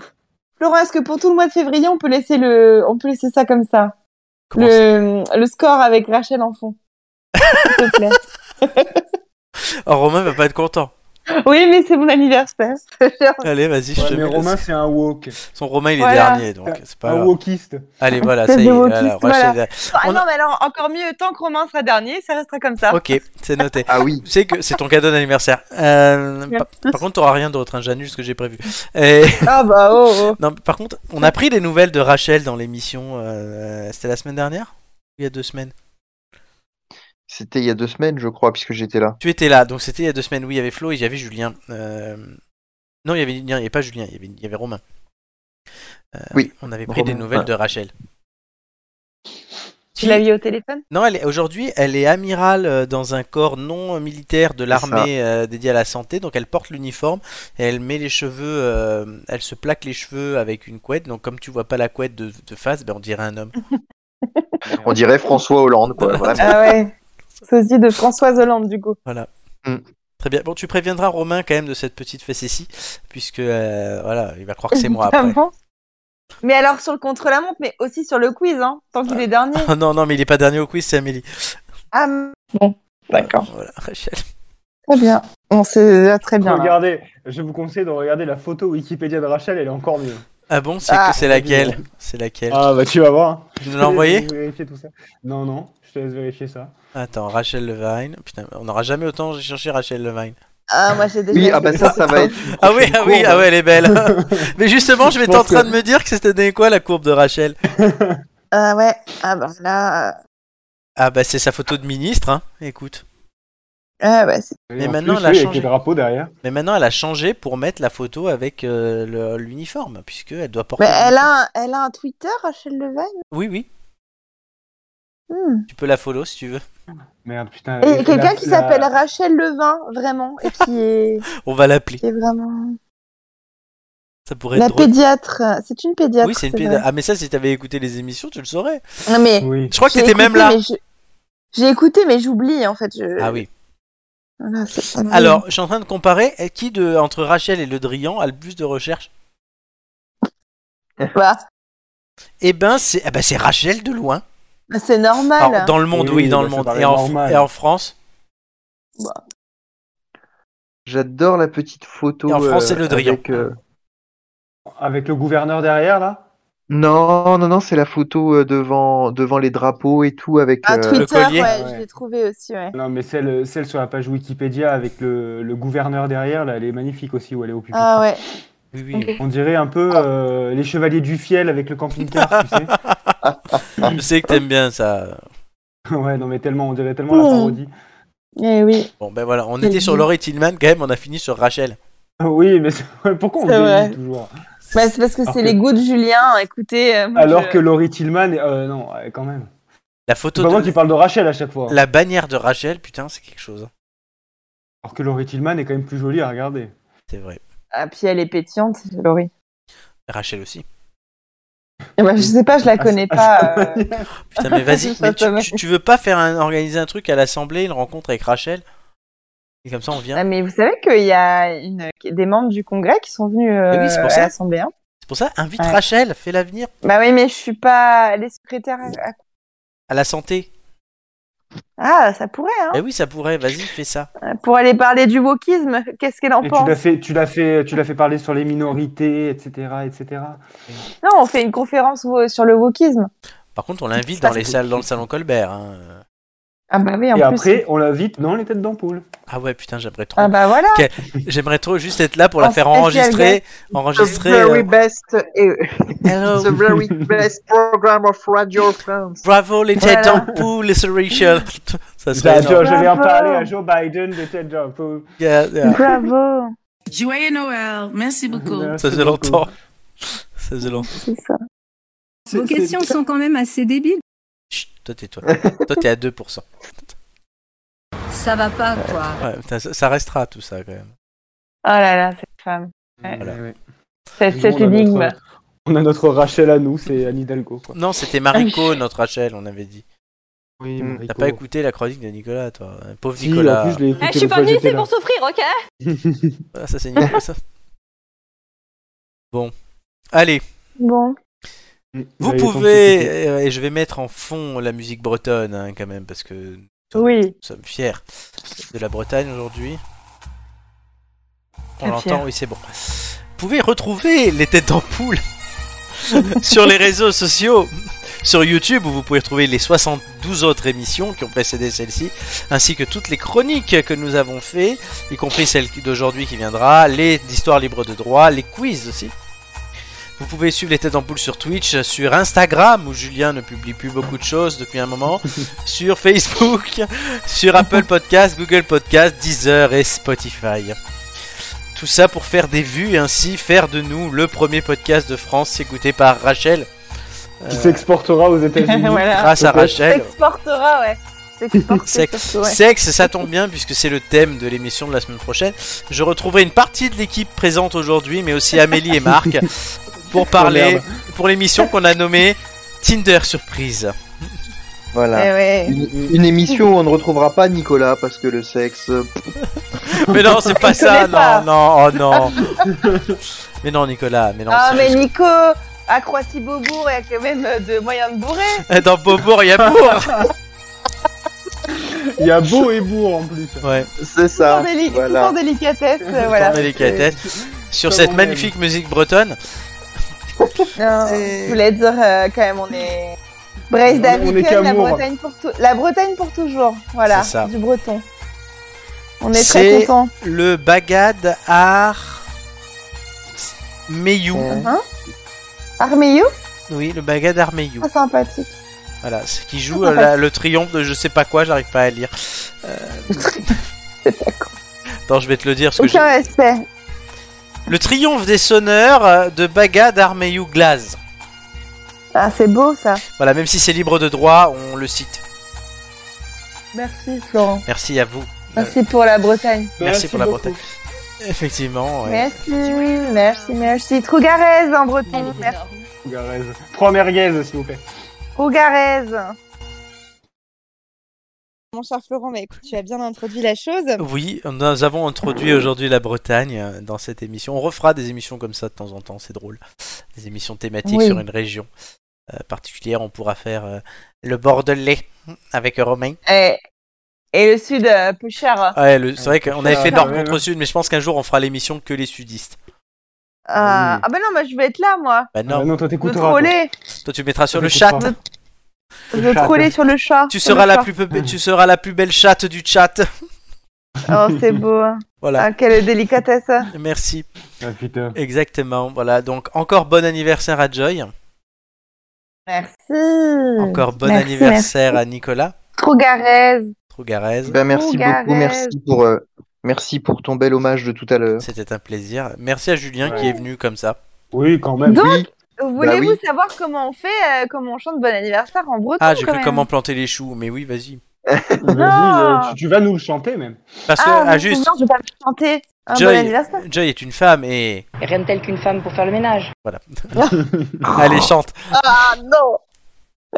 Speaker 4: Florent, est-ce que pour tout le mois de février, on peut laisser le, on peut laisser ça comme ça
Speaker 1: Comment ça
Speaker 4: le, le score avec Rachel en fond. S'il te plaît.
Speaker 1: Oh, Romain va pas être content.
Speaker 14: Oui, mais c'est mon anniversaire.
Speaker 1: Allez, vas-y, je
Speaker 2: Ouais,
Speaker 1: te
Speaker 2: mais
Speaker 1: mets le-
Speaker 2: Romain, Ah. c'est un woke.
Speaker 1: Son Romain, il est
Speaker 14: Voilà.
Speaker 1: dernier, donc c'est pas
Speaker 2: un
Speaker 1: grave.
Speaker 2: wokiste.
Speaker 1: Allez, voilà,
Speaker 14: Espèce
Speaker 1: ça y
Speaker 14: de
Speaker 1: est.
Speaker 14: wokiste,
Speaker 1: alors,
Speaker 14: voilà.
Speaker 1: Rachel-
Speaker 4: Ah
Speaker 1: On a-
Speaker 4: non, mais alors encore mieux, tant que Romain sera dernier, ça restera comme ça.
Speaker 1: Ok, c'est noté.
Speaker 3: Ah oui.
Speaker 1: Tu sais que c'est ton cadeau d'anniversaire. Euh, par, par contre, t'auras rien d'autre, hein, Janus, que j'ai prévu. Et-
Speaker 14: Ah bah oh, oh.
Speaker 1: non, mais par contre, on a pris des nouvelles de Rachel dans l'émission. euh, C'était la semaine dernière Il y a deux semaines
Speaker 3: C'était il y a deux semaines, je crois, puisque j'étais là.
Speaker 1: Tu étais là, donc c'était il y a deux semaines. Oui, il y avait Flo et il y avait Julien. Euh, Non, il y avait, il y avait pas Julien, il y avait, il y avait Romain. Euh,
Speaker 3: Oui,
Speaker 1: On avait pris des
Speaker 3: Romain,
Speaker 1: nouvelles
Speaker 3: ouais.
Speaker 1: de Rachel.
Speaker 4: Tu l'as eu au téléphone
Speaker 1: Non, elle est- aujourd'hui, elle est amirale euh, dans un corps non euh, militaire de l'armée euh, dédié à la santé. Donc, elle porte l'uniforme et elle met les cheveux, euh, elle se plaque les cheveux avec une couette. Donc, comme tu vois pas la couette de, de face, ben, on dirait un homme.
Speaker 3: On dirait François Hollande, quoi. Voilà.
Speaker 14: Ah ouais. Sosie de Françoise Hollande, du coup.
Speaker 1: Très bien. Bon, tu préviendras Romain quand même de cette petite facétie, puisque euh, voilà, il va croire que c'est moi après.
Speaker 14: Évidemment.
Speaker 4: Mais alors sur le contre-la-montre, mais aussi sur le quiz, hein, tant qu'il est dernier.
Speaker 1: Ah non, non, mais il est pas dernier au quiz, c'est Amélie.
Speaker 4: Ah, bon, d'accord.
Speaker 1: Voilà, Rachel.
Speaker 14: Très bien. On s'est déjà très bien. là.
Speaker 2: Regardez, je vous conseille de regarder la photo Wikipédia de Rachel, elle est encore mieux.
Speaker 1: Ah bon, c'est
Speaker 14: Ah.
Speaker 1: que- c'est laquelle C'est laquelle
Speaker 2: Ah bah tu vas voir.
Speaker 1: Tu nous l'as envoyé
Speaker 2: Je te laisse vérifier tout ça. Non, non, je te laisse vérifier ça.
Speaker 1: Attends, Rachel Levine. Putain, on n'aura jamais autant cherché Rachel Levine.
Speaker 4: Ah, moi j'ai déjà.
Speaker 3: Oui, ah bah ça, ça va être.
Speaker 2: Oh,
Speaker 3: une
Speaker 1: Ah oui,
Speaker 3: prochaine
Speaker 1: ah oui,
Speaker 3: courbe.
Speaker 1: ah ouais, elle est belle. Mais justement, je
Speaker 2: Je
Speaker 1: m'étais
Speaker 2: pense
Speaker 1: en train
Speaker 2: que-
Speaker 1: de me dire que c'était quoi la courbe de Rachel
Speaker 4: Ah ouais, ah bah là. euh,
Speaker 1: Ah bah c'est sa photo de ministre, hein. écoute.
Speaker 4: Ah bah c'est-
Speaker 2: Et
Speaker 1: Mais
Speaker 2: en
Speaker 1: maintenant,
Speaker 2: plus,
Speaker 1: elle a
Speaker 2: oui, avec
Speaker 1: changé.
Speaker 2: le drapeau derrière.
Speaker 1: Mais maintenant, elle a changé pour mettre la photo avec euh, le- l'uniforme, puisque elle doit porter.
Speaker 4: Mais elle
Speaker 1: l'uniforme.
Speaker 4: a, un, elle a un Twitter, Rachel Levine
Speaker 1: Oui, oui.
Speaker 4: Hmm.
Speaker 1: Tu peux la follow si tu veux.
Speaker 2: Merde,
Speaker 1: Ah,
Speaker 2: putain.
Speaker 4: Et quelqu'un qui s'appelle
Speaker 2: Rachel.
Speaker 4: Rachel Levin, vraiment, et qui est,
Speaker 1: On va l'appeler.
Speaker 4: qui est vraiment.
Speaker 1: Ça pourrait
Speaker 4: La
Speaker 1: être drôle.
Speaker 4: pédiatre, euh, c'est une pédiatre.
Speaker 1: Oui, c'est une
Speaker 4: vrai.
Speaker 1: pédale. Ah mais ça, si t'avais écouté les émissions, tu le saurais.
Speaker 4: Non mais.
Speaker 2: Oui.
Speaker 1: Je crois que
Speaker 4: j'ai
Speaker 1: t'étais même
Speaker 4: écouté,
Speaker 1: là.
Speaker 4: mais je- J'ai écouté, mais j'oublie en fait. je-
Speaker 1: Ah oui.
Speaker 4: Voilà, c'est-
Speaker 1: Alors, je suis en train de comparer eh, qui de entre Rachel et Le Drian a le plus de recherches.
Speaker 4: Bah,
Speaker 1: Eh ben, c'est ah bah, c'est Rachel de loin.
Speaker 4: bah, c'est normal.
Speaker 1: Alors, dans le monde, oui,
Speaker 2: Oui,
Speaker 1: dans
Speaker 2: bah,
Speaker 1: le
Speaker 2: ça
Speaker 1: monde.
Speaker 2: paraît
Speaker 1: Et en,
Speaker 2: normal.
Speaker 1: et en France,
Speaker 3: J'adore la petite photo.
Speaker 1: Et en France, c'est
Speaker 3: euh,
Speaker 1: le Drian.
Speaker 3: avec, euh,
Speaker 2: Avec le gouverneur derrière là
Speaker 3: Non, non, non, c'est la photo euh, devant, devant les drapeaux et tout avec.
Speaker 4: Un
Speaker 3: euh,
Speaker 1: Le
Speaker 4: Twitter,
Speaker 1: collier.
Speaker 4: ouais,
Speaker 2: Ah ouais.
Speaker 4: je l'ai trouvé aussi, ouais.
Speaker 2: Non, mais celle, celle sur la page Wikipédia avec le, le gouverneur derrière là, elle est magnifique aussi où elle est au public.
Speaker 4: Ah ouais.
Speaker 1: oui, oui.
Speaker 2: On dirait un peu euh, les chevaliers du fiel avec le camping-car, tu sais.
Speaker 1: Ah, je sais que t'aimes bien ça.
Speaker 2: Ouais, non, mais tellement, on dirait tellement la parodie.
Speaker 14: Eh oui.
Speaker 1: Bon, ben voilà, on
Speaker 14: Quelle
Speaker 1: était sur
Speaker 14: vie.
Speaker 1: Laurie Tillman quand même, on a fini sur Rachel.
Speaker 2: Oui, mais c'est- pourquoi on
Speaker 4: C'est vrai.
Speaker 2: vieillit toujours
Speaker 4: Bah, c'est parce que
Speaker 2: Alors
Speaker 4: c'est
Speaker 2: que-
Speaker 4: les goûts de Julien, écoutez. euh, moi,
Speaker 2: Alors
Speaker 4: je-
Speaker 2: que Laurie Tillman, est- euh, non, ouais, quand même.
Speaker 1: La
Speaker 2: C'est
Speaker 1: photo,
Speaker 2: pas Bah, moi
Speaker 1: de...
Speaker 2: qui parle de Rachel à chaque fois.
Speaker 1: la bannière de Rachel, putain, c'est quelque chose. hein.
Speaker 2: Alors que Laurie Tillman est quand même plus jolie à regarder.
Speaker 1: C'est vrai.
Speaker 4: Ah, puis elle est pétillante, Laurie.
Speaker 1: Rachel aussi.
Speaker 4: Eh ben, je sais pas, je
Speaker 2: Ah,
Speaker 4: la connais pas. euh,
Speaker 1: Putain, mais vas-y,
Speaker 4: Ça,
Speaker 1: mais tu,
Speaker 4: ça va.
Speaker 1: tu- tu veux pas faire un- organiser un truc à l'Assemblée, une rencontre avec Rachel Et comme ça, on vient.
Speaker 4: ah, mais vous savez qu'il y a une... des membres du Congrès qui sont venus euh,
Speaker 1: Mais Eh oui, c'est pour
Speaker 4: à
Speaker 1: ça.
Speaker 4: l'Assemblée. hein.
Speaker 1: C'est pour ça, invite
Speaker 4: Ouais.
Speaker 1: Rachel, fais l'avenir
Speaker 4: Bah oui, mais je suis pas les secrétaires. à-
Speaker 1: à la santé.
Speaker 4: Ah, ça pourrait, hein.
Speaker 1: Eh oui, ça pourrait, vas-y, fais ça.
Speaker 4: Pour aller parler du wokisme, qu'est-ce qu'elle en
Speaker 2: Et tu
Speaker 4: pense
Speaker 2: l'as fait, tu l'as fait, tu l'as fait parler sur les minorités, etc., etc.
Speaker 4: Non, on fait une conférence wo- sur le wokisme.
Speaker 1: Par contre, on l'invite
Speaker 4: Ça,
Speaker 1: dans les
Speaker 4: c'est
Speaker 1: salles, dans le salon Colbert. hein.
Speaker 4: Ah bah oui, en
Speaker 2: Et
Speaker 4: plus.
Speaker 2: après, on l'invite dans les têtes d'ampoule.
Speaker 1: Ah ouais, putain, j'aimerais trop.
Speaker 4: Ah bah voilà.
Speaker 1: J'aimerais trop juste être là pour la
Speaker 4: En
Speaker 1: faire
Speaker 4: spécial
Speaker 1: enregistrer,
Speaker 3: The
Speaker 1: enregistrer.
Speaker 3: very
Speaker 1: euh, Oh.
Speaker 3: best, euh,
Speaker 1: Hello,
Speaker 3: the very best program of Radio France.
Speaker 1: bravo les têtes
Speaker 4: Voilà.
Speaker 1: d'ampoule, c'est Rachel. Ça serait
Speaker 2: J'adore,
Speaker 1: énorme.
Speaker 2: je vais en
Speaker 4: Bravo.
Speaker 2: parler à Joe Biden des têtes d'ampoule.
Speaker 1: Yeah,
Speaker 2: Euh.
Speaker 1: yeah.
Speaker 4: Bravo.
Speaker 7: Joyeux Noël, merci beaucoup.
Speaker 1: Ça faisait longtemps. Ça faisait longtemps.
Speaker 4: C'est ça.
Speaker 7: Vos questions sont quand même assez débiles.
Speaker 1: Chut, toi t'es toi. toi t'es à 2%.
Speaker 7: Ça va pas, quoi.
Speaker 1: Ouais, putain, ça, ça restera tout ça quand même.
Speaker 4: Oh là là, cette femme. Ouais.
Speaker 1: Voilà.
Speaker 4: Cette, cette énigme.
Speaker 2: On a notre Rachel à nous, c'est Anne Hidalgo. Quoi.
Speaker 1: Non, c'était Marico, notre Rachel, on avait dit.
Speaker 2: Oui,
Speaker 3: Mm.
Speaker 1: T'as pas écouté la chronique de Nicolas, toi. hein. Pauvre
Speaker 2: Si,
Speaker 1: Nicolas.
Speaker 2: en plus, je l'ai écouté.
Speaker 7: Eh, je suis
Speaker 2: une
Speaker 7: pas
Speaker 2: fois,
Speaker 7: venue,
Speaker 2: j'étais
Speaker 7: c'est
Speaker 2: là.
Speaker 7: pour souffrir, ok
Speaker 1: Ah, ça c'est Nicolas, ça. Bon. Allez,
Speaker 4: Bon.
Speaker 1: vous
Speaker 2: J'avais
Speaker 1: pouvez,
Speaker 2: tant
Speaker 1: euh, et je vais mettre en fond la musique bretonne hein, quand même, parce que
Speaker 4: Oui.
Speaker 1: Nous sommes fiers de la Bretagne aujourd'hui. On l'entend, oui, c'est bon. Vous pouvez retrouver les têtes d'ampoule sur les réseaux sociaux, sur YouTube, où vous pouvez retrouver les 72 autres émissions qui ont précédé celle-ci, ainsi que toutes les chroniques que nous avons fait, y compris celle qui- d'aujourd'hui qui viendra, les histoires libres de droit, les quiz aussi. Vous pouvez suivre les têtes d'ampoule sur Twitch, sur Instagram, où Julien ne publie plus beaucoup de choses depuis un moment, sur Facebook, sur Apple Podcast, Google Podcast, Deezer et Spotify. Tout ça pour faire des vues et ainsi faire de nous le premier podcast de France écouté par Rachel.
Speaker 2: Qui
Speaker 1: Euh,
Speaker 2: s'exportera aux États-Unis.
Speaker 4: Voilà.
Speaker 1: Grâce à
Speaker 2: Peut-être.
Speaker 1: Rachel.
Speaker 4: S'exportera, ouais. S'exporter,
Speaker 1: Sexe.
Speaker 4: surtout, ouais.
Speaker 1: Sexe, ça tombe bien puisque c'est le thème de l'émission de la semaine prochaine. Je retrouverai une partie de l'équipe présente aujourd'hui, mais aussi Amélie et Marc, pour
Speaker 4: Oh,
Speaker 1: parler
Speaker 2: merde.
Speaker 1: pour l'émission qu'on a nommée Tinder Surprise.
Speaker 3: Voilà.
Speaker 4: Eh ouais.
Speaker 3: Une, une émission où on ne retrouvera pas Nicolas parce que le sexe. euh,
Speaker 1: Mais non, c'est pas ça,
Speaker 4: connais pas.
Speaker 1: non, non, oh non. mais non, Nicolas, mais non.
Speaker 4: Ah,
Speaker 1: c'est
Speaker 4: mais
Speaker 1: juste-
Speaker 4: Nico, à Croissy-Beaubourg, il y a quand même euh, de moyens de bourrer.
Speaker 1: Dans Beaubourg, il y a Bourg.
Speaker 2: Il y a beau et bourg en plus.
Speaker 1: Ouais.
Speaker 3: C'est
Speaker 4: Tout en
Speaker 1: Ah,
Speaker 3: ça.
Speaker 4: déli- tout
Speaker 3: Voilà.
Speaker 4: en délicatesse, euh, voilà.
Speaker 1: Sans délicatesse. Sur
Speaker 2: Comme
Speaker 1: cette
Speaker 2: on
Speaker 1: magnifique musique bretonne.
Speaker 4: Non, je voulais dire euh, quand même, on est.
Speaker 2: On est- on
Speaker 4: Braise
Speaker 2: est
Speaker 4: d'Avicenne, la
Speaker 2: qu'amour.
Speaker 4: Bretagne pour tout- la Bretagne pour toujours, voilà,
Speaker 1: C'est ça.
Speaker 4: du breton. On est très
Speaker 1: C'est-
Speaker 4: contents.
Speaker 1: Le Bagad Ar. Meyou.
Speaker 3: Euh,
Speaker 4: Armeillou,
Speaker 1: Oui, le Bagad Ar Meyou.
Speaker 4: ah, sympathique.
Speaker 1: Voilà, ce qui joue euh, la- le triomphe de je sais pas quoi, j'arrive pas à lire. Euh, Attends, je vais te le dire. parce que
Speaker 4: Aucun respect.
Speaker 1: j'ai- Le triomphe des sonneurs euh, de Bagad Armeyou Glaze.
Speaker 4: Ah, c'est beau ça.
Speaker 1: Voilà, même si c'est libre de droit, on le cite.
Speaker 4: Merci Florent.
Speaker 1: Merci à vous.
Speaker 4: Merci pour la Bretagne.
Speaker 1: Merci pour la
Speaker 2: beaucoup.
Speaker 1: Bretagne. Effectivement, ouais.
Speaker 4: Merci, merci, merci. Trougarez en breton.
Speaker 9: Elle est
Speaker 4: Merci.
Speaker 9: énorme.
Speaker 2: Garez. Trois merguez, s'il vous plaît.
Speaker 4: Trougarez.
Speaker 6: Mon cher Florent, mais écoute, tu as bien introduit la chose.
Speaker 1: Oui, nous avons introduit aujourd'hui la Bretagne euh, dans cette émission. On refera des émissions comme ça de temps en temps, c'est drôle. Des émissions thématiques
Speaker 4: Oui.
Speaker 1: sur une région euh, particulière. On pourra faire euh, le Bordelais avec Romain.
Speaker 4: Et, et le sud, euh, peu cher.
Speaker 1: Ouais, le- c'est vrai qu'on avait fait
Speaker 2: Ah,
Speaker 1: Nord
Speaker 2: ouais,
Speaker 1: contre
Speaker 2: ouais.
Speaker 1: Sud, mais je pense qu'un jour on fera l'émission que les sudistes.
Speaker 4: Ah,
Speaker 2: oui.
Speaker 4: ah bah non, bah, je vais être là moi.
Speaker 1: Bah
Speaker 2: Ah,
Speaker 1: non,
Speaker 2: non, toi
Speaker 4: Je
Speaker 2: t'écouteras. toi.
Speaker 4: troller.
Speaker 1: toi tu mettras sur le
Speaker 2: T'écouteras.
Speaker 1: chat.
Speaker 4: Je
Speaker 2: Le chat,
Speaker 4: troller sur le chat.
Speaker 1: Tu
Speaker 4: sur
Speaker 1: seras
Speaker 4: le
Speaker 1: la
Speaker 4: chat.
Speaker 1: plus, peu- tu seras la plus belle chatte du chat.
Speaker 4: Oh, c'est beau. hein.
Speaker 1: Voilà,
Speaker 4: Ah, quelle délicatesse.
Speaker 1: merci.
Speaker 2: Ah putain.
Speaker 1: Exactement. Voilà, donc encore bon anniversaire à Joy.
Speaker 2: Mmh.
Speaker 4: Merci.
Speaker 1: Encore bon
Speaker 4: Merci,
Speaker 1: anniversaire à Nicolas
Speaker 4: Trougarez.
Speaker 1: Trougarez.
Speaker 3: ben, merci
Speaker 4: Gareth.
Speaker 3: beaucoup. Merci pour, euh, merci pour ton bel hommage de tout à l'heure.
Speaker 1: C'était un plaisir. Merci à Julien
Speaker 2: Ouais.
Speaker 1: qui est venu comme ça.
Speaker 2: Oui, quand même.
Speaker 4: Donc,
Speaker 3: Oui,
Speaker 1: Bah
Speaker 4: voulez-vous
Speaker 3: oui.
Speaker 4: savoir comment on fait, euh, comment on chante bon anniversaire en breton
Speaker 1: Ah, j'ai
Speaker 4: quand
Speaker 1: cru
Speaker 4: même.
Speaker 1: comment planter les choux, mais oui, vas-y.
Speaker 2: Vas-y, euh, tu, tu vas nous le chanter même.
Speaker 1: Parce que,
Speaker 4: Ah,
Speaker 1: ah,
Speaker 4: mon
Speaker 1: juste,
Speaker 4: souvenir, je vais pas me chanter un
Speaker 1: Joy.
Speaker 4: bon anniversaire.
Speaker 1: Joy est une femme et.
Speaker 9: Rien de tel qu'une femme pour faire le ménage.
Speaker 2: Oh.
Speaker 1: Allez, chante.
Speaker 4: Ah non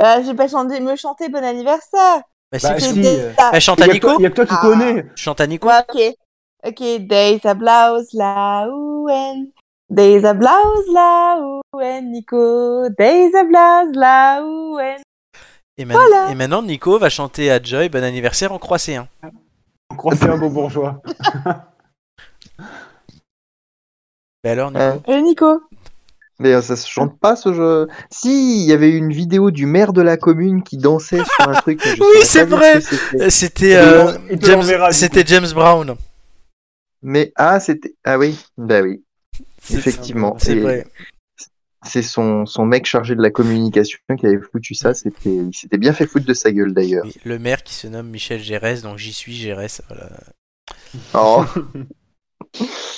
Speaker 4: euh, J'ai pas chanté, me chanter bon anniversaire.
Speaker 1: Bah, si,
Speaker 2: Bah,
Speaker 1: tu-
Speaker 2: si, euh,
Speaker 4: C'était ça.
Speaker 1: Elle chante
Speaker 2: Il
Speaker 1: à
Speaker 2: y a que toi-
Speaker 1: Nico
Speaker 2: il y a que toi qui
Speaker 4: Ah.
Speaker 2: connais.
Speaker 1: Chante à Nico
Speaker 4: Ouais, ok. Ok, days a blouse laouen. Days a blouse laouen, Nico. Days a blouse laouen.
Speaker 1: et maintenant,
Speaker 4: Voilà.
Speaker 1: et maintenant, Nico va chanter à Joy Bon anniversaire en hein. croissant.
Speaker 2: On croit que c'est un beau bourgeois.
Speaker 1: Bah alors, Nico
Speaker 3: Hein.
Speaker 4: Et euh, Nico
Speaker 3: Mais euh, ça se chante pas ce jeu. Si, il y avait une vidéo du maire de la commune qui dansait sur un truc. mais je
Speaker 1: Oui,
Speaker 3: saurais
Speaker 1: c'est
Speaker 3: pas
Speaker 1: vrai.
Speaker 3: dire ce que
Speaker 1: Euh, C'était
Speaker 2: Il te
Speaker 3: c'était.
Speaker 1: euh,
Speaker 2: l'en- il te l'enverra,
Speaker 1: James,
Speaker 2: du
Speaker 1: c'était James Brown.
Speaker 3: Mais ah, c'était ah oui, bah oui,
Speaker 1: C'est-
Speaker 3: effectivement.
Speaker 1: C'est
Speaker 3: Et
Speaker 1: vrai.
Speaker 3: C'est son, son mec chargé de la communication qui avait foutu ça. C'était, il s'était bien fait foutre de sa gueule d'ailleurs.
Speaker 1: Oui, le maire qui se nomme Michel Gérès, donc j'y suis Gérès. Voilà.
Speaker 3: Oh.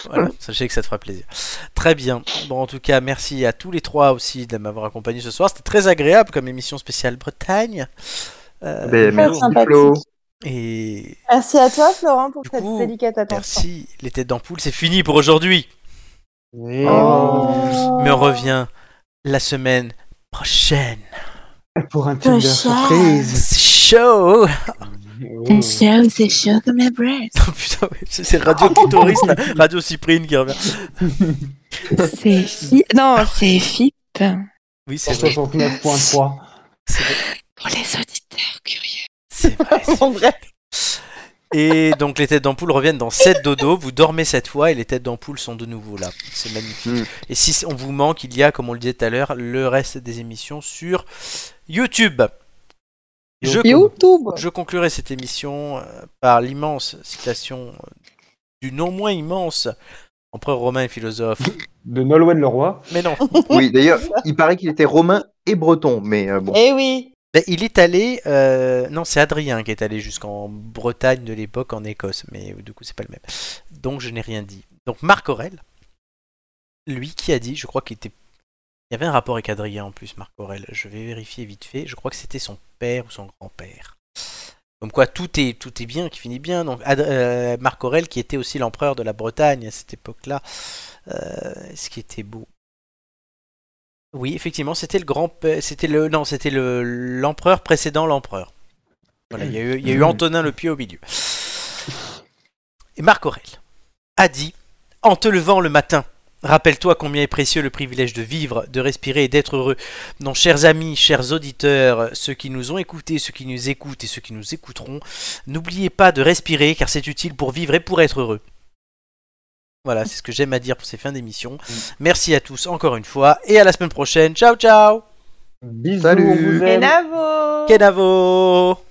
Speaker 1: Voilà, sachez que ça te fera plaisir. Très bien. Bon, en tout cas, merci à tous les trois aussi de m'avoir accompagné ce soir. C'était très agréable comme émission spéciale Bretagne. Euh,
Speaker 3: Ben, merci
Speaker 4: sympathique.
Speaker 3: Flo.
Speaker 1: et
Speaker 4: Merci à toi, Florent, pour
Speaker 1: Du
Speaker 4: cette
Speaker 1: coup,
Speaker 4: délicate attention.
Speaker 1: merci, les têtes d'ampoule, c'est fini pour aujourd'hui.
Speaker 2: euh,
Speaker 4: Oh.
Speaker 1: Mais on revient la semaine prochaine.
Speaker 2: Pour un Tinder surprise.
Speaker 1: C'est chaud
Speaker 2: Oh.
Speaker 9: c'est chaud comme la braise.
Speaker 1: Oh, Putain, oui, c'est c'est Radio Tutoriste, là. Radio Cyprine qui revient.
Speaker 9: C'est fi... Non, c'est FIP pour
Speaker 1: Oui, c'est vrai.
Speaker 2: 69.3.
Speaker 1: C'est vrai.
Speaker 9: les auditeurs curieux.
Speaker 1: C'est vrai.
Speaker 4: Bon, bref.
Speaker 1: Et donc les têtes d'ampoule reviennent dans 7 dodo, vous dormez cette fois et les têtes d'ampoule sont de nouveau là. C'est magnifique. Et si on vous manque, il y a, comme on le disait tout à l'heure, le reste des émissions sur YouTube. Je,
Speaker 6: YouTube.
Speaker 1: je conclurai cette émission euh, par l'immense citation euh, du non moins immense empereur romain et philosophe.
Speaker 2: De Nolwenn Leroy.
Speaker 1: Mais non.
Speaker 3: Oui, d'ailleurs, il paraît qu'il était romain et breton, mais euh, bon.
Speaker 6: Eh oui.
Speaker 1: Ben, il est allé, euh, non, c'est Adrien qui est allé jusqu'en Bretagne de l'époque, en Écosse, mais euh, du coup, c'est pas le même. Donc, je n'ai rien dit. Donc, Marc Aurel, lui qui a dit, je crois qu'il était. Il y avait un rapport avec Adrien en plus, Marc Aurel. Je vais vérifier vite fait. Je crois que c'était son père ou son grand-père. Comme quoi, tout est, tout est bien, qui finit bien. Donc, Ad- euh, Marc Aurel, qui était aussi l'empereur de la Bretagne à cette époque-là, euh, ce qui était beau. Oui, effectivement, c'était le grand, euh, c'était le, non, c'était le l'empereur précédent l'empereur. Voilà, il y a eu, il y a eu Antonin le Pieux au milieu. Et Marc Aurel a dit, en te levant le matin, rappelle-toi combien est précieux le privilège de vivre, de respirer et d'être heureux. Non, chers amis, chers auditeurs, ceux qui nous ont écoutés, ceux qui nous écoutent et ceux qui nous écouteront, n'oubliez pas de respirer car c'est utile pour vivre et pour être heureux. Voilà, c'est ce que j'aime à dire pour ces fins d'émission. Merci à tous encore une fois et à la semaine prochaine. Ciao ciao
Speaker 2: Bisous,
Speaker 3: Salut.
Speaker 2: on vous aime.
Speaker 6: Bravo.
Speaker 1: Kenavo